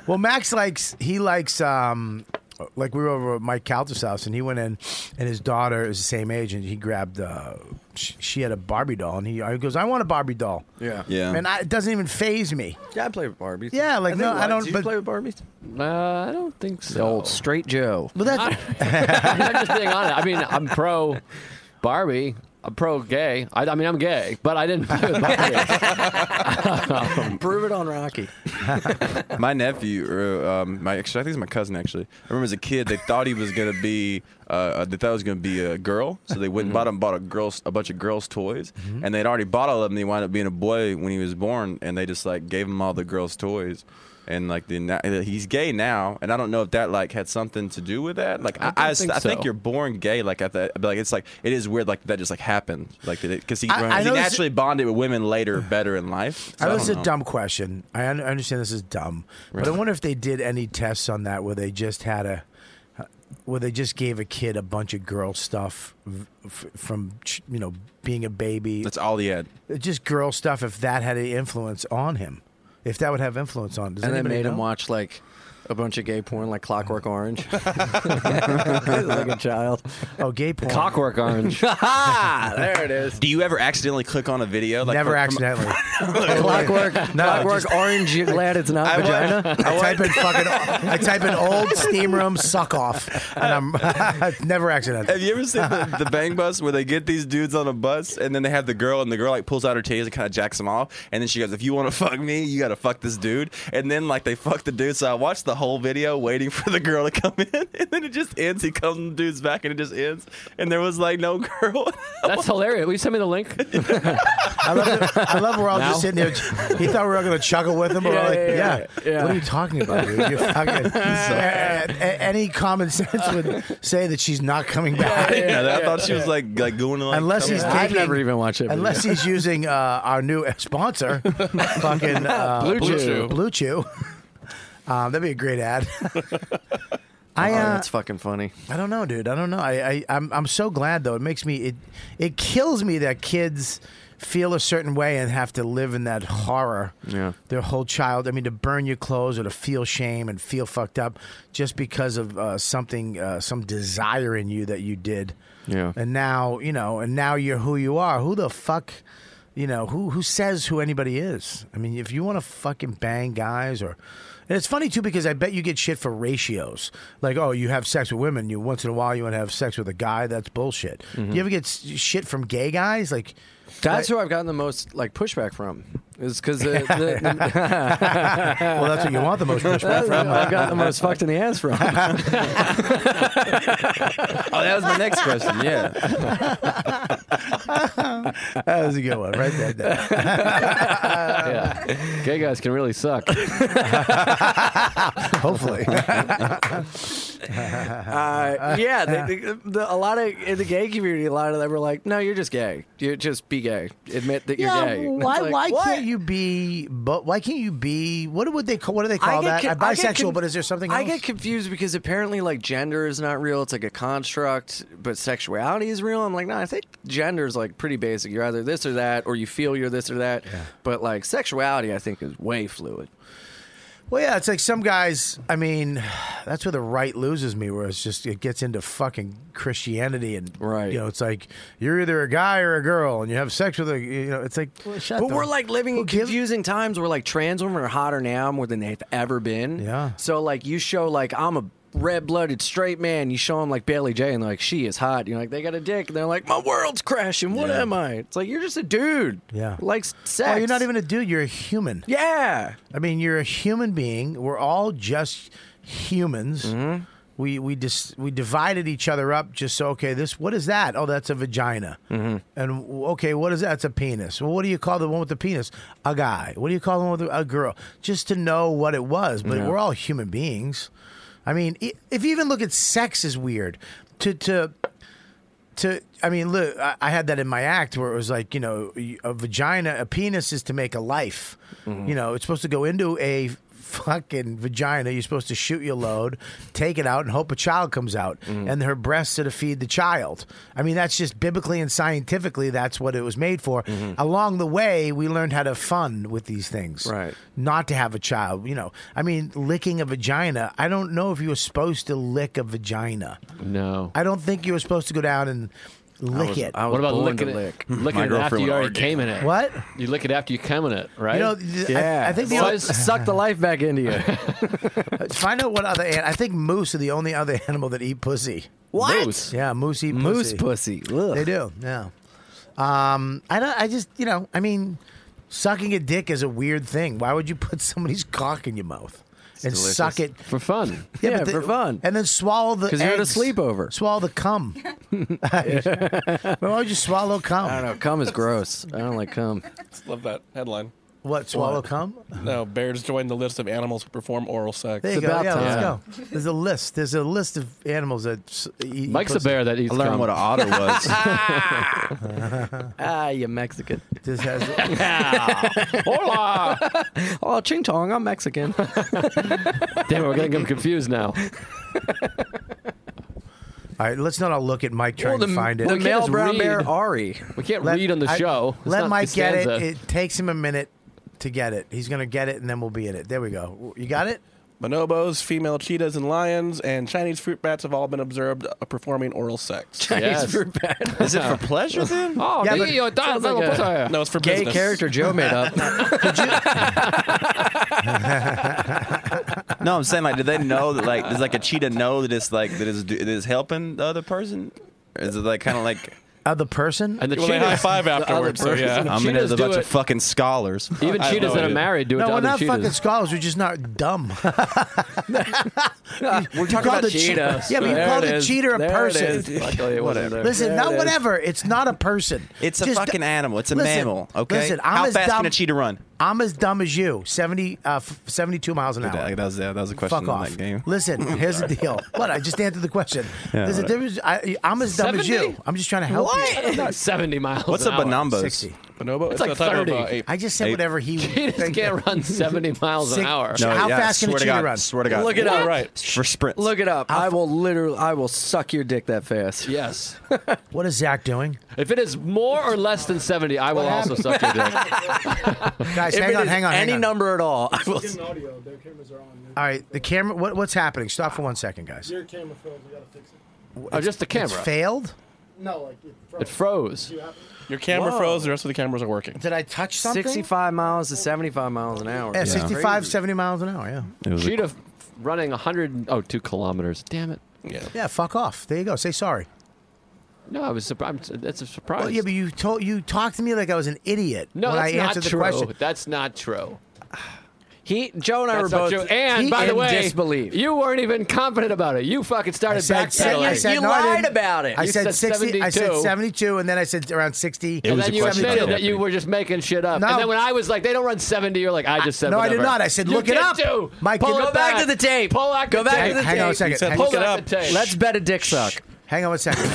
Speaker 4: Well, Max likes he likes um like we were over at Mike Calter's house and he went in and his daughter is the same age and he grabbed uh sh- she had a Barbie doll and he, uh, he goes I want a Barbie doll.
Speaker 11: Yeah. Yeah.
Speaker 4: And I, it doesn't even phase me.
Speaker 13: Yeah, I play with Barbies.
Speaker 4: Yeah, like
Speaker 13: I
Speaker 4: no,
Speaker 13: think
Speaker 4: I
Speaker 13: Lon-
Speaker 4: don't.
Speaker 13: do you
Speaker 4: but
Speaker 13: play with Barbies?
Speaker 8: Uh, I don't think so.
Speaker 9: The old straight Joe.
Speaker 4: Well, that's
Speaker 8: I'm just being honest. I mean, I'm pro Barbie. I'm pro gay. I, I mean, I'm gay, but I didn't play with Barbie.
Speaker 9: Prove it on Rocky.
Speaker 11: my nephew, or um, my actually, I think it's my cousin. Actually, I remember as a kid, they thought he was gonna be, uh, they thought it was gonna be a girl, so they went and bought him bought a girls a bunch of girls' toys, and they'd already bought all of them. They wound up being a boy when he was born, and they just like gave him all the girls' toys. And like then that- he's gay now, and I don't know if that like had something to do with that. Like I,
Speaker 8: don't
Speaker 11: I, s-
Speaker 8: think
Speaker 11: I think
Speaker 8: so.
Speaker 11: you're born gay. Like at that, like it's like it is weird. Like that just like happened. Like because he,
Speaker 4: I- I
Speaker 11: he
Speaker 4: know this-
Speaker 11: naturally bonded with women later, better in life. So
Speaker 4: I know this
Speaker 11: don't
Speaker 4: is a dumb question. I un- I understand this is dumb, but I wonder if they did any tests on that where they just had a, uh, where they just gave a kid a bunch of girl stuff v- f- from ch- you know being a baby.
Speaker 11: That's all he had.
Speaker 4: just girl stuff. If that had any influence on him, if that would have influence on, does
Speaker 9: and they
Speaker 4: anybody
Speaker 9: made
Speaker 4: know?
Speaker 9: him watch like a bunch of gay porn, like Clockwork Orange, like a child.
Speaker 4: Oh, gay porn.
Speaker 8: Clockwork Orange.
Speaker 9: Ah, there it is.
Speaker 11: Do you ever accidentally click on a video? Like
Speaker 4: Never
Speaker 11: from-
Speaker 4: accidentally.
Speaker 9: Clockwork,
Speaker 4: No,
Speaker 9: Clockwork
Speaker 4: just-
Speaker 9: Orange. You glad it's not
Speaker 11: I watch-
Speaker 9: vagina?
Speaker 4: I type in fucking. I type in old steam room suck off, and I'm never accidental.
Speaker 11: Have you ever seen the, the bang bus where they get these dudes on a bus and then they have the girl and the girl like pulls out her titties and kind of jacks them off and then she goes, "If you want to fuck me, you got to fuck this dude." And then like they fuck the dude. So I watched the whole video waiting for the girl to come in and then it just ends. He comes the dude's back and it just ends. And there was like no girl.
Speaker 8: That's hilarious. Will you send me the link?
Speaker 4: I love, it. I love we're all just sitting there. He thought we were all going to chuckle with him. But we're like, yeah,
Speaker 9: yeah, yeah.
Speaker 4: What are you talking about, dude? You're fucking. A- a- any common sense would say that she's not coming back.
Speaker 11: yeah, I thought she was like like going to, like
Speaker 4: Unless
Speaker 11: come
Speaker 4: he's
Speaker 11: in.
Speaker 4: taking,
Speaker 9: I've never even watched it.
Speaker 4: unless he's using uh, our new sponsor, fucking uh,
Speaker 8: Blue Chew.
Speaker 4: Blue Chew. Um, that'd be a great ad. I
Speaker 9: oh,
Speaker 4: uh,
Speaker 9: that's fucking funny.
Speaker 4: I don't know, dude. I don't know. I, I I'm I'm so glad though. It makes me it it kills me that kids feel a certain way and have to live in that horror.
Speaker 9: Yeah.
Speaker 4: Their whole child. I mean, to burn your clothes or to feel shame and feel fucked up just because of uh, something, uh, some desire in you that you did.
Speaker 9: Yeah.
Speaker 4: And now you know, and now you're who you are. Who the fuck? You know who who says who anybody is. I mean, if you want to fucking bang guys, or and it's funny too because I bet you get shit for ratios. Like, oh, you have sex with women. You once in a while you want to have sex with a guy. That's bullshit.
Speaker 9: Mm-hmm.
Speaker 4: Do you ever get s- shit from gay guys? Like,
Speaker 9: That's who I've gotten the most like pushback from. Is because the, the,
Speaker 4: well, that's what you want the most pushback
Speaker 9: That's
Speaker 4: from.
Speaker 9: who I've gotten the most fucked in the ass from.
Speaker 11: Oh, that was my next question. Yeah,
Speaker 4: That was a good one. Right there.
Speaker 8: yeah. Gay guys can really suck.
Speaker 4: Hopefully.
Speaker 9: Uh, yeah, they, they, the, a lot of in the gay community, a lot of them were like, "No, you're just gay. You just be gay. Admit that
Speaker 4: yeah,
Speaker 9: you're gay." It's
Speaker 4: why
Speaker 9: like,
Speaker 4: why
Speaker 9: what?
Speaker 4: can't you be but why can't you be what would they call what do they call that?
Speaker 9: con-
Speaker 4: A bisexual,
Speaker 9: con-
Speaker 4: but is there something
Speaker 9: I
Speaker 4: else?
Speaker 9: get confused because apparently, like, gender is not real. It's like a construct, but sexuality is real. I'm like, no, I think gender is like pretty basic. You're either this or that, or you feel you're this or that. But like, sexuality, I think, is way fluid.
Speaker 4: Well, yeah, it's like some guys. I mean, that's where the right loses me, where it's just it gets into fucking Christianity and right. You know, it's like you're either a guy or a girl, and you have sex with a. You know, it's like.
Speaker 9: Well, but we're like living in confusing times where like trans women are hotter now more than they've ever been.
Speaker 4: Yeah.
Speaker 9: So like you show like I'm a red blooded straight man. You show them like Bailey J, and they're like, she is hot. You're like, they got a dick, and they're like, my world's crashing. What
Speaker 4: Yeah.
Speaker 9: am I? It's like you're just a dude.
Speaker 4: Yeah.
Speaker 9: Like sex.
Speaker 4: Oh, you're not even a dude. You're a human.
Speaker 9: Yeah.
Speaker 4: I mean, you're a human being. We're all just humans. We we just we divided each other up just so okay. This what is that? Oh, that's a vagina. Mm-hmm. And okay, what is that? It's a penis. Well, what do you call the one with the penis? A guy. What do you call the one with the, a girl? Just to know what it was. But
Speaker 9: Yeah.
Speaker 4: we're all human beings. I mean, i- if you even look at sex is weird. To to to i mean look I, I had that in my act where it was like you know a vagina a penis is to make a life you know it's supposed to go into a fucking vagina you're supposed to shoot your load take it out and hope a child comes out and her breasts are to feed the child i mean that's just biblically and scientifically that's what it was made for along the way we learned how to have fun with these things
Speaker 9: Right.
Speaker 4: not to have a child you know i mean licking a vagina i don't know if you were supposed to lick a vagina
Speaker 8: No.
Speaker 4: I don't think you were supposed to go down and lick it.
Speaker 8: what about licking it? Licking it after you already came in it.
Speaker 4: What?
Speaker 8: You lick it after you come in it, right?
Speaker 4: You know, th- I- I think the
Speaker 8: Well,
Speaker 4: only- uh,
Speaker 8: it's-
Speaker 9: Suck the life back into you.
Speaker 4: Find out what other. An- I think moose are the only other animal that eat pussy.
Speaker 9: What? Moose.
Speaker 4: Yeah, moose eat
Speaker 9: Moose
Speaker 4: pussy.
Speaker 9: Ugh.
Speaker 4: They do. Yeah. Um, I don't. I just you know. I mean, sucking a dick is a weird thing. Why would you put somebody's cock in your mouth? and
Speaker 9: delicious.
Speaker 4: suck it
Speaker 8: for fun.
Speaker 4: Yeah,
Speaker 9: Yeah,
Speaker 4: but the-
Speaker 9: for fun.
Speaker 4: And then swallow the.
Speaker 9: 'Cause you're at a
Speaker 4: eggs.
Speaker 9: sleepover.
Speaker 4: Swallow the cum. Why would you swallow cum?
Speaker 9: I don't know. Cum is gross. I don't like cum.
Speaker 12: Love that headline.
Speaker 4: What swallow cum?
Speaker 12: No, bears join the list of animals who perform oral sex.
Speaker 4: There you go. Yeah, let's go. There's a list. There's a list of animals that s- eat.
Speaker 8: Mike's a
Speaker 4: pussy.
Speaker 8: bear that eats.
Speaker 11: I learned
Speaker 8: cum.
Speaker 11: what an otter was.
Speaker 9: ah, you Mexican.
Speaker 4: This has.
Speaker 8: Hola.
Speaker 9: oh, ching chong. I'm Mexican.
Speaker 8: Damn it, we're getting him confused now.
Speaker 4: All right, let's not all look at Mike trying
Speaker 9: the-
Speaker 4: to find it.
Speaker 9: the We can't male just brown read. bear, Ari.
Speaker 8: We can't read on the
Speaker 4: I-
Speaker 8: show. It's
Speaker 4: let
Speaker 8: not
Speaker 4: Mike get it.
Speaker 8: Costanza.
Speaker 4: It takes him a minute to get it. He's gonna get it, and then we'll be in it. There we go. You got it.
Speaker 12: Bonobos, female cheetahs, and lions, and Chinese fruit bats have all been observed uh, performing oral sex.
Speaker 9: Chinese Yes. fruit bat.
Speaker 12: Is it for pleasure then?
Speaker 8: Oh,
Speaker 12: Yeah,
Speaker 8: yeah,
Speaker 12: but-
Speaker 8: you
Speaker 12: Sounds like a- No, it's for
Speaker 9: gay
Speaker 12: business.
Speaker 9: character Joe made up.
Speaker 11: no, I'm saying like, do they know that like does like a cheetah know that it's like that is that is helping the other person? Or is it like kind of like
Speaker 4: Other person.
Speaker 8: And the
Speaker 11: Well,
Speaker 12: they
Speaker 8: cheetahs,
Speaker 12: high-five
Speaker 8: the other
Speaker 12: afterwards, so
Speaker 8: birds,
Speaker 12: yeah.
Speaker 8: the
Speaker 11: I mean, there's
Speaker 8: cheetahs
Speaker 11: a
Speaker 8: do
Speaker 11: bunch
Speaker 8: it.
Speaker 11: of fucking scholars.
Speaker 8: Even
Speaker 11: I have
Speaker 8: cheetahs
Speaker 11: no
Speaker 8: that are
Speaker 11: idea.
Speaker 8: married do it
Speaker 4: no,
Speaker 8: to
Speaker 4: we're
Speaker 8: other
Speaker 4: not
Speaker 8: cheetahs.
Speaker 4: fucking scholars. We're just not dumb.
Speaker 9: We're
Speaker 4: You
Speaker 9: talking
Speaker 4: called
Speaker 9: about
Speaker 4: the che-
Speaker 9: cheetahs.
Speaker 4: Yeah, but you
Speaker 9: There
Speaker 4: called
Speaker 9: it
Speaker 4: a
Speaker 9: is.
Speaker 4: cheater a
Speaker 9: There it
Speaker 4: person.
Speaker 9: is.
Speaker 8: Luckily, it wasn't there.
Speaker 4: Listen,
Speaker 9: There
Speaker 4: not
Speaker 9: it is.
Speaker 4: whatever. It's not a person.
Speaker 11: It's a
Speaker 4: Just-
Speaker 11: fucking animal. It's a
Speaker 4: Listen,
Speaker 11: mammal. Okay.
Speaker 4: Listen, I'm
Speaker 11: How
Speaker 4: as
Speaker 11: fast
Speaker 4: dumb,
Speaker 11: can a cheetah run?
Speaker 4: I'm as dumb as you. 70, uh, f- 72 miles an hour.
Speaker 11: That, that was that was a question
Speaker 4: Fuck
Speaker 11: in
Speaker 4: off.
Speaker 11: that game.
Speaker 4: Listen, here's the deal. What? I just answered the question.
Speaker 11: Yeah,
Speaker 4: There's a
Speaker 11: right.
Speaker 4: difference. I, I'm as dumb as
Speaker 8: 70?
Speaker 4: you. I'm just trying to help you.
Speaker 8: Not 70 miles.
Speaker 11: What's a
Speaker 8: an hour.
Speaker 11: bonobo?
Speaker 4: Sixty.
Speaker 12: Bonobo.
Speaker 8: It's like
Speaker 12: a type of,
Speaker 8: 30.
Speaker 12: uh, ape.
Speaker 4: I just said
Speaker 11: Eight.
Speaker 4: whatever he.
Speaker 8: Cheetahs can't run 70 miles an
Speaker 4: Six-
Speaker 8: hour.
Speaker 4: No. How fast can a
Speaker 11: swear to
Speaker 4: cheetah
Speaker 11: God,
Speaker 4: run?
Speaker 11: Swear to God.
Speaker 9: Look it up.
Speaker 12: Right.
Speaker 11: For sprints.
Speaker 9: Look it up. I will literally. I will suck your dick that fast.
Speaker 8: Yes.
Speaker 4: What is Zach doing?
Speaker 8: If it is more or less than 70, I will also suck your dick.
Speaker 4: Guys,
Speaker 9: If
Speaker 4: hang
Speaker 9: it
Speaker 4: on,
Speaker 9: is
Speaker 4: hang on, hang
Speaker 9: Any
Speaker 4: on.
Speaker 9: number at all. I will.
Speaker 15: audio. Their cameras are on.
Speaker 4: All right, the camera. What, what's happening? Stop for one second, guys.
Speaker 15: Your camera froze. We gotta fix it.
Speaker 8: Oh, just the
Speaker 4: It's
Speaker 8: camera.
Speaker 4: failed.
Speaker 15: No, like it froze.
Speaker 8: It froze.
Speaker 12: Your camera
Speaker 4: Whoa.
Speaker 12: froze. The rest of the cameras are working.
Speaker 4: Did I touch something?
Speaker 9: 65 miles to 75 miles an hour.
Speaker 4: Yeah,
Speaker 9: That's
Speaker 4: 65,
Speaker 9: crazy.
Speaker 4: 70 miles an hour. Yeah.
Speaker 11: It was a-
Speaker 8: Cheetah f- running 100. Oh, two kilometers. Damn it.
Speaker 12: Yeah.
Speaker 4: Yeah. Fuck off. There you go. Say sorry.
Speaker 8: No, I was surprised. I'm- That's a surprise.
Speaker 4: Well, yeah, but you told you talked to me like I was an idiot
Speaker 8: no,
Speaker 4: when
Speaker 8: that's
Speaker 4: I
Speaker 8: not
Speaker 4: answered
Speaker 8: true.
Speaker 4: the question.
Speaker 8: That's not true.
Speaker 9: He, Joe and I were
Speaker 8: That's not
Speaker 9: both
Speaker 8: true. And
Speaker 9: in
Speaker 8: by the way,
Speaker 9: disbelief.
Speaker 8: you weren't even confident about it. You fucking started
Speaker 4: said-
Speaker 8: backpedaling.
Speaker 4: I said
Speaker 9: you
Speaker 4: no, I
Speaker 9: lied
Speaker 4: didn't.
Speaker 9: about it.
Speaker 4: I
Speaker 8: You
Speaker 4: said,
Speaker 8: said
Speaker 4: 60, I said
Speaker 8: 72.
Speaker 4: 72, and then I said around 60.
Speaker 11: It
Speaker 8: and
Speaker 11: was
Speaker 8: then
Speaker 11: a
Speaker 8: you
Speaker 11: question about
Speaker 8: admitted that
Speaker 11: happening.
Speaker 8: you were just making shit up.
Speaker 4: No.
Speaker 8: And then when I was like, they don't run 70, you're like, I just said
Speaker 4: no, I
Speaker 8: whatever.
Speaker 4: did not. I said,
Speaker 8: You
Speaker 4: look it
Speaker 8: did
Speaker 4: up.
Speaker 8: too.
Speaker 4: Mike,
Speaker 8: Pull
Speaker 4: you-
Speaker 8: it
Speaker 4: Go
Speaker 9: back to the tape.
Speaker 8: Pull out
Speaker 9: Go
Speaker 8: the
Speaker 9: back
Speaker 8: tape.
Speaker 9: to the
Speaker 4: Hang on a
Speaker 9: tape.
Speaker 4: second.
Speaker 12: said
Speaker 4: Hang,
Speaker 12: look Look
Speaker 8: Pull
Speaker 12: it
Speaker 8: it
Speaker 12: up.
Speaker 8: up. The tape.
Speaker 9: Let's bet a dick suck.
Speaker 4: hang on one second.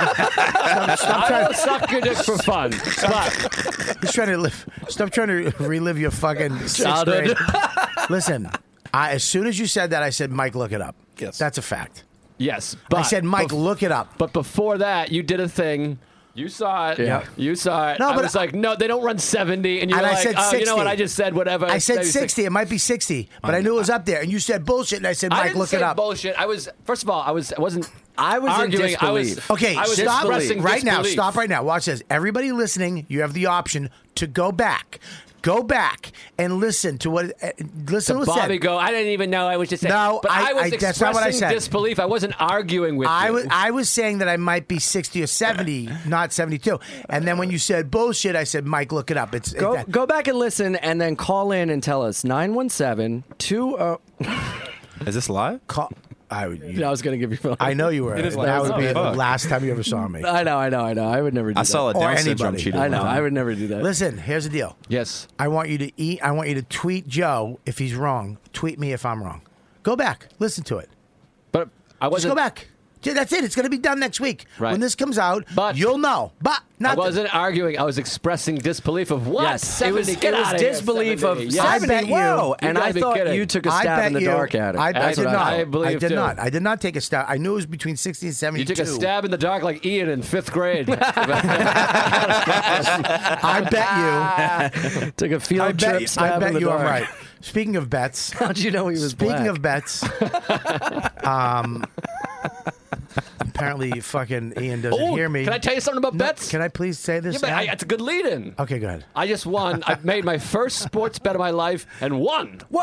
Speaker 8: I will suck your dick for fun. But
Speaker 4: He's trying to live. Stop trying to relive your fucking sixth
Speaker 8: Childhood.
Speaker 4: grade. Listen, I, as soon as you said that, I said, Mike, look it up.
Speaker 12: Yes.
Speaker 4: That's a fact.
Speaker 8: yes, but
Speaker 4: I said, Mike,
Speaker 8: bef-
Speaker 4: look it up.
Speaker 8: But before that, you did a thing You saw it.
Speaker 4: Yeah.
Speaker 8: You saw it.
Speaker 4: No,
Speaker 8: No, but I
Speaker 4: but
Speaker 8: was like, no, they don't run 70. And, you're
Speaker 4: And I
Speaker 8: like,
Speaker 4: said
Speaker 8: oh,
Speaker 4: 60.
Speaker 8: you know what? I just said whatever.
Speaker 4: I said
Speaker 8: Maybe
Speaker 4: 60. It might be 60, but I knew it was up there. And you said bullshit. And I said, Mike,
Speaker 8: I didn't
Speaker 4: look
Speaker 8: say
Speaker 4: it up.
Speaker 8: Bullshit. I was first of all, I was I wasn't. I
Speaker 4: was in
Speaker 8: arguing. I was
Speaker 4: okay,
Speaker 8: I was
Speaker 4: stop
Speaker 8: expressing
Speaker 4: right now.
Speaker 8: disbelief.
Speaker 4: Stop right now. Watch this. Everybody listening, you have the option to go back. Go back and listen to what uh, listen to what
Speaker 8: Bobby
Speaker 4: said.
Speaker 8: go. I didn't even know. I was just saying.
Speaker 4: No,
Speaker 8: but I,
Speaker 4: I-
Speaker 8: was
Speaker 4: I-
Speaker 8: expressing
Speaker 4: that's not what I said.
Speaker 8: disbelief. I wasn't arguing with
Speaker 4: I
Speaker 8: you.
Speaker 4: was I was saying that I might be sixty or seventy, not seventy two. And then when you said bullshit, I said, Mike, look it up. It's
Speaker 9: Go,
Speaker 4: it-
Speaker 9: go back and listen and then call in and tell us 917 20.
Speaker 11: Is this live?
Speaker 4: Call. I would.
Speaker 9: oh. I was going to give you phone.
Speaker 4: I know you were. that would be the last time you ever saw me.
Speaker 9: I know, I know, I know. I would never do
Speaker 4: I
Speaker 9: that.
Speaker 4: saw a Or Down syndrome anybody. cheater
Speaker 9: I
Speaker 4: one
Speaker 9: know,
Speaker 4: time.
Speaker 9: I would never do that.
Speaker 4: Listen, here's the deal.
Speaker 8: Yes.
Speaker 4: I want you to eat. I want you to tweet Joe if he's wrong. Tweet me if I'm wrong. Go back, listen to it.
Speaker 8: But I
Speaker 4: was Just
Speaker 8: wasn't-
Speaker 4: go back. Yeah, That's it. It's going to be done next week.
Speaker 8: Right.
Speaker 4: When this comes out, but you'll know. But
Speaker 8: I
Speaker 4: not.
Speaker 8: wasn't arguing. I was expressing disbelief of what?
Speaker 9: Yes, it
Speaker 8: 70?
Speaker 9: was-
Speaker 8: Get
Speaker 9: it was
Speaker 8: outta here,
Speaker 9: disbelief of
Speaker 8: 70.
Speaker 9: I bet you- Whoa,
Speaker 8: You
Speaker 9: and
Speaker 8: gotta
Speaker 9: I
Speaker 8: be
Speaker 9: thought
Speaker 8: kidding.
Speaker 9: you took a I stab bet in the you- dark at it.
Speaker 4: I, I
Speaker 9: That's
Speaker 4: did
Speaker 9: what I-
Speaker 4: not.
Speaker 9: I believe
Speaker 4: did
Speaker 9: too.
Speaker 4: not. I did not take a stab. I knew it was between sixty and seventy.
Speaker 8: You took a stab in the dark like Ian in fifth grade. I
Speaker 4: I
Speaker 8: bet you.
Speaker 9: Took a field
Speaker 4: I bet,
Speaker 9: trip stab
Speaker 4: I
Speaker 9: in
Speaker 4: bet
Speaker 9: the
Speaker 4: you I'm
Speaker 9: dark.
Speaker 4: right. Speaking of bets,
Speaker 9: how'd you know he was
Speaker 4: Speaking
Speaker 9: black?
Speaker 4: of bets, um, apparently fucking Ian doesn't
Speaker 8: Oh,
Speaker 4: hear me.
Speaker 8: can I tell you something about bets?
Speaker 4: Can I please say this?
Speaker 8: Yeah, but
Speaker 4: now?
Speaker 8: I- it's a good lead-in.
Speaker 4: Okay, go ahead.
Speaker 8: I just won. I made my first sports bet of my life and won.
Speaker 9: Whoa!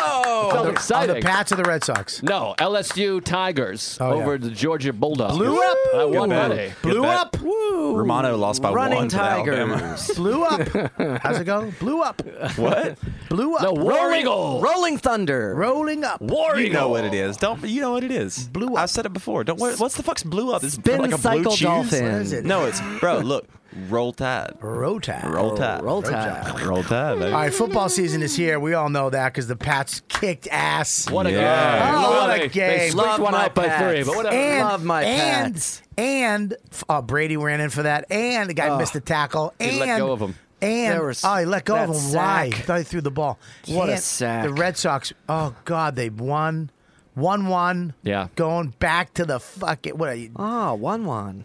Speaker 8: So
Speaker 4: on the,
Speaker 8: exciting.
Speaker 4: On the Pats or the Red Sox?
Speaker 8: No, LSU Tigers
Speaker 4: Oh, yeah.
Speaker 8: over the Georgia Bulldogs.
Speaker 4: Blew up.
Speaker 8: I
Speaker 11: Good
Speaker 8: won
Speaker 11: bet.
Speaker 8: money.
Speaker 11: Good
Speaker 4: Blew
Speaker 11: bet.
Speaker 4: up.
Speaker 11: Romano lost by
Speaker 9: Running
Speaker 11: one. to Alabama.
Speaker 9: Tigers.
Speaker 4: Blew up. How's it go? Blew up.
Speaker 11: What?
Speaker 4: Blew up.
Speaker 11: The War
Speaker 4: Rolling-
Speaker 11: Eagle.
Speaker 9: Rolling Thunder.
Speaker 4: Rolling up.
Speaker 11: War you know what it is. Don't you know what it is? Blue up. I've said it before. Don't what, what's the fuck's blue up? It's
Speaker 9: Spin
Speaker 11: like a
Speaker 9: cycle
Speaker 11: blue cheese?
Speaker 9: dolphin. What is it?
Speaker 11: No, it's bro. Look, roll tide.
Speaker 4: Roll tide.
Speaker 11: Roll tide.
Speaker 9: Roll
Speaker 11: tide. Roll tide.
Speaker 4: All
Speaker 11: Baby.
Speaker 4: right, football season is here. We all know that because the Pats kicked ass.
Speaker 8: What a
Speaker 11: Yeah.
Speaker 8: game.
Speaker 4: Oh, what
Speaker 8: Well, they-
Speaker 4: a
Speaker 8: They
Speaker 4: game.
Speaker 8: squeaked one out by three, but whatever.
Speaker 4: And,
Speaker 9: Love my
Speaker 4: and,
Speaker 9: Pats.
Speaker 4: And uh, Brady ran in for that. And the guy
Speaker 9: Oh.
Speaker 4: missed a tackle. And
Speaker 9: He let go of him.
Speaker 4: And
Speaker 9: There was
Speaker 4: oh, he let go of
Speaker 9: that
Speaker 4: him. Why?
Speaker 9: sack.
Speaker 4: Thought he threw the ball.
Speaker 9: What a
Speaker 4: Can't-
Speaker 9: sack.
Speaker 4: The Red Sox. Oh God, they won. One one.
Speaker 8: Yeah.
Speaker 4: Going back to the fucking what? Are you,
Speaker 9: Oh, one one.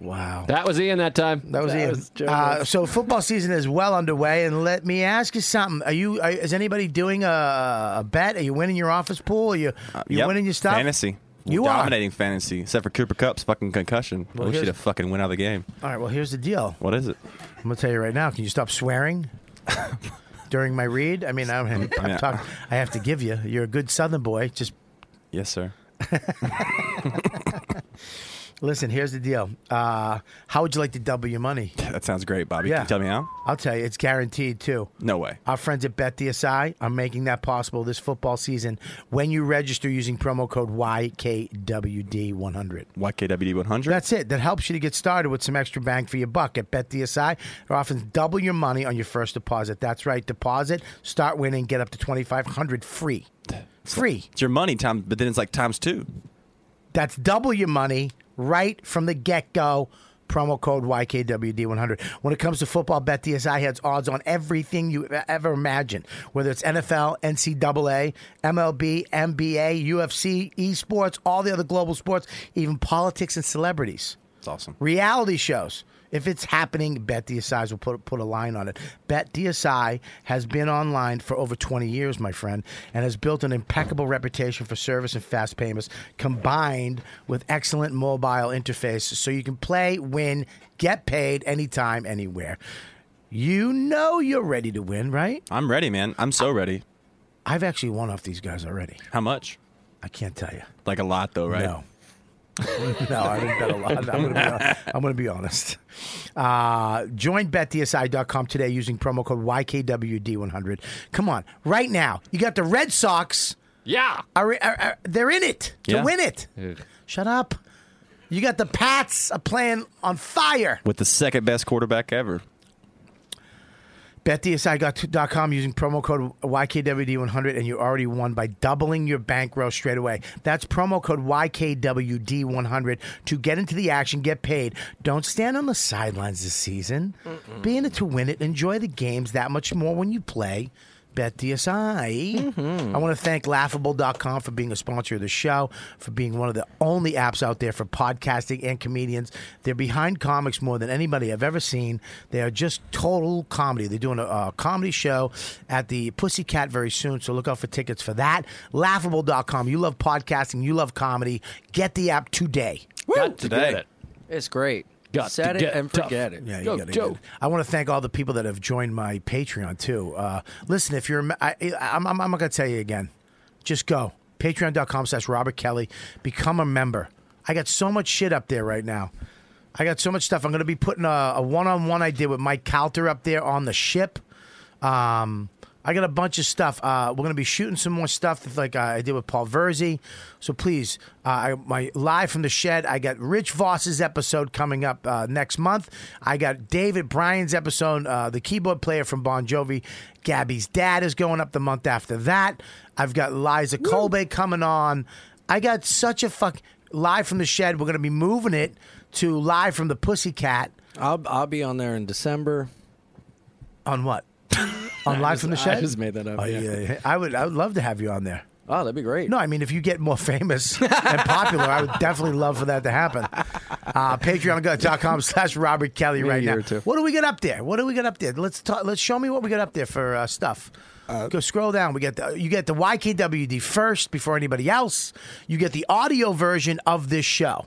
Speaker 4: wow.
Speaker 8: That was Ian that time.
Speaker 4: That was Ian. uh, so football season is well underway, and let me ask you something: Are you? Are, is anybody doing a, a bet? Are you winning your office pool? Are you you
Speaker 11: Yep.
Speaker 4: winning your stuff?
Speaker 11: Fantasy.
Speaker 4: You are.
Speaker 11: dominating fantasy, except for Cooper Cup's fucking concussion.
Speaker 4: Well,
Speaker 11: we
Speaker 4: here's-
Speaker 11: should have fucking went out of the game.
Speaker 4: All right. Well, here's the deal.
Speaker 11: What is it?
Speaker 4: I'm gonna tell you right now. Can you stop swearing during my read? I mean, I'm, I'm
Speaker 11: Yeah.
Speaker 4: talking. I have to give you. You're a good Southern boy. Just
Speaker 11: Yes, sir.
Speaker 4: listen. Here's the deal. Uh, how would you like to double your money?
Speaker 11: That sounds great, Bobby. Can
Speaker 4: Yeah.
Speaker 11: you tell me how?
Speaker 4: I'll tell you, it's guaranteed too.
Speaker 11: No way.
Speaker 4: Our friends at BetDSI are making that possible this football season when you register using promo code YKWD100.
Speaker 11: YKWD 100.
Speaker 4: That's it. That helps you to get started with some extra bang for your buck at BetDSI. They're offering double your money on your first deposit. That's right, deposit, start winning, get up to 2500 free. Free.
Speaker 11: It's your money time, but then it's like times two.
Speaker 4: That's double your money right from the get go. Promo code YKWD100. When it comes to football, Bet DSI has odds on everything you e-, ever imagine, whether it's NFL, NCAA, MLB, NBA, UFC, esports, all the other global sports, even politics and celebrities.
Speaker 11: It's awesome.
Speaker 4: Reality shows. If it's happening, Bet DSI will put, put a line on it. Bet DSI has been online for over 20 years, my friend, and has built an impeccable reputation for service and fast payments combined with excellent mobile interface so you can play, win, get paid anytime, anywhere. You know you're ready to win, right?
Speaker 11: I'm ready, man. I'm so ready.
Speaker 4: I've actually won off these guys already.
Speaker 11: How much?
Speaker 4: I can't tell you.
Speaker 11: Like a lot, though, right?
Speaker 4: No. no, I haven't bet a lot. I'm going to be, I'm gonna be honest. Uh, join betdsi.com today using promo code YKWD100. Come on, right now. You got the Red Sox.
Speaker 8: Yeah.
Speaker 4: Are, are- are- they're in it to
Speaker 11: Yeah.
Speaker 4: win it.
Speaker 8: Ugh.
Speaker 4: Shut up. You got the Pats are playing on fire.
Speaker 11: With the second best quarterback ever.
Speaker 4: BetDSI.com using promo code YKWD100 and you already won by doubling your bankroll straight away. That's promo code YKWD100 to get into the action, get paid. Don't stand on the sidelines this season. Be in it to win it. Enjoy the games that much more when you play. BetDSI. I want to thank laughable.com for being a sponsor of the show, for being one of the only apps out there for podcasting and comedians. They're behind comics more than anybody I've ever seen. They are just total comedy. They're doing a, a comedy show at the Pussycat very soon, so look out for tickets for that. Laughable.com. You love podcasting, you love comedy. Get the app today.
Speaker 8: Got to get it.
Speaker 9: It's great.
Speaker 8: Got
Speaker 9: Set
Speaker 8: to
Speaker 9: it
Speaker 8: get
Speaker 9: and
Speaker 8: tough.
Speaker 9: forget it.
Speaker 4: Yeah, you
Speaker 9: Go,
Speaker 4: gotta
Speaker 9: Joe.
Speaker 4: get it. I want to thank all the people that have joined my Patreon too. Uh, listen, if you're, I, I'm, I'm, I'm not gonna tell you again. Just go patreon.com slash Robert Kelly. Become a member. I got so much shit up there right now. I got so much stuff. I'm gonna be putting a, a one-on-one I did with Mike Calter up there on the ship. Um, I got a bunch of stuff. Uh, we're gonna be shooting some more stuff, that, like uh, I did with Paul Verzi. So please, uh, I, my live from the shed. I got Rich Voss's episode coming up uh, next month. I got David Bryan's episode, uh, the keyboard player from Bon Jovi. Gabby's dad is going up the month after that. I've got Liza Colby coming on. I got such a fuck live from the shed. We're gonna be moving it to live from the Pussycat
Speaker 9: I'll, I'll be on there in December.
Speaker 4: on what? on live from the shed.
Speaker 9: I just made that up.
Speaker 4: Oh, yeah.
Speaker 9: yeah.
Speaker 4: yeah. I would I would love to have you on there.
Speaker 9: Oh, that'd be great.
Speaker 4: No, I mean if you get more famous and popular, I would definitely love for that to happen. Uh, Patreon.com slash Robert Kelly
Speaker 9: Maybe
Speaker 4: right
Speaker 9: a year
Speaker 4: now.
Speaker 9: or two.
Speaker 4: What do we get up there? What do we get up there? Let's talk, let's show me what we got up there for uh, stuff. Go scroll down. We get the, you get the YKWd first before anybody else. You get the audio version of this show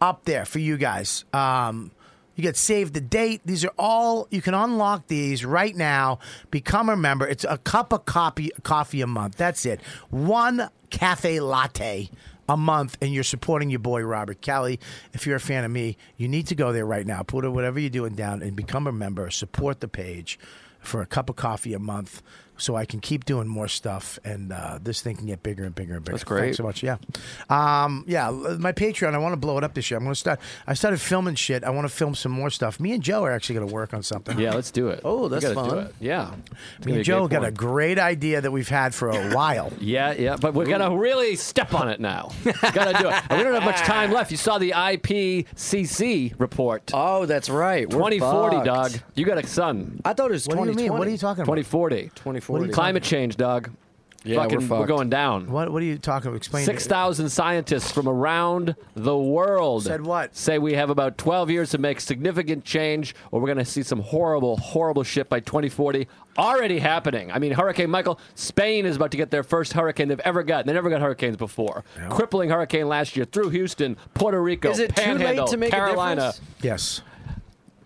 Speaker 4: up there for you guys. Um, you get save the date. These are all you can unlock these right now. Become a member. It's a cup of copy, coffee a month. That's it. One cafe latte a month, and you're supporting your boy Robert Kelly. If you're a fan of me, you need to go there right now. Put whatever you're doing down and become a member. Support the page for a cup of coffee a month, so I can keep doing more stuff, and uh, this thing can get bigger and bigger and bigger.
Speaker 9: That's great.
Speaker 4: Thanks so much. Yeah, um, yeah. l- My Patreon. I want to blow it up this year. I'm going to start. I started filming shit. I want to film some more stuff. Me and Joe are actually going to work on something.
Speaker 8: Yeah, let's do it.
Speaker 9: Oh,
Speaker 8: We
Speaker 9: that's
Speaker 8: gotta do
Speaker 9: fun.
Speaker 8: it. Yeah. It's
Speaker 4: Me
Speaker 8: gonna be
Speaker 4: and Joe
Speaker 8: great
Speaker 4: got a
Speaker 8: fun.
Speaker 4: great idea that we've had for a while.
Speaker 8: Yeah, yeah, but we're gonna really step on it now. Gotta do it. And we don't have much time left. You saw the IPCC report.
Speaker 9: Oh, that's right. We're
Speaker 8: 2040,
Speaker 9: fucked.
Speaker 8: dog. You got a son.
Speaker 9: I thought it was
Speaker 4: What do you
Speaker 9: 2020.
Speaker 4: mean? What are you talking about?
Speaker 8: 2040.
Speaker 9: 2040.
Speaker 8: Climate change, dog.
Speaker 9: Yeah,
Speaker 8: Fucking-
Speaker 9: we're
Speaker 8: we're
Speaker 9: fucked.
Speaker 8: going down.
Speaker 4: What What are you talking about? Explain.
Speaker 8: Six
Speaker 4: it.
Speaker 8: thousand scientists from around the world
Speaker 4: Said what?
Speaker 8: Say we have about twelve years to make significant change, or we're going to see some horrible, horrible shit by 2040. Already happening. I mean, Hurricane Michael. Spain is about to get their first hurricane they've ever gotten. They never got hurricanes before. Crippling hurricane last year through Houston, Puerto Rico,
Speaker 9: Is it too late
Speaker 8: Panhandle,
Speaker 9: to make a
Speaker 8: Carolina.
Speaker 9: difference?
Speaker 4: Yes.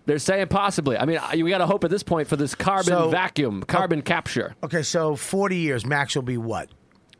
Speaker 8: They're saying possibly. I mean, I- we got to hope at this point for this carbon
Speaker 4: So- oh.
Speaker 8: vacuum, carbon capture.
Speaker 4: Okay, so 40 years max will be what?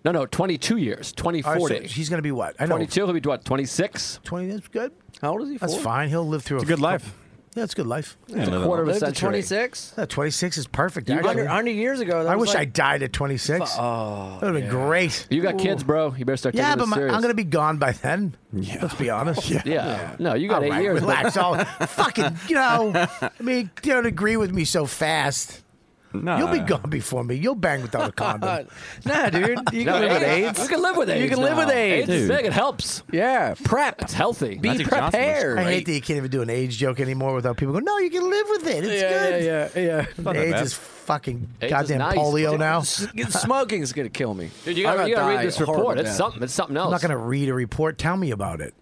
Speaker 8: No, no, 22 years,
Speaker 4: All right, so
Speaker 8: 2040.
Speaker 4: he's going to be what? I know.
Speaker 8: 22, he'll be what, 26?
Speaker 4: 20. That's good.
Speaker 9: How old is he?
Speaker 4: That's
Speaker 9: Four?
Speaker 4: fine. He'll live through
Speaker 11: It's a good life.
Speaker 4: Yeah, it's a good life.
Speaker 11: Yeah, no, no.
Speaker 8: Quarter of a
Speaker 9: Lived to
Speaker 8: century.
Speaker 9: 26.
Speaker 4: Yeah, 26 is perfect.
Speaker 8: You
Speaker 4: actually.
Speaker 9: 100, 100 years ago. that
Speaker 4: I
Speaker 9: was
Speaker 4: wish I
Speaker 9: like,
Speaker 4: died at 26. Oh, that would have been great.
Speaker 8: You got kids, bro. You better start taking
Speaker 4: Yeah, but
Speaker 8: this
Speaker 4: my,
Speaker 8: serious.
Speaker 4: I'm going to be gone by then. Yeah. Let's be honest. Yeah.
Speaker 8: Yeah. No, you
Speaker 4: All
Speaker 8: got eight
Speaker 4: right,
Speaker 8: years. but-
Speaker 4: Relax. All fucking, you know, I mean, you don't agree with me so fast.
Speaker 11: Nah.
Speaker 4: You'll be gone before me. You'll bang without a condom.
Speaker 9: nah, dude. You can
Speaker 8: No,
Speaker 9: live with
Speaker 8: AIDS.
Speaker 9: AIDS.
Speaker 8: You can live with AIDS.
Speaker 9: You can live
Speaker 8: now.
Speaker 9: with AIDS.
Speaker 8: is
Speaker 11: Dude.
Speaker 8: big. It helps.
Speaker 9: Yeah, prep.
Speaker 8: It's healthy.
Speaker 9: Be
Speaker 11: Magic Johnson was
Speaker 9: prepared.
Speaker 4: I hate that you can't even do an age joke anymore without people going, no, you can live with it. It's good.
Speaker 9: yeah, yeah, yeah, yeah.
Speaker 11: not that
Speaker 4: AIDS
Speaker 11: bad.
Speaker 4: is fucking
Speaker 8: AIDS is
Speaker 4: goddamn
Speaker 8: nice.
Speaker 4: polio now.
Speaker 9: S- Smoking's gonna kill me.
Speaker 8: Dude, you got
Speaker 9: I'm gonna
Speaker 8: you to
Speaker 9: die
Speaker 8: read this
Speaker 9: a horrible
Speaker 8: report. It's
Speaker 9: death.
Speaker 8: something. It's something else.
Speaker 4: I'm not going to read a report. Tell me about it.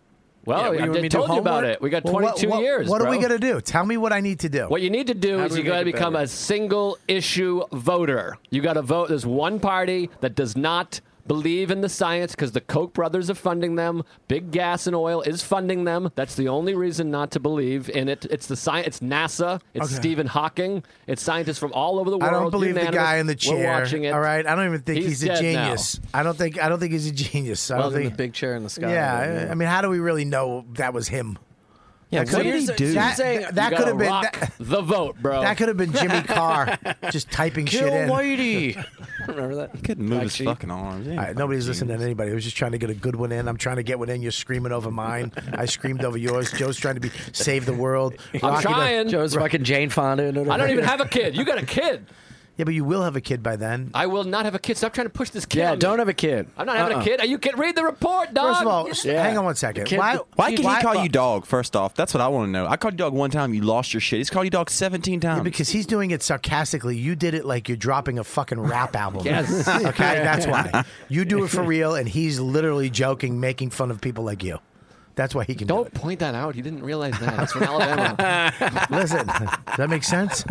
Speaker 9: Yeah,
Speaker 8: Well,
Speaker 9: what do you want
Speaker 8: I
Speaker 9: me to
Speaker 8: just
Speaker 9: do,
Speaker 8: told you about
Speaker 9: homework?
Speaker 8: it. We got
Speaker 4: Well,
Speaker 8: 22
Speaker 4: what, what,
Speaker 8: years.
Speaker 4: What are we
Speaker 8: bro.
Speaker 4: going to do? Tell me what I need to do.
Speaker 8: What you need to do
Speaker 9: How
Speaker 8: is
Speaker 9: do
Speaker 8: you
Speaker 9: we
Speaker 8: got to
Speaker 9: make it
Speaker 8: become
Speaker 9: better?
Speaker 8: a single issue voter. You got to vote. There's one party that does not believe in the science because the Koch brothers are funding them. Big gas and oil is funding them. That's the only reason not to believe in it. It's the science. It's NASA. It's
Speaker 4: Okay.
Speaker 8: Stephen Hawking. It's scientists from all over the world.
Speaker 4: I don't believe the
Speaker 8: unanimous.
Speaker 4: guy in the chair.
Speaker 8: We're watching it.
Speaker 4: All right, I don't even think he's,
Speaker 8: He's
Speaker 4: a
Speaker 8: dead now.
Speaker 4: genius. I don't think I don't think he's a genius. I
Speaker 9: Well,
Speaker 4: don't
Speaker 9: in the
Speaker 4: think.
Speaker 9: big chair in the sky.
Speaker 4: yeah, I- I mean, how do we really know that was him?
Speaker 9: yeah.
Speaker 4: That could've-
Speaker 9: what is it-
Speaker 4: that-
Speaker 9: you're
Speaker 4: that-
Speaker 9: saying-
Speaker 4: that could
Speaker 8: You gotta
Speaker 4: have been
Speaker 8: rock
Speaker 4: that,
Speaker 8: the vote, bro.
Speaker 4: that could have been Jimmy Carr just typing
Speaker 9: Kill
Speaker 4: shit in.
Speaker 9: Whitey. Remember that?
Speaker 11: He couldn't move his
Speaker 9: Actually-
Speaker 11: fucking arms. He ain't
Speaker 4: All right,
Speaker 11: fucking
Speaker 4: Uh, nobody's
Speaker 11: genius.
Speaker 4: listening to anybody. I was just trying to get a good one in. I'm trying to get one in. You're screaming over mine. I screamed over yours. Joe's trying to be save the world.
Speaker 8: I'm
Speaker 4: Rocky does-
Speaker 8: trying.
Speaker 9: Joe's fucking Jane Fonda.
Speaker 8: I don't even have a kid. You got a kid.
Speaker 4: Yeah, but you will have a kid by then.
Speaker 8: I will not have a kid. Stop trying to push this kid.
Speaker 9: Yeah,
Speaker 8: on me.
Speaker 9: don't have a kid.
Speaker 8: I'm not having
Speaker 9: Uh-uh.
Speaker 8: a kid. Are you kid? Read the report, dog.
Speaker 4: First of all, s- hang on one second. why?
Speaker 11: Why can he call you dog? First off, that's what I want to know. I called you dog one time. You lost your shit. He's called you dog seventeen times.
Speaker 4: Because he's doing it sarcastically. You did it like you're dropping a fucking rap album.
Speaker 11: Yes.
Speaker 4: Okay, that's why. You do it for real, and he's literally joking, making fun of people like you. That's why he can
Speaker 8: Don't point that out. He didn't realize that. It's from Alabama.
Speaker 4: Listen, does that make sense?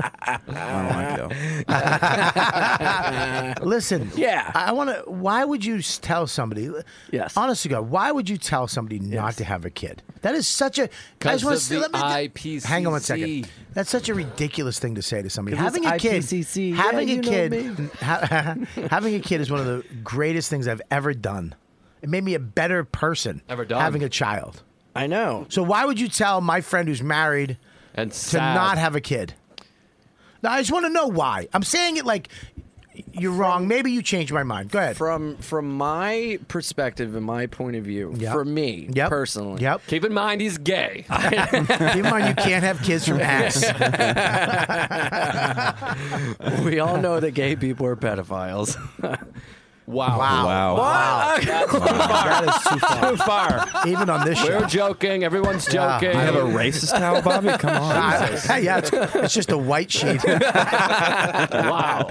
Speaker 4: Listen, yeah, I want to. Why would you s- tell somebody? Yes, honest to God, why would you tell somebody not to have a kid? That is such a. I just
Speaker 8: 'Cause
Speaker 4: wanna
Speaker 8: of
Speaker 4: s-
Speaker 8: the
Speaker 4: let me-
Speaker 8: IPCC.
Speaker 4: Hang on one second. That's such a ridiculous thing to say to somebody.
Speaker 9: 'Cause it's
Speaker 4: Having a kid,
Speaker 9: IPCC. Yeah,
Speaker 4: having
Speaker 9: you
Speaker 4: a
Speaker 9: know
Speaker 4: kid, ha- having a kid is one of the greatest things I've ever done. It made me a better person. Ever
Speaker 8: done.
Speaker 4: having a child. I know. So why would you tell my friend who's married
Speaker 8: and
Speaker 4: to not have a kid? Now, I just want to know why. I'm saying it like you're wrong. Maybe you changed my mind. Go ahead.
Speaker 9: From from my perspective and my point of view, for me personally,
Speaker 4: yep.
Speaker 8: Keep in mind, he's gay.
Speaker 4: Keep in mind, you can't have kids from ass.
Speaker 9: we all know that gay people are pedophiles. wow.
Speaker 8: Wow.
Speaker 11: Wow.
Speaker 9: Wow.
Speaker 8: That's too far.
Speaker 11: too far.
Speaker 4: Even on this show.
Speaker 8: We're joking. Everyone's
Speaker 4: Yeah.
Speaker 8: joking.
Speaker 11: I have a racist towel, Bobby. Come on.
Speaker 4: I- yeah, it's, it's just a white sheet.
Speaker 8: wow.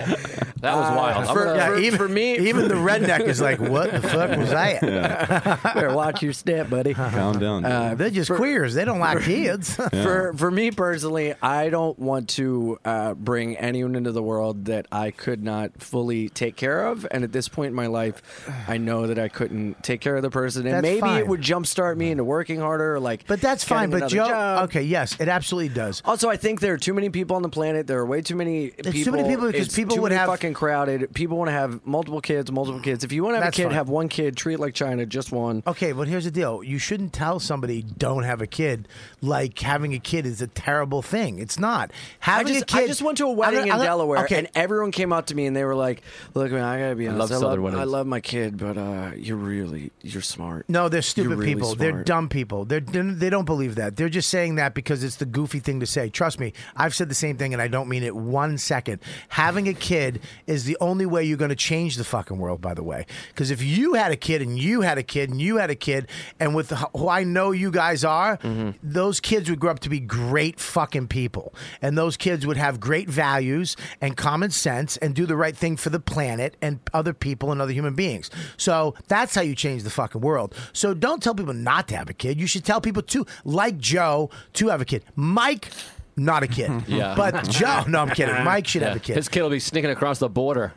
Speaker 8: That
Speaker 4: Uh,
Speaker 8: was wild. I'm
Speaker 9: for-
Speaker 8: gonna-
Speaker 9: yeah, even- for me-
Speaker 4: even the redneck is like, "What the fuck was that?"
Speaker 9: Better watch your step, buddy.
Speaker 4: Uh-huh.
Speaker 11: Calm down.
Speaker 4: They're just queers. They don't like kids.
Speaker 9: For for me personally, I don't want to uh, bring anyone into the world that I could not fully take care of. And at this point in my life, I know that I couldn't take care of the person, and
Speaker 4: That's
Speaker 9: maybe
Speaker 4: fine.
Speaker 9: it would jumpstart me into working harder. Or like,
Speaker 4: But that's fine.
Speaker 9: getting
Speaker 4: But
Speaker 9: another
Speaker 4: Joe,
Speaker 9: job.
Speaker 4: okay, yes, it absolutely does.
Speaker 9: Also, I think there are too many people on the planet. There are way too many
Speaker 4: There's
Speaker 9: people.
Speaker 4: too many people because
Speaker 9: It's
Speaker 4: people
Speaker 9: too
Speaker 4: would
Speaker 9: many
Speaker 4: have-
Speaker 9: fucking crowded. People want to have multiple kids, multiple kids. If you want to have
Speaker 4: That's
Speaker 9: a kid,
Speaker 4: fine. Oh,
Speaker 9: have one kid. Treat it like China, just one.
Speaker 4: Okay, but here's the deal: you shouldn't tell somebody don't have a kid. Like having a kid is a terrible thing. It's not having
Speaker 9: I just,
Speaker 4: a kid.
Speaker 9: I just went to a
Speaker 4: I'm
Speaker 9: wedding
Speaker 4: not-
Speaker 9: in
Speaker 4: I'm not-
Speaker 9: Delaware,
Speaker 4: Okay,
Speaker 9: and everyone came up to me and they were like, "Look, man, I gotta be
Speaker 8: I
Speaker 9: honest.
Speaker 8: love Southern weddings.
Speaker 9: I love my kid, but uh, you're really you're smart.
Speaker 4: No, they're
Speaker 9: You're
Speaker 4: stupid
Speaker 9: really
Speaker 4: people. They're
Speaker 9: smart."
Speaker 4: dumb people. They're, they're they don't believe that. They're just saying that because it's the goofy thing to say. Trust me, I've said the same thing, and I don't mean it one second. Having a kid is the only way you're going to change the fucking world. By the way, because if you had a kid and you had a kid and you had a kid, and with h- who I know you guys are,
Speaker 9: Mm-hmm.
Speaker 4: those kids would grow up to be great fucking people, and those kids would have great values and common sense and do the right thing for the planet and other people and other human beings. So that's how you change the fucking world. So don't tell people not to have a kid. You should tell people to, like Joe, to have a kid. Mike, not a kid.
Speaker 8: Yeah.
Speaker 4: But Joe, no, I'm kidding. Mike should have
Speaker 8: Yeah.
Speaker 4: a kid.
Speaker 8: His kid will be sneaking across the border.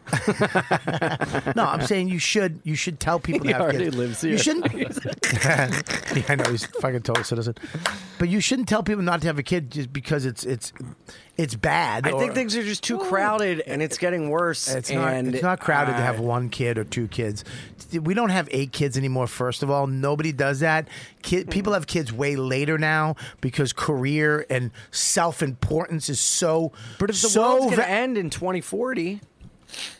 Speaker 4: No, I'm saying you should. You should tell people
Speaker 8: He
Speaker 4: to have
Speaker 8: already
Speaker 4: kids.
Speaker 8: lives
Speaker 4: You
Speaker 8: here.
Speaker 4: shouldn't. yeah, I know he's a fucking total citizen, but you shouldn't tell people not to have a kid just because it's it's it's bad.
Speaker 9: I think
Speaker 4: or-
Speaker 9: things are just too crowded, and it's getting worse.
Speaker 4: It's not,
Speaker 9: and
Speaker 4: it's not crowded to
Speaker 9: uh,
Speaker 4: have one kid or two kids. We don't have eight kids anymore, first of all. Nobody does that.
Speaker 9: Hmm.
Speaker 4: Kid, people have kids way later now because career and self importance is so.
Speaker 9: But if the
Speaker 4: so
Speaker 9: world's gonna
Speaker 4: va-
Speaker 9: end in 2040,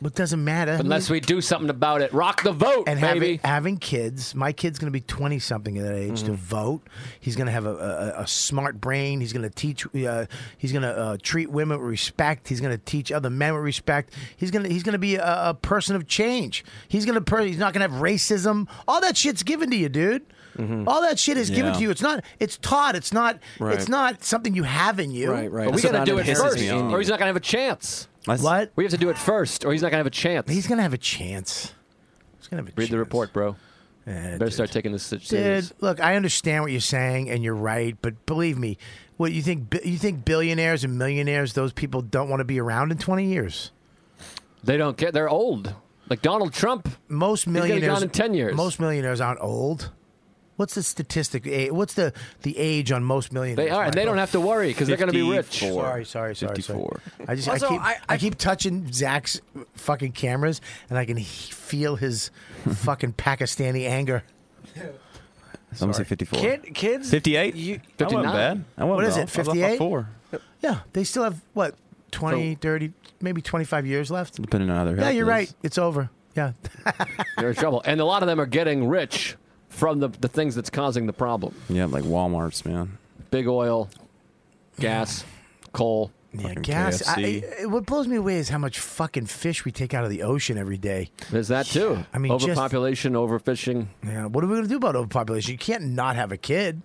Speaker 4: It doesn't matter.
Speaker 8: Unless we do something about it. Rock the vote,
Speaker 4: and
Speaker 8: baby.
Speaker 4: having, having kids, my kid's going to be 20 something at that age to vote. He's going to have a, a, a smart brain. He's going to teach, uh, he's going to uh, treat women with respect. He's going to teach other men with respect. He's going to, he's going to be a, a person of change. He's going to, per- he's not going to have racism. All that shit's given to you, dude. All that shit is
Speaker 11: Yeah.
Speaker 4: given to you. It's not, it's taught. It's not, it's
Speaker 11: Right.
Speaker 4: not something you have in you.
Speaker 9: Right, right.
Speaker 8: but we
Speaker 9: That's
Speaker 8: got to
Speaker 9: not
Speaker 8: do it
Speaker 9: inherent
Speaker 8: first,
Speaker 9: in you.
Speaker 8: or he's not going to have a chance.
Speaker 4: What?
Speaker 8: We have to do it first, or he's not going to have a chance.
Speaker 4: He's going to have a chance. He's going to have a
Speaker 8: Read
Speaker 4: chance.
Speaker 8: the report, bro.
Speaker 4: Yeah,
Speaker 8: Better
Speaker 4: dude.
Speaker 8: start taking this shit
Speaker 4: Dude,
Speaker 8: serious.
Speaker 4: look, I understand what you're saying, and you're right. But believe me, what you think? bi- You think billionaires and millionaires, those people don't want to be around in 20 years.
Speaker 8: They don't get. They're old. Like Donald Trump.
Speaker 4: Most
Speaker 8: gonna be
Speaker 4: millionaires
Speaker 8: gone in 10 years.
Speaker 4: Most millionaires aren't old. What's the statistic? eh, What's the the age on most millionaires?
Speaker 8: They are, and they
Speaker 4: Michael?
Speaker 8: don't have to worry because they're going to be rich.
Speaker 11: 54.
Speaker 4: Sorry, sorry, sorry, sorry.
Speaker 11: 54.
Speaker 4: I just I
Speaker 9: Also,
Speaker 4: keep I,
Speaker 9: I-
Speaker 4: keep touching Zach's fucking cameras, and I can he- feel his fucking Pakistani anger.
Speaker 11: I'm gonna say 54.
Speaker 9: kid, kids,
Speaker 11: 58?
Speaker 9: You,
Speaker 11: That wasn't bad. I wasn't
Speaker 4: What is
Speaker 11: bad.
Speaker 4: it?
Speaker 11: I was off by
Speaker 4: 58?
Speaker 11: Four.
Speaker 4: Yeah, they still have what 20, 30, maybe 25 years left.
Speaker 11: Depending on how their
Speaker 4: Yeah,
Speaker 11: health
Speaker 4: you're
Speaker 11: is.
Speaker 4: right. It's over. Yeah.
Speaker 8: They're in trouble, and a lot of them are getting rich from the, the things that's causing the problem:
Speaker 11: Yeah, like Walmart's, man.
Speaker 8: big oil, gas, coal.
Speaker 4: Yeah,
Speaker 11: Fucking
Speaker 4: gas. I,
Speaker 11: KFC.
Speaker 4: I- what blows me away is how much fucking fish we take out of the ocean every day.
Speaker 8: There's that too.
Speaker 4: I mean, just-
Speaker 8: overpopulation, overfishing.
Speaker 4: Yeah. What are we going to do about overpopulation? You can't not have a kid.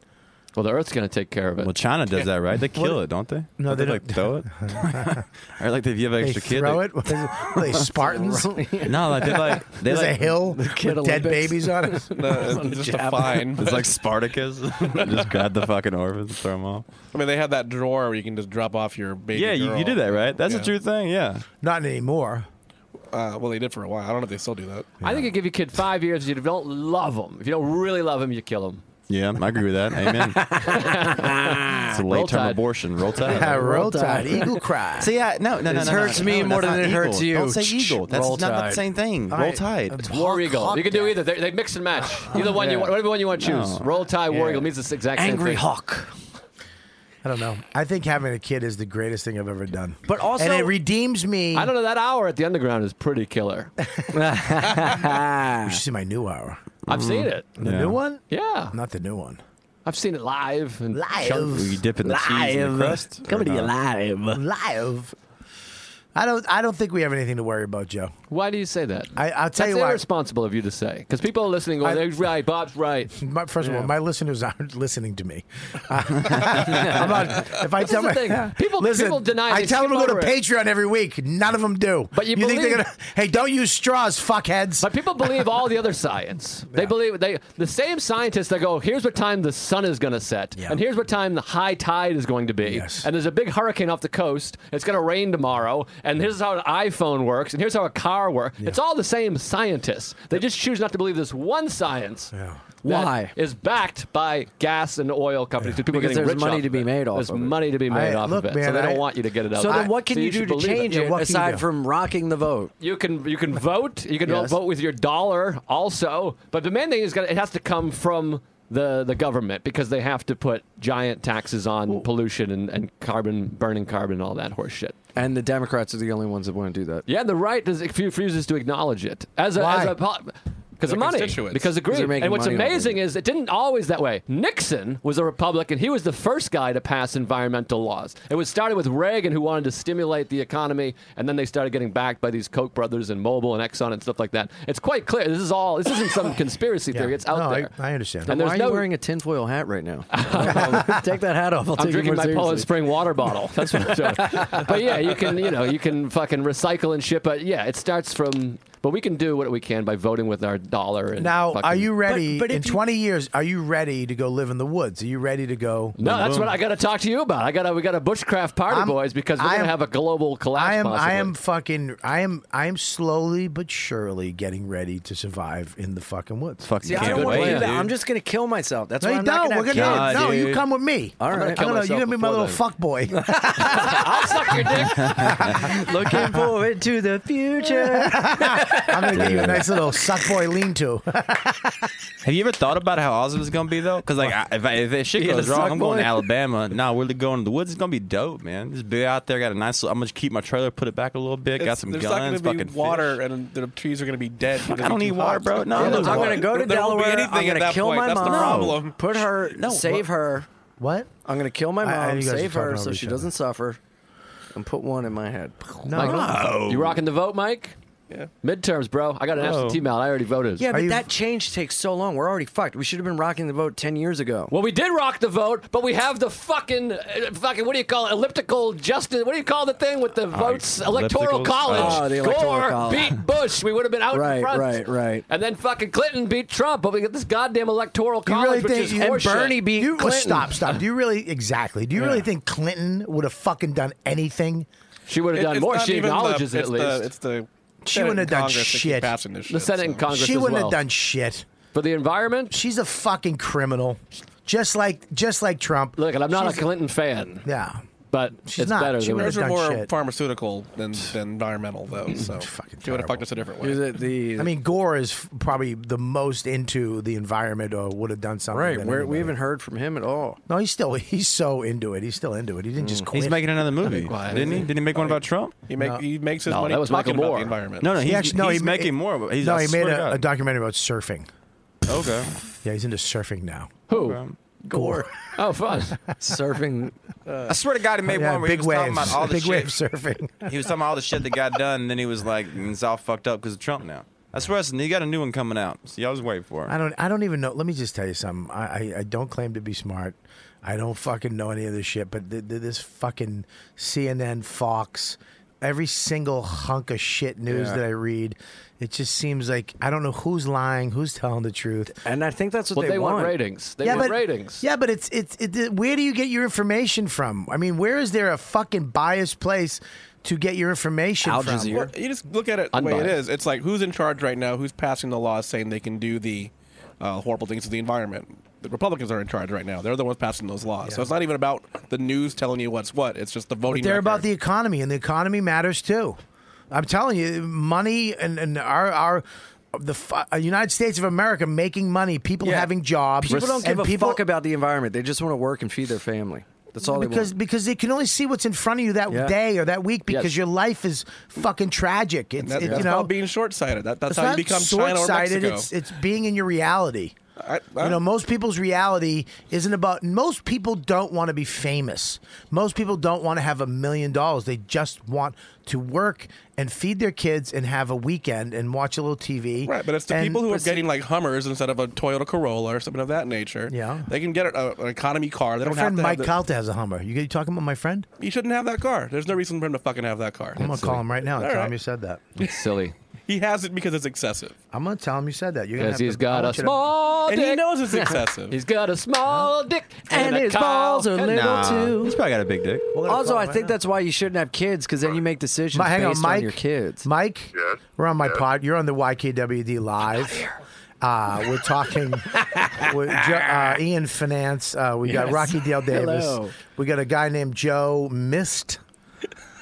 Speaker 8: Well, the Earth's going to take care of it. Well,
Speaker 11: China does that, right? They kill
Speaker 4: What-
Speaker 11: it, don't they?
Speaker 4: No,
Speaker 11: Don't
Speaker 4: they
Speaker 11: like throw it. or like if you have an
Speaker 4: They
Speaker 11: extra kid,
Speaker 4: throw it. What is it? What Are they Spartans?
Speaker 11: No, like they like they
Speaker 4: There's
Speaker 11: like
Speaker 4: a hill with dead babies on it.
Speaker 12: No, it's just a fine.
Speaker 11: It's like Spartacus. just grab the fucking orphans and throw them off.
Speaker 12: I mean, they have that drawer where you can just drop off your baby.
Speaker 11: Yeah, you, you
Speaker 12: girl.
Speaker 11: do that, right? That's
Speaker 12: Yeah.
Speaker 11: a true thing. Yeah.
Speaker 4: Not anymore.
Speaker 12: Uh, well, they did for a while. I don't know if they still do that.
Speaker 8: I think you give your kid five years. You don't love them. If you don't really love them, you kill them.
Speaker 11: Yeah, I agree with that. Amen. it's a
Speaker 8: Roll
Speaker 11: late-term
Speaker 8: Tide.
Speaker 11: abortion. Uh, Roll tide.
Speaker 4: Yeah, roll tide. Eagle cry.
Speaker 11: See, I, no, no, no,
Speaker 4: This
Speaker 11: no, no,
Speaker 4: hurts
Speaker 11: no,
Speaker 4: me
Speaker 11: no,
Speaker 4: more
Speaker 11: that's
Speaker 4: than
Speaker 11: not
Speaker 4: it hurts
Speaker 11: eagle.
Speaker 4: you.
Speaker 11: Don't say eagle. That's
Speaker 4: Roll
Speaker 11: not, not the
Speaker 4: Tide.
Speaker 11: same thing.
Speaker 4: All
Speaker 11: Roll
Speaker 4: right.
Speaker 11: tide.
Speaker 4: It's
Speaker 8: War Eagle. You can do either. They, they mix and match. Either one you want. Whatever one you want to choose.
Speaker 11: No.
Speaker 8: Roll Tide, War
Speaker 11: Yeah.
Speaker 8: Eagle means the exact same
Speaker 9: Angry
Speaker 8: thing.
Speaker 9: Hawk.
Speaker 4: I don't know. I think having a kid is the greatest thing I've ever done.
Speaker 9: But also-
Speaker 4: and it redeems me.
Speaker 8: I don't know. That hour at the underground is pretty killer.
Speaker 4: You should see my new hour.
Speaker 8: I've seen it.
Speaker 4: The new one?
Speaker 8: Yeah,
Speaker 4: Not the new one.
Speaker 8: I've seen it live. And
Speaker 4: Live.
Speaker 8: chunks.
Speaker 11: You dip in the cheese and the crust. or not?
Speaker 9: live.
Speaker 4: Live. I don't. I don't think we have anything to worry about, Joe.
Speaker 8: Why do you say that?
Speaker 4: I, I'll tell
Speaker 8: That's
Speaker 4: you why.
Speaker 8: irresponsible of you to say. Because people are listening. Going,
Speaker 4: I-
Speaker 8: They're right. Bob's right.
Speaker 4: My, first of all, my listeners aren't listening to me. I'm not, if I
Speaker 8: This
Speaker 4: tell
Speaker 8: is the
Speaker 4: my,
Speaker 8: thing. People-
Speaker 4: listen,
Speaker 8: people deny
Speaker 4: I
Speaker 8: they
Speaker 4: tell them to
Speaker 8: skim
Speaker 4: go to
Speaker 8: over it.
Speaker 4: Patreon every week. None of them do.
Speaker 8: But you
Speaker 4: think they're
Speaker 8: believe-
Speaker 4: gonna? Hey, don't use straws, fuckheads.
Speaker 8: But people believe all the other science. They believe they the same scientists that go, here's what time the sun is going to set,
Speaker 4: Yeah.
Speaker 8: and here's what time the high tide is going to be,
Speaker 4: Yes.
Speaker 8: and there's a big hurricane off the coast. It's going to rain tomorrow, and here's how an iPhone works, and here's how a car works. It's all the same scientists. They just choose not to believe this one science. that
Speaker 9: Why?
Speaker 8: is backed by gas and oil companies? Because people are
Speaker 9: Because
Speaker 8: getting
Speaker 9: there's
Speaker 8: rich
Speaker 9: money
Speaker 8: off
Speaker 9: to
Speaker 8: of
Speaker 9: be
Speaker 8: it.
Speaker 9: made off
Speaker 8: There's
Speaker 9: of it.
Speaker 8: money to be
Speaker 4: I-
Speaker 8: made off
Speaker 4: look,
Speaker 8: of it, so
Speaker 4: man,
Speaker 8: they don't
Speaker 4: I-
Speaker 8: want you to get it out.
Speaker 9: So
Speaker 8: there.
Speaker 9: then, what can
Speaker 8: So
Speaker 9: you,
Speaker 8: should
Speaker 9: do to
Speaker 8: believe
Speaker 9: change
Speaker 4: Yeah,
Speaker 9: it,
Speaker 4: what can you
Speaker 9: aside
Speaker 4: do?
Speaker 9: from rocking the vote?
Speaker 8: You can you can vote. You can
Speaker 9: Yes.
Speaker 8: vote with your dollar also, but the main thing is gonna, it has to come from the the government because they have to put giant taxes on pollution and, and carbon burning carbon and all that horse shit.
Speaker 9: And the Democrats are the only ones that want to do that.
Speaker 8: Yeah, the right does it refuses to acknowledge it as a
Speaker 4: Why?
Speaker 8: as a because
Speaker 12: Their
Speaker 8: of money,
Speaker 12: constituents.
Speaker 8: because of
Speaker 9: 'Cause
Speaker 8: greed.
Speaker 9: they're making
Speaker 8: And what's
Speaker 9: money off of
Speaker 8: amazing is it didn't always that way. Nixon was a Republican. He was the first guy to pass environmental laws. It was started with Reagan, who wanted to stimulate the economy, and then they started getting backed by these Koch brothers and Mobil and Exxon and stuff like that. It's quite clear. This is all. This isn't some conspiracy theory. It's out
Speaker 4: No, I-
Speaker 8: there.
Speaker 4: I understand.
Speaker 8: And
Speaker 9: Why
Speaker 8: there's
Speaker 9: are
Speaker 8: no.
Speaker 9: you wearing a tinfoil hat right now? Take that hat off. I'll
Speaker 8: I'm
Speaker 9: take you
Speaker 8: drinking
Speaker 9: more
Speaker 8: my Poland
Speaker 9: seriously.
Speaker 8: Spring water bottle. That's what I'm doing. but yeah, you can you know you can fucking recycle and shit. But yeah, it starts from. But we can do what we can by voting with our dollar. And
Speaker 4: Now,
Speaker 8: fucking-
Speaker 4: are you ready?
Speaker 9: But- but
Speaker 4: in
Speaker 9: if you-
Speaker 4: 20 years, are you ready to go live in the woods? Are you ready to go?
Speaker 8: No, that's what I got to talk to you about. I got to we got to bushcraft party
Speaker 4: I'm-
Speaker 8: boys because we're
Speaker 4: I
Speaker 8: gonna
Speaker 4: am-
Speaker 8: have a global collapse.
Speaker 4: I am.
Speaker 8: Possibly.
Speaker 4: I am fucking. I am. I am slowly but surely getting ready to survive in the fucking woods.
Speaker 11: Fucking
Speaker 9: See, I
Speaker 11: can't
Speaker 9: don't want
Speaker 11: wait,
Speaker 9: to do that.
Speaker 11: dude.
Speaker 9: I'm just going to kill myself. That's
Speaker 4: No,
Speaker 9: why
Speaker 4: you
Speaker 9: I'm
Speaker 4: don't.
Speaker 9: not
Speaker 4: We're
Speaker 9: going
Speaker 4: gonna
Speaker 9: to have
Speaker 11: kids.
Speaker 4: no. You
Speaker 11: dude.
Speaker 4: come with me.
Speaker 9: All
Speaker 8: I'm
Speaker 9: right.
Speaker 8: gonna kill
Speaker 4: No,
Speaker 8: myself
Speaker 4: you're gonna be my little
Speaker 8: before then.
Speaker 4: fuck boy.
Speaker 8: I'll suck your dick.
Speaker 9: Looking forward to the future.
Speaker 4: I'm gonna get you a nice little suck boy lean to.
Speaker 11: Have you ever thought about how awesome it's gonna be though? Because like, I, if, I, if that shit
Speaker 9: Yeah,
Speaker 11: goes
Speaker 9: the
Speaker 11: wrong,
Speaker 9: suck
Speaker 11: I'm going
Speaker 9: boy.
Speaker 11: to Alabama. Nah, we're going to the woods. It's gonna be dope, man. Just be out there. Got a nice. little- I'm gonna keep my trailer, put it back a little bit. got
Speaker 12: It's-
Speaker 11: some
Speaker 12: there's
Speaker 11: guns.
Speaker 12: not going to
Speaker 11: Fucking
Speaker 12: be water,
Speaker 11: Fish.
Speaker 12: and the trees are going to be dead. because
Speaker 11: I don't
Speaker 12: it's
Speaker 11: need
Speaker 12: too
Speaker 11: water,
Speaker 12: hot.
Speaker 11: bro. No,
Speaker 9: I'm
Speaker 11: there's water.
Speaker 9: going to go to
Speaker 12: There won't be
Speaker 9: Delaware.
Speaker 12: anything
Speaker 9: I'm
Speaker 12: at
Speaker 9: going to
Speaker 12: that
Speaker 9: kill
Speaker 12: point.
Speaker 9: my
Speaker 12: That's the
Speaker 9: mom.
Speaker 12: problem.
Speaker 9: Put her, save her.
Speaker 4: What?
Speaker 8: Oh,
Speaker 9: I'm going to kill my mom,
Speaker 4: I- I- you guys are
Speaker 9: save
Speaker 4: talking
Speaker 9: her
Speaker 4: over
Speaker 9: so
Speaker 4: each
Speaker 9: she
Speaker 4: other.
Speaker 9: doesn't suffer, and put one in my head.
Speaker 4: No. Oh.
Speaker 8: You rocking the vote, Mike?
Speaker 12: Yeah.
Speaker 8: Midterms, bro. I got an absentee ballot. I already voted.
Speaker 9: Yeah,
Speaker 4: Are
Speaker 9: but
Speaker 4: you-
Speaker 9: that change takes so long. We're already fucked. We should have been rocking the vote 10 years ago.
Speaker 8: Well, we did rock the vote, but we have the fucking, uh, fucking, what do you call it? Elliptical justice. What do you call the thing with the votes? electoral
Speaker 11: ellipticals?
Speaker 8: college.
Speaker 9: Oh, the electoral
Speaker 8: Gore
Speaker 9: college.
Speaker 8: beat Bush. We would have been out
Speaker 9: Right,
Speaker 8: in front.
Speaker 9: right, right.
Speaker 8: And then fucking Clinton beat Trump, but we get this goddamn electoral
Speaker 4: You
Speaker 8: college,
Speaker 4: really
Speaker 8: which
Speaker 4: think
Speaker 8: is
Speaker 4: you-
Speaker 8: horseshit.
Speaker 9: beat
Speaker 4: you, well,
Speaker 9: Clinton.
Speaker 4: stop, stop. Do you really exactly? Do you really think Clinton would have fucking done anything?
Speaker 8: She would have
Speaker 12: It-
Speaker 8: done
Speaker 12: it's
Speaker 8: more.
Speaker 12: not
Speaker 8: She
Speaker 12: even the-
Speaker 8: acknowledges it
Speaker 12: it's
Speaker 8: at
Speaker 12: the-
Speaker 8: least.
Speaker 12: It's the
Speaker 4: She
Speaker 12: Senate
Speaker 4: wouldn't
Speaker 12: and
Speaker 4: have done
Speaker 12: Congress that keep
Speaker 4: shit.
Speaker 12: Passing this shit.
Speaker 8: the Senate
Speaker 12: so.
Speaker 8: and Congress
Speaker 4: she
Speaker 8: as
Speaker 4: wouldn't
Speaker 8: well.
Speaker 4: have done shit.
Speaker 8: For the environment,
Speaker 4: She's a fucking criminal, just like just like Trump.
Speaker 8: Look, and I'm not
Speaker 4: She's-
Speaker 8: a Clinton fan,
Speaker 4: Yeah.
Speaker 8: but
Speaker 4: She's
Speaker 8: it's
Speaker 4: not.
Speaker 8: better
Speaker 4: She
Speaker 8: than
Speaker 4: would've
Speaker 12: Hers are
Speaker 4: done
Speaker 12: more
Speaker 4: shit.
Speaker 12: pharmaceutical than, than environmental, though.
Speaker 11: Mm,
Speaker 12: So
Speaker 4: fucking
Speaker 12: she would have
Speaker 4: terrible.
Speaker 12: fucked us a different
Speaker 9: Is
Speaker 12: way.
Speaker 9: it the.
Speaker 4: I mean, Gore is f- probably the most into the environment or would have done something.
Speaker 9: right.
Speaker 4: than
Speaker 9: We're, we
Speaker 4: anybody.
Speaker 9: haven't heard from him at all.
Speaker 4: No, he's still he's so into it. He's still into it. He didn't just quit.
Speaker 11: Mm. He's making another movie,
Speaker 8: quiet.
Speaker 11: didn't he? Didn't he make one about Trump?
Speaker 12: He, make, he makes his
Speaker 8: No,
Speaker 12: money
Speaker 8: that was
Speaker 12: talking
Speaker 8: Michael
Speaker 12: about
Speaker 8: Moore.
Speaker 12: the environment.
Speaker 11: No, no, he's,
Speaker 4: he actually no.
Speaker 11: he's
Speaker 4: he, ma-
Speaker 11: making more. He's,
Speaker 4: no,
Speaker 11: I
Speaker 4: he made
Speaker 11: swear to
Speaker 4: a,
Speaker 11: God.
Speaker 4: a documentary about surfing.
Speaker 11: Okay.
Speaker 4: Yeah, he's into surfing now.
Speaker 8: who?
Speaker 11: Um,
Speaker 9: Gore.
Speaker 8: Oh, fun.
Speaker 9: Surfing.
Speaker 11: I swear to God, he made
Speaker 4: Yeah,
Speaker 11: one where
Speaker 4: big
Speaker 11: he was talking
Speaker 4: waves.
Speaker 11: about all the
Speaker 4: Big
Speaker 11: shit.
Speaker 4: wave surfing.
Speaker 11: he was talking about all the shit that got done, and then he was like, "Mm, "It's all fucked up because of Trump now." I swear, listen, you got a new one coming out. So y'all just wait for it.
Speaker 4: I don't. I don't even know. Let me just tell you something. I, I, I don't claim to be smart. I don't fucking know any of this shit. But th- th- this fucking CNN, Fox, every single hunk of shit news
Speaker 9: Yeah.
Speaker 4: that I read, it just seems like I don't know who's lying, who's telling the truth.
Speaker 9: And I think that's what
Speaker 8: Well,
Speaker 9: they,
Speaker 8: they want
Speaker 9: want.
Speaker 8: ratings. They
Speaker 4: yeah,
Speaker 8: want
Speaker 4: but,
Speaker 8: ratings.
Speaker 4: Yeah, but it's it's it, where do you get your information from? I mean, where is there a fucking biased place to get your information from?
Speaker 12: Well, you just look at it the way it
Speaker 4: Unbiased.
Speaker 12: is. It's like who's in charge right now? Who's passing the laws saying they can do the uh, horrible things to the environment? The Republicans are in charge right now. They're the ones passing those laws. So it's not even about the news telling you what's what. It's just the voting.
Speaker 4: But they're
Speaker 12: record.
Speaker 4: about the economy, and the economy matters too. I'm telling you, money and, and our our the fu- uh, United States of America making money, people having jobs.
Speaker 9: People don't
Speaker 4: and
Speaker 9: give a
Speaker 4: people-
Speaker 9: fuck about the environment. They just want to work and feed their family. That's all
Speaker 4: because
Speaker 9: they want.
Speaker 4: because they can only see what's in front of you that
Speaker 9: Yeah.
Speaker 4: day or that week
Speaker 9: Yes.
Speaker 4: because your life is fucking tragic. It's
Speaker 12: That-
Speaker 4: it-
Speaker 12: that's
Speaker 4: you know
Speaker 12: called being short-sighted. That, that's
Speaker 4: it's
Speaker 12: how you
Speaker 4: not
Speaker 12: become China or
Speaker 4: short-sighted,
Speaker 12: Mexico.
Speaker 4: It's it's being in your reality. you know, most people's reality isn't about. Most people don't want to be famous. Most people don't want to have a million dollars. They just want to work and feed their kids and have a weekend and watch a little TV.
Speaker 12: Right, but it's the
Speaker 4: And-
Speaker 12: people who are getting like Hummers instead of a Toyota Corolla or something of that nature. Yeah, they can get a, an economy car. They
Speaker 4: My
Speaker 12: don't
Speaker 4: friend
Speaker 12: have to.
Speaker 4: Mike
Speaker 12: have
Speaker 4: Calta has a Hummer. You, you talking about my friend?
Speaker 12: the, he shouldn't have that car. There's no reason for him to fucking have that car.
Speaker 4: I'm gonna call him right now. and
Speaker 12: All
Speaker 4: Tell
Speaker 12: right.
Speaker 4: him you said that.
Speaker 8: It's silly.
Speaker 12: He has it because it's excessive.
Speaker 4: I'm gonna tell him you said that. You're gonna
Speaker 8: Because
Speaker 4: have
Speaker 8: he's
Speaker 4: to,
Speaker 8: got
Speaker 4: I
Speaker 8: a
Speaker 4: want you to-
Speaker 8: small
Speaker 12: And
Speaker 8: Oh, dick.
Speaker 12: he knows it's excessive.
Speaker 8: He's got a small dick.
Speaker 9: And
Speaker 8: a
Speaker 9: his
Speaker 8: cow
Speaker 9: balls are
Speaker 8: and-
Speaker 9: little
Speaker 11: Nah,
Speaker 9: too.
Speaker 11: Uh, he's probably got a big dick.
Speaker 9: Also, I think that's why you shouldn't have kids because then you make decisions
Speaker 4: Ma- hang
Speaker 9: based
Speaker 4: on, Mike.
Speaker 9: on your kids.
Speaker 4: Mike, we're on my pod. You're on the YKWd live. Uh, we're talking. we're, Jo- uh, Ian Finance. Uh, we got
Speaker 8: Yes.
Speaker 4: Rocky Dale Davis.
Speaker 8: Hello.
Speaker 4: We got a guy named Joe Mist.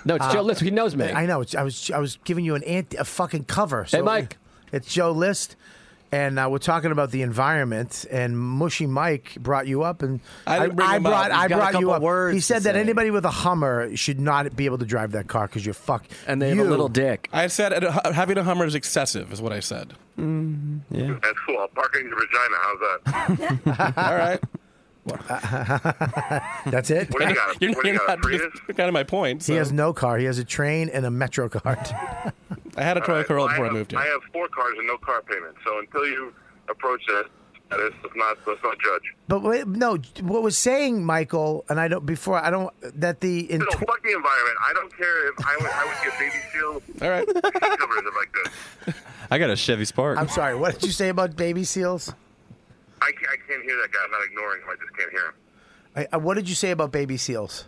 Speaker 8: No, it's Joe List. He knows me.
Speaker 4: Uh, I know. It's, I was I was giving you an ant- a fucking cover. So
Speaker 8: Mike.
Speaker 4: It's Joe List, and uh, we're talking about the environment. And Mushy Mike brought you up, and
Speaker 9: I didn't bring him up.
Speaker 4: brought
Speaker 9: He's
Speaker 4: I
Speaker 9: got a
Speaker 4: brought you
Speaker 9: couple
Speaker 4: up.
Speaker 9: words
Speaker 4: he said
Speaker 9: to
Speaker 4: that
Speaker 9: say.
Speaker 4: anybody with a Hummer should not be able to drive that car because you're fuck.
Speaker 9: And they have
Speaker 4: you-
Speaker 9: a little dick.
Speaker 12: I said uh, having a Hummer is excessive, is what I said.
Speaker 9: Yeah.
Speaker 16: That's cool. I'll park it in your vagina. How's that?
Speaker 12: All right.
Speaker 4: That's it.
Speaker 16: What do you got?
Speaker 12: You're,
Speaker 16: What do you
Speaker 12: you're
Speaker 16: got?
Speaker 12: not you're kind of my point.
Speaker 4: He
Speaker 12: so.
Speaker 4: has no car. He has a train and a metro card.
Speaker 12: I had a Toyota
Speaker 16: Alright,
Speaker 12: Corolla
Speaker 16: well,
Speaker 12: before I
Speaker 16: have,
Speaker 12: moved here.
Speaker 16: I have four cars and no car payment. So until you approach that, that is, let's not let's not judge.
Speaker 4: but wait, no, what was saying Michael and I don't before I don't that the in
Speaker 16: No,
Speaker 4: tw-
Speaker 16: fuck the environment. I don't care if I would I would get baby seal
Speaker 12: All right.
Speaker 16: covers if I could.
Speaker 11: I got a Chevy Spark.
Speaker 4: I'm sorry. What did you say about baby seals?
Speaker 16: I can't, I can't hear that guy. I'm not ignoring him. I just can't hear him.
Speaker 4: I, I, what did you say about baby seals?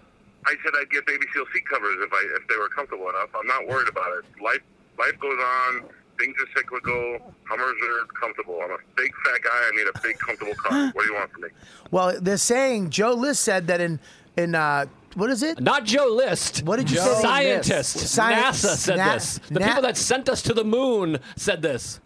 Speaker 16: I said I'd get baby seal seat covers if I if they were comfortable enough. I'm not worried about it. Life life goes on. Things are cyclical. Hummers are comfortable. I'm a big fat guy. I need a big comfortable car. What do you want from me?
Speaker 4: Well, they're saying Joe List said that in in uh, what is it?
Speaker 8: Not Joe List.
Speaker 4: What did you say?
Speaker 8: Scientist.
Speaker 4: Science-
Speaker 8: NASA said
Speaker 4: Na-
Speaker 8: this. The
Speaker 4: Na-
Speaker 8: people that sent us to the moon said this.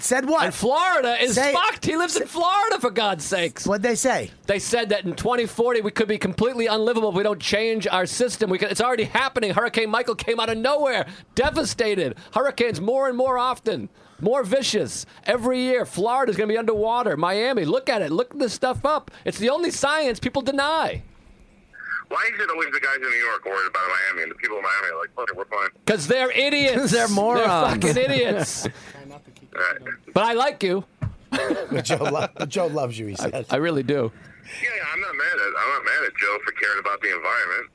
Speaker 4: said what?
Speaker 8: And Florida is
Speaker 4: Say-
Speaker 8: fucked. He lives in Florida, for God's sakes.
Speaker 4: What'd they say?
Speaker 8: They said that in 2040 we could be completely unlivable if we don't change our system. We could, it's already happening. Hurricane Michael came out of nowhere, devastated. Hurricanes more and more often, more vicious every year. Florida's going to be underwater. Miami, look at it. Look this stuff up. It's the only science people deny.
Speaker 16: Why is it always the guys in New York worried about Miami and the people in Miami are like, fuck it, we're fine.
Speaker 8: Because they're idiots.
Speaker 9: They're morons.
Speaker 8: They're fucking idiots. but I like you.
Speaker 4: Joe, lo- Joe loves you. He said.
Speaker 8: I really do.
Speaker 16: Yeah, yeah, I'm not mad at I'm not mad at Joe for caring about the environment.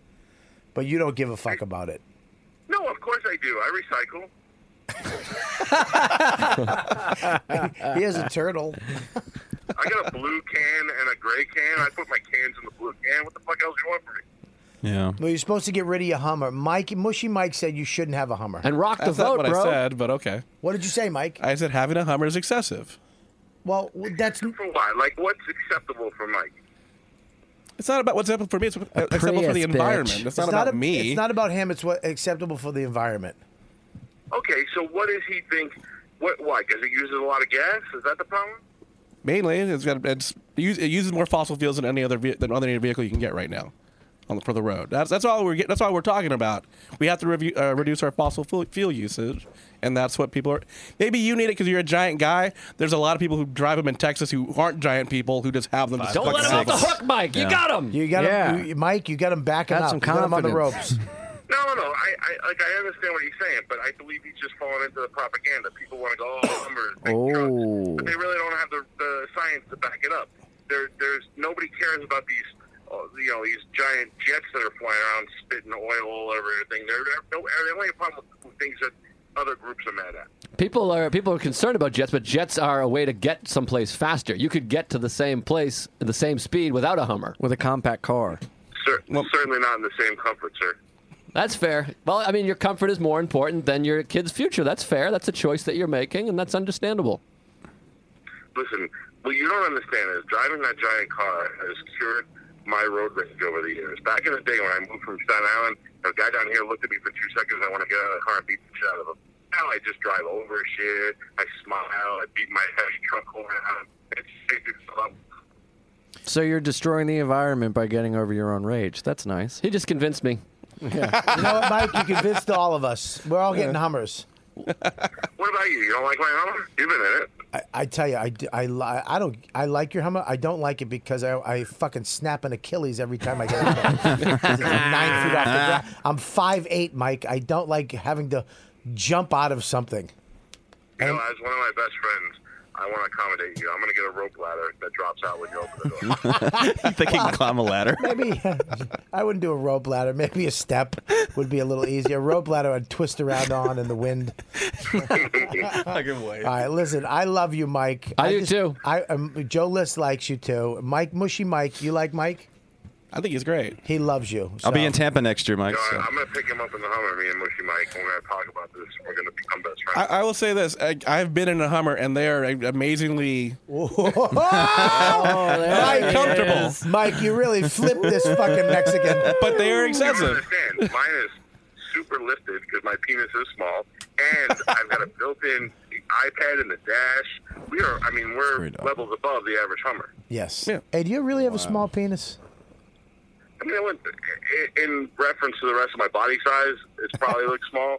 Speaker 4: But you don't give a fuck about it.
Speaker 16: No, of course I do. I recycle.
Speaker 4: he has a turtle.
Speaker 16: I got a blue can and a gray can. I put my cans in the blue can. What the fuck else do you want from me?
Speaker 11: Yeah.
Speaker 4: Well, you're supposed to get rid of your Hummer. Mike Mushy Mike said you shouldn't have a Hummer.
Speaker 8: And rock
Speaker 12: That's
Speaker 8: the vote,
Speaker 12: not what
Speaker 8: bro.
Speaker 12: I said, but okay.
Speaker 4: What did you say, Mike?
Speaker 12: I said having a Hummer is excessive.
Speaker 4: Well, that's
Speaker 16: For what? Like, what's acceptable for Mike?
Speaker 12: It's not about what's acceptable for me. It's acceptable for the
Speaker 9: Prius, bitch.
Speaker 12: environment. It's, not, about
Speaker 4: a-
Speaker 12: me.
Speaker 4: It's not about him. It's what acceptable for the environment.
Speaker 16: Okay, so what does he think? What? Why? Because it uses a lot of gas. Is that the problem?
Speaker 12: Mainly, it's got it's, it use- it uses more fossil fuels than any other ve- than other vehicle you can get right now. on the, for the road. That's that's all we're get, that's all we're talking about. We have to review, uh, reduce our fossil fu- fuel usage, and that's what people are. Maybe you need it because you're a giant guy. There's a lot of people who drive them in Texas who aren't giant people who just have them. Just
Speaker 8: Don't let
Speaker 12: fucking
Speaker 8: him off the
Speaker 12: save us.
Speaker 8: hook, Mike. You got him.
Speaker 4: You got him, you- Mike. You got him backing
Speaker 12: Got
Speaker 4: up.
Speaker 12: some
Speaker 4: You got him on the ropes.
Speaker 12: confidence.
Speaker 16: No, no, I, I like I understand what he's saying, but I believe he's just falling into the propaganda. People want to go, oh, numbers, big trucks, but they really don't have the, the science to back it up. There, there's nobody cares about these, uh, you know, these giant jets that are flying around spitting oil all over everything. They're, they're, they're only a problem with things that other groups are mad at.
Speaker 8: People are people are concerned about jets, but jets are a way to get someplace faster. You could get to the same place at the same speed without a Hummer
Speaker 9: with a compact car.
Speaker 16: Cer- certainly not in the same comfort, sir.
Speaker 8: That's fair. Well, I mean, your comfort is more important than your kid's future. That's fair. That's a choice that you're making, and that's understandable.
Speaker 16: Listen, what you don't understand is driving that giant car has cured my road rage over the years. Back in the day when I moved from Staten Island, a guy down here looked at me for two seconds. I want to get out of the car and beat the shit out of him. Now I just drive over shit. I smile. I beat my heavy truck around. It's it's-
Speaker 9: So you're destroying the environment by getting over your own rage. That's nice.
Speaker 8: He just convinced me.
Speaker 4: you know what, Mike? You convinced all of us. We're all getting Hummers.
Speaker 16: What about you? You don't like my Hummer? You've been in it.
Speaker 4: I, I tell you, I, d- I, li- I don't I like your Hummer. I don't like it because I, I fucking snap an Achilles every time I get in it. It's nine feet off the ground. I'm five eight, Mike. I don't like having to jump out of something.
Speaker 16: You know, as one of my best friends, I want to accommodate you. I'm going to get a rope ladder that drops out when you open the door.
Speaker 11: you think he can climb a ladder?
Speaker 4: Maybe I wouldn't do a rope ladder. Maybe a step would be a little easier. A rope ladder I'd twist around on in the wind. All right, listen, I love you, Mike.
Speaker 8: I do too.
Speaker 4: I um, Joe List likes you too. Mike Mushy Mike, you like Mike?
Speaker 12: I think he's great.
Speaker 4: He loves you.
Speaker 11: I'll be
Speaker 4: so-
Speaker 11: in Tampa next year, Mike.
Speaker 16: You
Speaker 11: So.
Speaker 16: know, I- I'm going to pick him up in the Hummer, me and Mushy Mike, and we're going to talk about this. We're going to become best friends.
Speaker 12: I, I will say this: I, I've been in a Hummer, and they are amazingly
Speaker 4: Mike,
Speaker 12: comfortable.
Speaker 4: Mike, you really flipped this fucking Mexican.
Speaker 12: But they are
Speaker 16: You
Speaker 12: excessive.
Speaker 16: don't understand. Mine is super lifted because my penis is small, and I've got a built-in iPad in the dash. We are, I mean, we're levels above the average Hummer.
Speaker 4: Yes. Hey, do you really have a small penis?
Speaker 16: I mean, I went, i- in reference to the rest of my body size, it's probably looks small,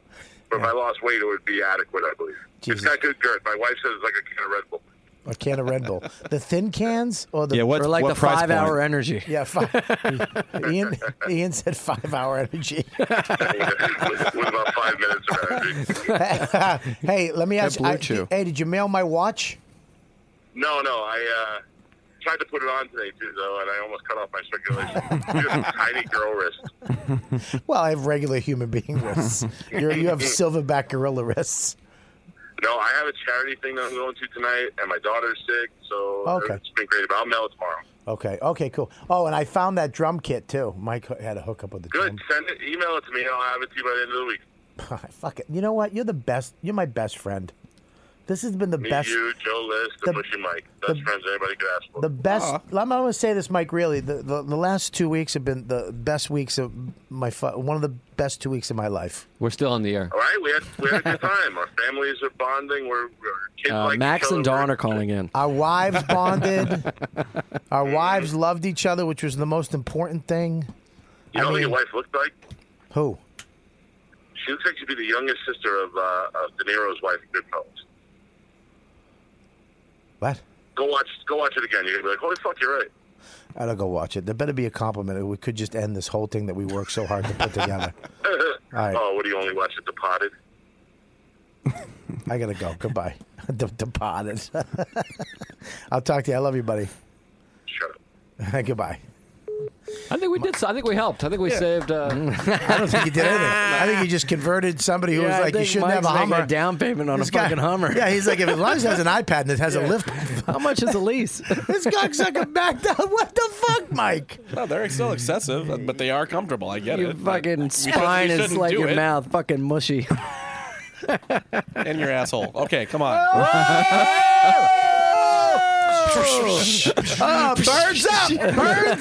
Speaker 16: but if I lost weight, it would be adequate, I believe.
Speaker 4: Jesus.
Speaker 16: It's got good girth. My wife says it's like a can of Red Bull.
Speaker 4: A can of Red Bull. The thin cans or the
Speaker 9: Yeah, what- Or like what the price five-hour point? energy.
Speaker 4: Yeah, five, Ian, Ian said five hour energy.
Speaker 16: With about five minutes of energy.
Speaker 4: hey, let me
Speaker 16: That
Speaker 4: ask you. I-
Speaker 16: Bluetooth.
Speaker 4: hey, did you mail my watch?
Speaker 16: No, no, I uh, tried to put it on today too, though, and I almost cut off my circulation. You have a tiny girl wrist.
Speaker 4: Well, I have regular human being wrists. You're, you have silverback gorilla wrists.
Speaker 16: No, I have a charity thing that I'm going to tonight, and my daughter's sick, so
Speaker 4: Okay.
Speaker 16: it's been great. But I'll mail it tomorrow.
Speaker 4: Okay. Okay. Cool. Oh, and I found that drum kit too. Mike had a hookup with the
Speaker 16: Good. Send it. Email it to me, and I'll have it to you by the end of the week.
Speaker 4: Fuck it. You know what? You're the best. You're my best friend. This has been the
Speaker 16: me,
Speaker 4: best.
Speaker 16: you, Joe List,
Speaker 4: the-
Speaker 16: and Bushy Mike. Best
Speaker 4: the-
Speaker 16: friends anybody could ask for.
Speaker 4: The best. I'm going to say this, Mike. Really, the, the the last two weeks have been the best weeks of my fu- one of the best two weeks of my life.
Speaker 8: We're still on the air.
Speaker 16: All right, we had we had a good time. Our families are bonding. We're, we're kids
Speaker 9: Uh,
Speaker 16: like
Speaker 9: Max
Speaker 16: each
Speaker 9: and
Speaker 16: other.
Speaker 9: Dawn are calling in.
Speaker 4: Our wives bonded. Our wives loved each other, which was the most important thing.
Speaker 16: You know what your wife looked like?
Speaker 4: Who?
Speaker 16: She looks like she'd be the youngest sister of uh, of De Niro's wife, in Goodfellas.
Speaker 4: What?
Speaker 16: Go watch go watch it again. You're gonna be like, holy fuck, you're right.
Speaker 4: I don't go watch it. There better be a compliment. or We could just end this whole thing that we worked so hard to put together. right.
Speaker 16: Oh, what do you only watch it? Depotted.
Speaker 4: I gotta go. Goodbye. De- Departed. I'll talk to you. I love you, buddy.
Speaker 16: Shut
Speaker 4: up. Goodbye.
Speaker 8: I think we did. so- I think we helped. I think we
Speaker 4: Yeah.
Speaker 8: saved.
Speaker 9: Mm.
Speaker 8: Uh,
Speaker 4: I don't think you did anything. I think you just converted somebody who
Speaker 8: Yeah,
Speaker 4: was
Speaker 8: I
Speaker 4: like, "You
Speaker 8: think
Speaker 4: shouldn't have
Speaker 8: Mike's
Speaker 4: a
Speaker 8: making
Speaker 4: Hummer."
Speaker 8: a down payment on
Speaker 4: This
Speaker 8: a fucking Hummer.
Speaker 4: Yeah, he's like, if as long as it has an iPad and it has a
Speaker 8: Yeah.
Speaker 4: lift,
Speaker 9: how much is the lease?
Speaker 4: this cocksucker backed out. What the fuck, Mike?
Speaker 12: No, they're still excessive, but they are comfortable. I get
Speaker 9: Your
Speaker 12: it.
Speaker 9: fucking
Speaker 12: We shouldn't- we
Speaker 9: spine is
Speaker 12: shouldn't
Speaker 9: like
Speaker 12: do
Speaker 9: your
Speaker 12: it.
Speaker 9: mouth, fucking mushy.
Speaker 12: and your asshole. Okay, come on.
Speaker 4: Oh, birds up! Birds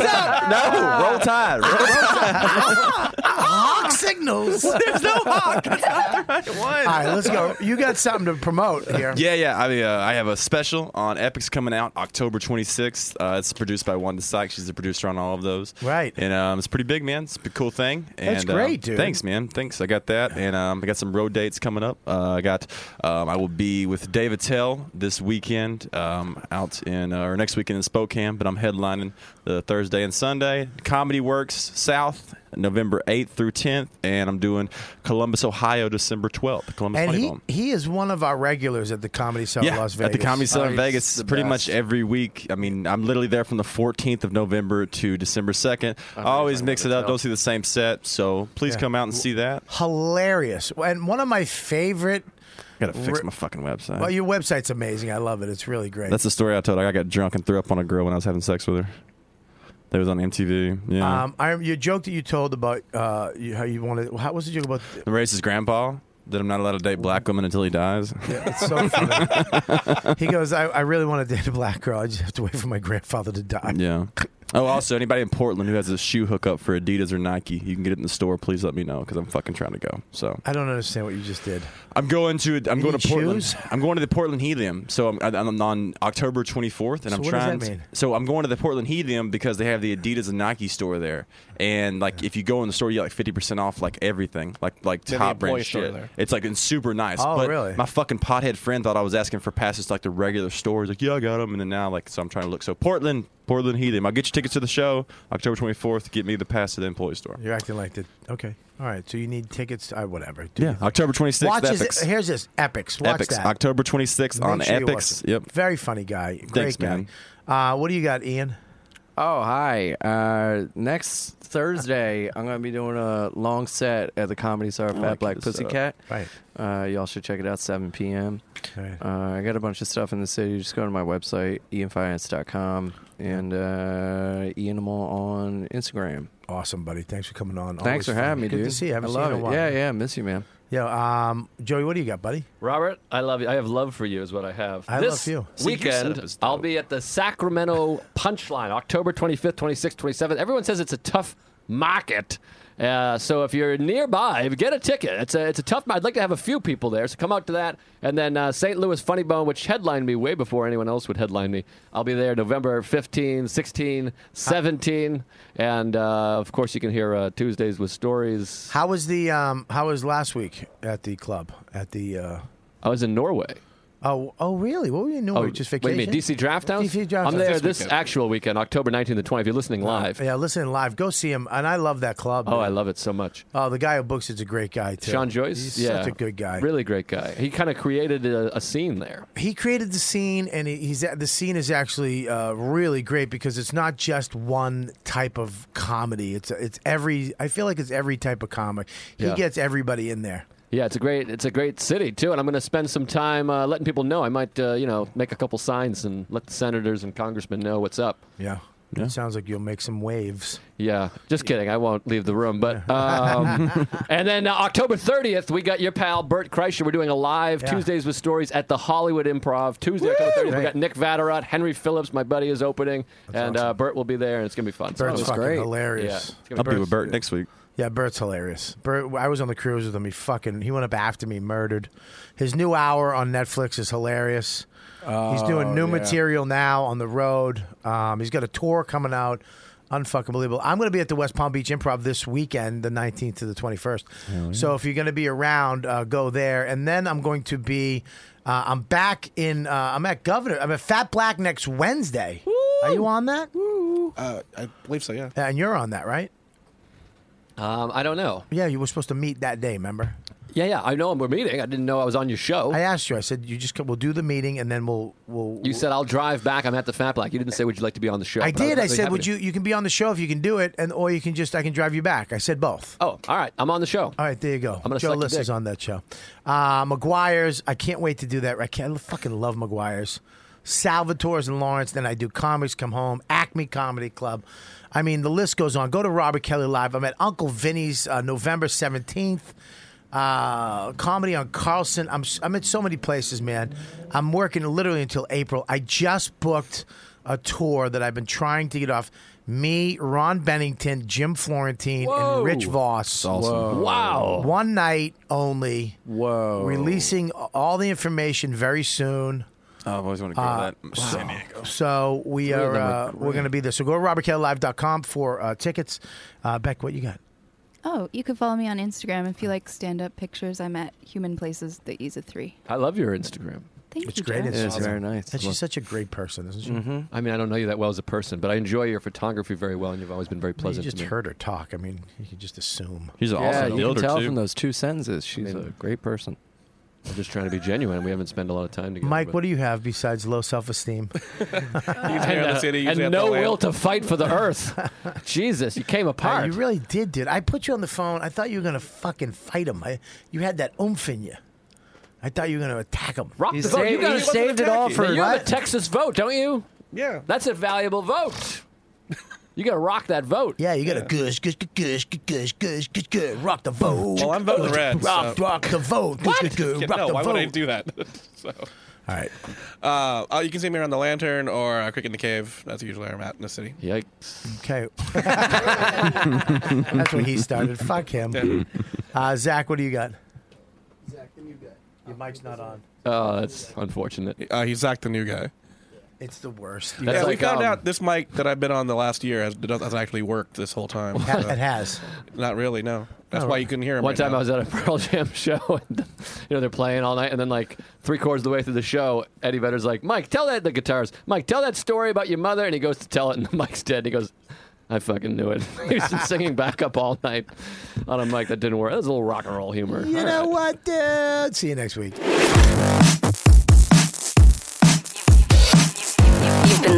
Speaker 4: up!
Speaker 11: No, roll tide. Roll tide.
Speaker 4: Hawk signal. Cardinals.
Speaker 5: Ah. There's no hawk. That's not the right one.
Speaker 4: All right, let's go. You got something to promote here.
Speaker 11: Yeah, yeah. I mean, uh, I have a special on Epics coming out October 26th. Uh, it's produced by Wanda Sykes. She's the producer on all of those.
Speaker 4: Right.
Speaker 11: And um, it's pretty big, man. It's a cool thing. And,
Speaker 4: That's great,
Speaker 11: uh,
Speaker 4: dude.
Speaker 11: Thanks, man. Thanks. I got that. And um, I got some road dates coming up. Uh, I got. Um, I will be with David Tell this weekend um, out in uh, or next weekend in Spokane, but I'm headlining the Thursday and Sunday. Comedy Works South. November 8th through 10th, and I'm doing Columbus, Ohio, December 12th. Columbus
Speaker 4: And
Speaker 11: Funny
Speaker 4: he,
Speaker 11: Bone.
Speaker 4: he is one of our regulars at the Comedy Cellar
Speaker 11: yeah,
Speaker 4: Las Vegas.
Speaker 11: At the Comedy Cellar in
Speaker 4: Oh, he's
Speaker 11: Vegas,
Speaker 4: the
Speaker 11: pretty
Speaker 4: best.
Speaker 11: much every week. I mean, I'm literally there from the 14th of November to December 2nd. I always mix it up. Don't see the same set. So please
Speaker 4: Yeah.
Speaker 11: come out and see that.
Speaker 4: hilarious. And one of my favorite.
Speaker 11: Gotta fix
Speaker 4: Re-
Speaker 11: my fucking website.
Speaker 4: Well, your website's amazing. I love it. It's really great.
Speaker 11: That's the story I told. I got drunk and threw up on a girl when I was having sex with her. That was on MTV. Yeah.
Speaker 4: Um, I, your joke that you told about uh, you, how you wanted. How was the joke about? uh,
Speaker 11: the racist grandpa that I'm not allowed to date black women until he dies.
Speaker 4: It's so funny. he goes, I, I really want to date a black girl. I just have to wait for my grandfather to die.
Speaker 11: Yeah. Oh, also, anybody in Portland who has a shoe hookup for Adidas or Nike, you can get it in the store. Please let me know because I'm fucking trying to go. So
Speaker 4: I don't understand what you just did.
Speaker 11: I'm going to I'm going
Speaker 4: You need
Speaker 11: to Portland.
Speaker 4: shoes?
Speaker 11: I'm going to the Portland Helium. So I'm, I'm on October 24th, and
Speaker 4: So
Speaker 11: I'm
Speaker 4: what does
Speaker 11: trying.
Speaker 4: that
Speaker 11: to-
Speaker 4: mean?
Speaker 11: So I'm going to the Portland Helium because they have the Adidas and Nike store there, and like if you go in the store, you get like 50 percent off like everything, like like
Speaker 12: They have the
Speaker 11: top
Speaker 12: employee
Speaker 11: brand
Speaker 12: store
Speaker 11: shit.
Speaker 12: there.
Speaker 11: It's like and super nice.
Speaker 4: Oh,
Speaker 11: but
Speaker 4: really?
Speaker 11: My fucking pothead friend thought I was asking for passes to like the regular store. He's like, yeah, I got them, and then now like so I'm trying to look. So Portland, Portland Helium. I'll get you tickets to the show October 24th. Get me the pass to the employee store.
Speaker 4: You're acting like that. Okay. All right. So you need tickets. To, uh, whatever. Do
Speaker 11: Yeah,
Speaker 4: your-
Speaker 11: October 26th.
Speaker 4: Watch his-
Speaker 11: Epics.
Speaker 4: here's this Epics. Watch
Speaker 11: Epics.
Speaker 4: that.
Speaker 11: October 26th
Speaker 4: Make
Speaker 11: on
Speaker 4: sure you watch
Speaker 11: Epics.
Speaker 4: it.
Speaker 11: Yep.
Speaker 4: Very funny guy. Great
Speaker 11: Thanks,
Speaker 4: guy.
Speaker 11: man.
Speaker 4: Uh, what do you got, Ian?
Speaker 9: Oh, hi. Uh, next Thursday, I'm going to be doing a long set at the Comedy Cellar Fat
Speaker 13: like
Speaker 9: Black
Speaker 13: this setup.
Speaker 9: Pussycat.
Speaker 4: Right.
Speaker 9: Uh, y'all should check it out, 7 p.m.
Speaker 4: Right.
Speaker 9: Uh, I got a bunch of stuff in the city. Just go to my website, ianfinance.com, and uh, Ianimal on Instagram.
Speaker 4: Awesome, buddy. Thanks for coming on.
Speaker 9: Thanks
Speaker 4: Always
Speaker 9: for
Speaker 4: fun.
Speaker 9: having me,
Speaker 4: Good
Speaker 9: dude.
Speaker 4: to see you.
Speaker 9: I
Speaker 4: Haven't seen
Speaker 9: love
Speaker 4: you in a
Speaker 9: it.
Speaker 4: while.
Speaker 9: Yeah, yeah. Miss you, man.
Speaker 4: Yeah. Um, Joey, what do you got, buddy?
Speaker 8: Robert, I love you. I have love for you, is what I have.
Speaker 4: I
Speaker 8: this
Speaker 4: love you.
Speaker 8: Weekend, I'll be at the Sacramento Punchline, October 25th, 26th, 27th. Everyone says it's a tough market. Uh, so if you're nearby, get a ticket. It's a it's a tough. mar- I'd like to have a few people there, so come out to that. And then uh, St. Louis Funny Bone, which headlined me way before anyone else would headline me. I'll be there November 15, 16, 17, and uh, of course you can hear uh, Tuesdays with stories.
Speaker 4: How was the um, How was last week at the club? At the uh,
Speaker 8: I was in Norway.
Speaker 4: Oh, oh, really? What were you doing?
Speaker 8: Oh,
Speaker 4: Just
Speaker 8: wait a
Speaker 4: vacation?
Speaker 8: minute, DC Draft House?
Speaker 4: DC Draft
Speaker 8: I'm
Speaker 4: House.
Speaker 8: there this, actual weekend, October 19th and 20th. If you're listening live,
Speaker 4: Yeah, listen live. Go see him. And I love that club.
Speaker 8: oh, I love it so much.
Speaker 4: Oh, the guy who books it's a great guy too.
Speaker 8: Sean Joyce,
Speaker 4: He's
Speaker 8: yeah,
Speaker 4: such a good guy.
Speaker 8: really great guy. He kind of created a, a scene there.
Speaker 4: He created the scene, and he- he's the scene is actually uh, really great because it's not just one type of comedy. It's it's every. I feel like it's every type of comic. He
Speaker 8: Yeah.
Speaker 4: gets everybody in there.
Speaker 8: Yeah, it's a great it's a great city too, and I'm going to spend some time uh, letting people know. I might uh, you know make a couple signs and let the senators and congressmen know what's up.
Speaker 4: Yeah. It sounds like you'll make some waves.
Speaker 8: Yeah, just kidding. I won't leave the room. But um, and then uh, October 30th, we got your pal Bert Kreischer. We're doing a live
Speaker 4: Yeah.
Speaker 8: Tuesdays with Stories at the Hollywood Improv. Tuesday, October 30th, we got Nick Vatterott, Henry Phillips, my buddy, is opening, and uh, Bert will be there, and it's gonna be fun.
Speaker 4: Bert's
Speaker 8: it's
Speaker 4: fucking
Speaker 8: great.
Speaker 4: hilarious.
Speaker 8: Yeah, it's gonna
Speaker 11: I'll be with Bert next week.
Speaker 4: Yeah, Bert's hilarious. Bert, I was on the cruise with him. He fucking he went up after me, murdered. His new hour on Netflix is hilarious. he's doing new
Speaker 5: yeah.
Speaker 4: material now on the road. Um, he's got a tour coming out. Unfucking believable. I'm going to be at the West Palm Beach Improv this weekend, the 19th to the 21st. So if you're going to be around, uh, go there. And then I'm going to be, uh, I'm back in, uh, I'm at Governor, I'm at Fat Black next Wednesday. Are you on that?
Speaker 12: Uh, I believe so. Yeah.
Speaker 4: And you're on that, right?
Speaker 8: Um, I don't know.
Speaker 4: Yeah, you were supposed to meet that day, remember?
Speaker 8: Yeah, yeah, I know we're meeting. I didn't know I was on your show.
Speaker 4: I asked you. I said, "You just come, we'll do the meeting, and then we'll we'll."
Speaker 8: you said I'll drive back. I'm at the Fat Black. You didn't say would you like to be on the show.
Speaker 4: I
Speaker 8: but was
Speaker 4: did. I
Speaker 8: really
Speaker 4: said,
Speaker 8: happy
Speaker 4: "Would
Speaker 8: to-
Speaker 4: you? You can be on the show if you can do it, and or you can just I can drive you back." I said both.
Speaker 8: Oh, all right. I'm on the show.
Speaker 4: All right, there you go.
Speaker 8: gonna
Speaker 4: Joe
Speaker 8: suck your
Speaker 4: Liss is
Speaker 8: dick.
Speaker 4: on that show. Uh, McGuire's. I can't wait to do that. I can't I fucking love McGuire's. Salvatore's in Lawrence. Then I do Comics Come Home, Acme Comedy Club. I mean, the list goes on. Go to Robert Kelly Live. I'm at Uncle Vinny's uh, November 17th. Uh, comedy on Carlson. I'm, s- I'm at so many places, man. I'm working literally until April. I just booked a tour that I've been trying to get off. Me, Ron Bennington, Jim Florentine,
Speaker 13: Whoa.
Speaker 4: and Rich Voss.
Speaker 13: That's awesome. Whoa. Wow.
Speaker 4: One night only.
Speaker 13: Whoa.
Speaker 4: Releasing all the the information very soon.
Speaker 11: Oh, I've always wanted to go
Speaker 4: Uh,
Speaker 11: to that. San Diego.
Speaker 4: So we
Speaker 11: Three of
Speaker 4: are
Speaker 11: them are
Speaker 4: uh, we're going to be there. So go to robertkellylive.com for uh, tickets. Uh, Beck, what you got?
Speaker 10: Oh, you can follow me on Instagram if you like stand up pictures. I'm at Human Places, the Ease of Three.
Speaker 8: I love your Instagram.
Speaker 10: Thank
Speaker 4: It's
Speaker 10: you.
Speaker 4: great.
Speaker 10: Joe.
Speaker 8: It's It's awesome. very nice. Mm-hmm.
Speaker 4: And she's
Speaker 8: Look.
Speaker 4: such a great person, isn't she?
Speaker 8: I mean, I don't know you that well as a person, but I enjoy your photography very well, and you've always been very
Speaker 4: Well, you
Speaker 8: pleasant.
Speaker 4: just
Speaker 8: to me.
Speaker 4: heard her talk. I mean, you could just assume.
Speaker 8: She's an
Speaker 9: yeah,
Speaker 8: awesome
Speaker 9: you
Speaker 8: builder,
Speaker 9: can tell
Speaker 8: too.
Speaker 9: from those two sentences. She's
Speaker 8: mean-
Speaker 9: a great person.
Speaker 8: I'm just trying to be genuine. We haven't spent a lot of time together.
Speaker 4: Mike,
Speaker 8: but-
Speaker 4: what do you have besides low self esteem?
Speaker 8: and,
Speaker 4: the
Speaker 8: uh,
Speaker 4: city, usually
Speaker 8: and
Speaker 4: at the
Speaker 8: no
Speaker 4: lamp.
Speaker 8: will to fight for the earth. Jesus, you came apart.
Speaker 4: you really did, dude. I put you on the phone. I thought you were going to fucking fight him. I, you had that oomph in you. I thought you were going to attack him.
Speaker 8: Rock the vote. You got You have a Texas vote, don't you?
Speaker 12: Yeah.
Speaker 8: That's a valuable vote. You got to rock that vote.
Speaker 4: Yeah, you got to gush, gush, gush, gush, gush, gush, gush, gush, rock the vote.
Speaker 12: Well, I'm voting red,
Speaker 4: Rock,
Speaker 12: so-
Speaker 4: rock the vote. Gush, gush, gush,
Speaker 12: Yeah,
Speaker 4: rock
Speaker 12: no,
Speaker 4: the
Speaker 12: why
Speaker 4: vote.
Speaker 12: would I do that? so.
Speaker 4: All right.
Speaker 12: Uh, oh, you can see me around the lantern or uh, Crick in the Cave. That's usually where I'm at in the city.
Speaker 8: Yikes.
Speaker 4: Okay. That's where he started. Fuck him. Uh, Zach, what do you got?
Speaker 15: Zach, the new guy.
Speaker 4: Your mic's not on.
Speaker 8: Oh, that's unfortunate.
Speaker 12: Uh, he's Zach the new guy.
Speaker 4: It's the worst.
Speaker 12: yeah, we found out this mic that I've been on the last year has, has actually worked this whole time.
Speaker 4: Ha- it has.
Speaker 12: Not really, no. That's
Speaker 8: Oh,
Speaker 12: why you couldn't hear him.
Speaker 8: One
Speaker 12: right
Speaker 8: time
Speaker 12: now.
Speaker 8: I was at a Pearl Jam show, and you know they're playing all night, and then like three quarters of the way through the show, Eddie Vedder's like, "Mike, tell that the guitarist, Mike, tell that story about your mother," and he goes to tell it, and the mic's dead. And he goes, "I fucking knew it." he was just singing back up all night on a mic that didn't work. That was a little rock and roll humor.
Speaker 4: You know what, dude? See you next week.
Speaker 17: You've been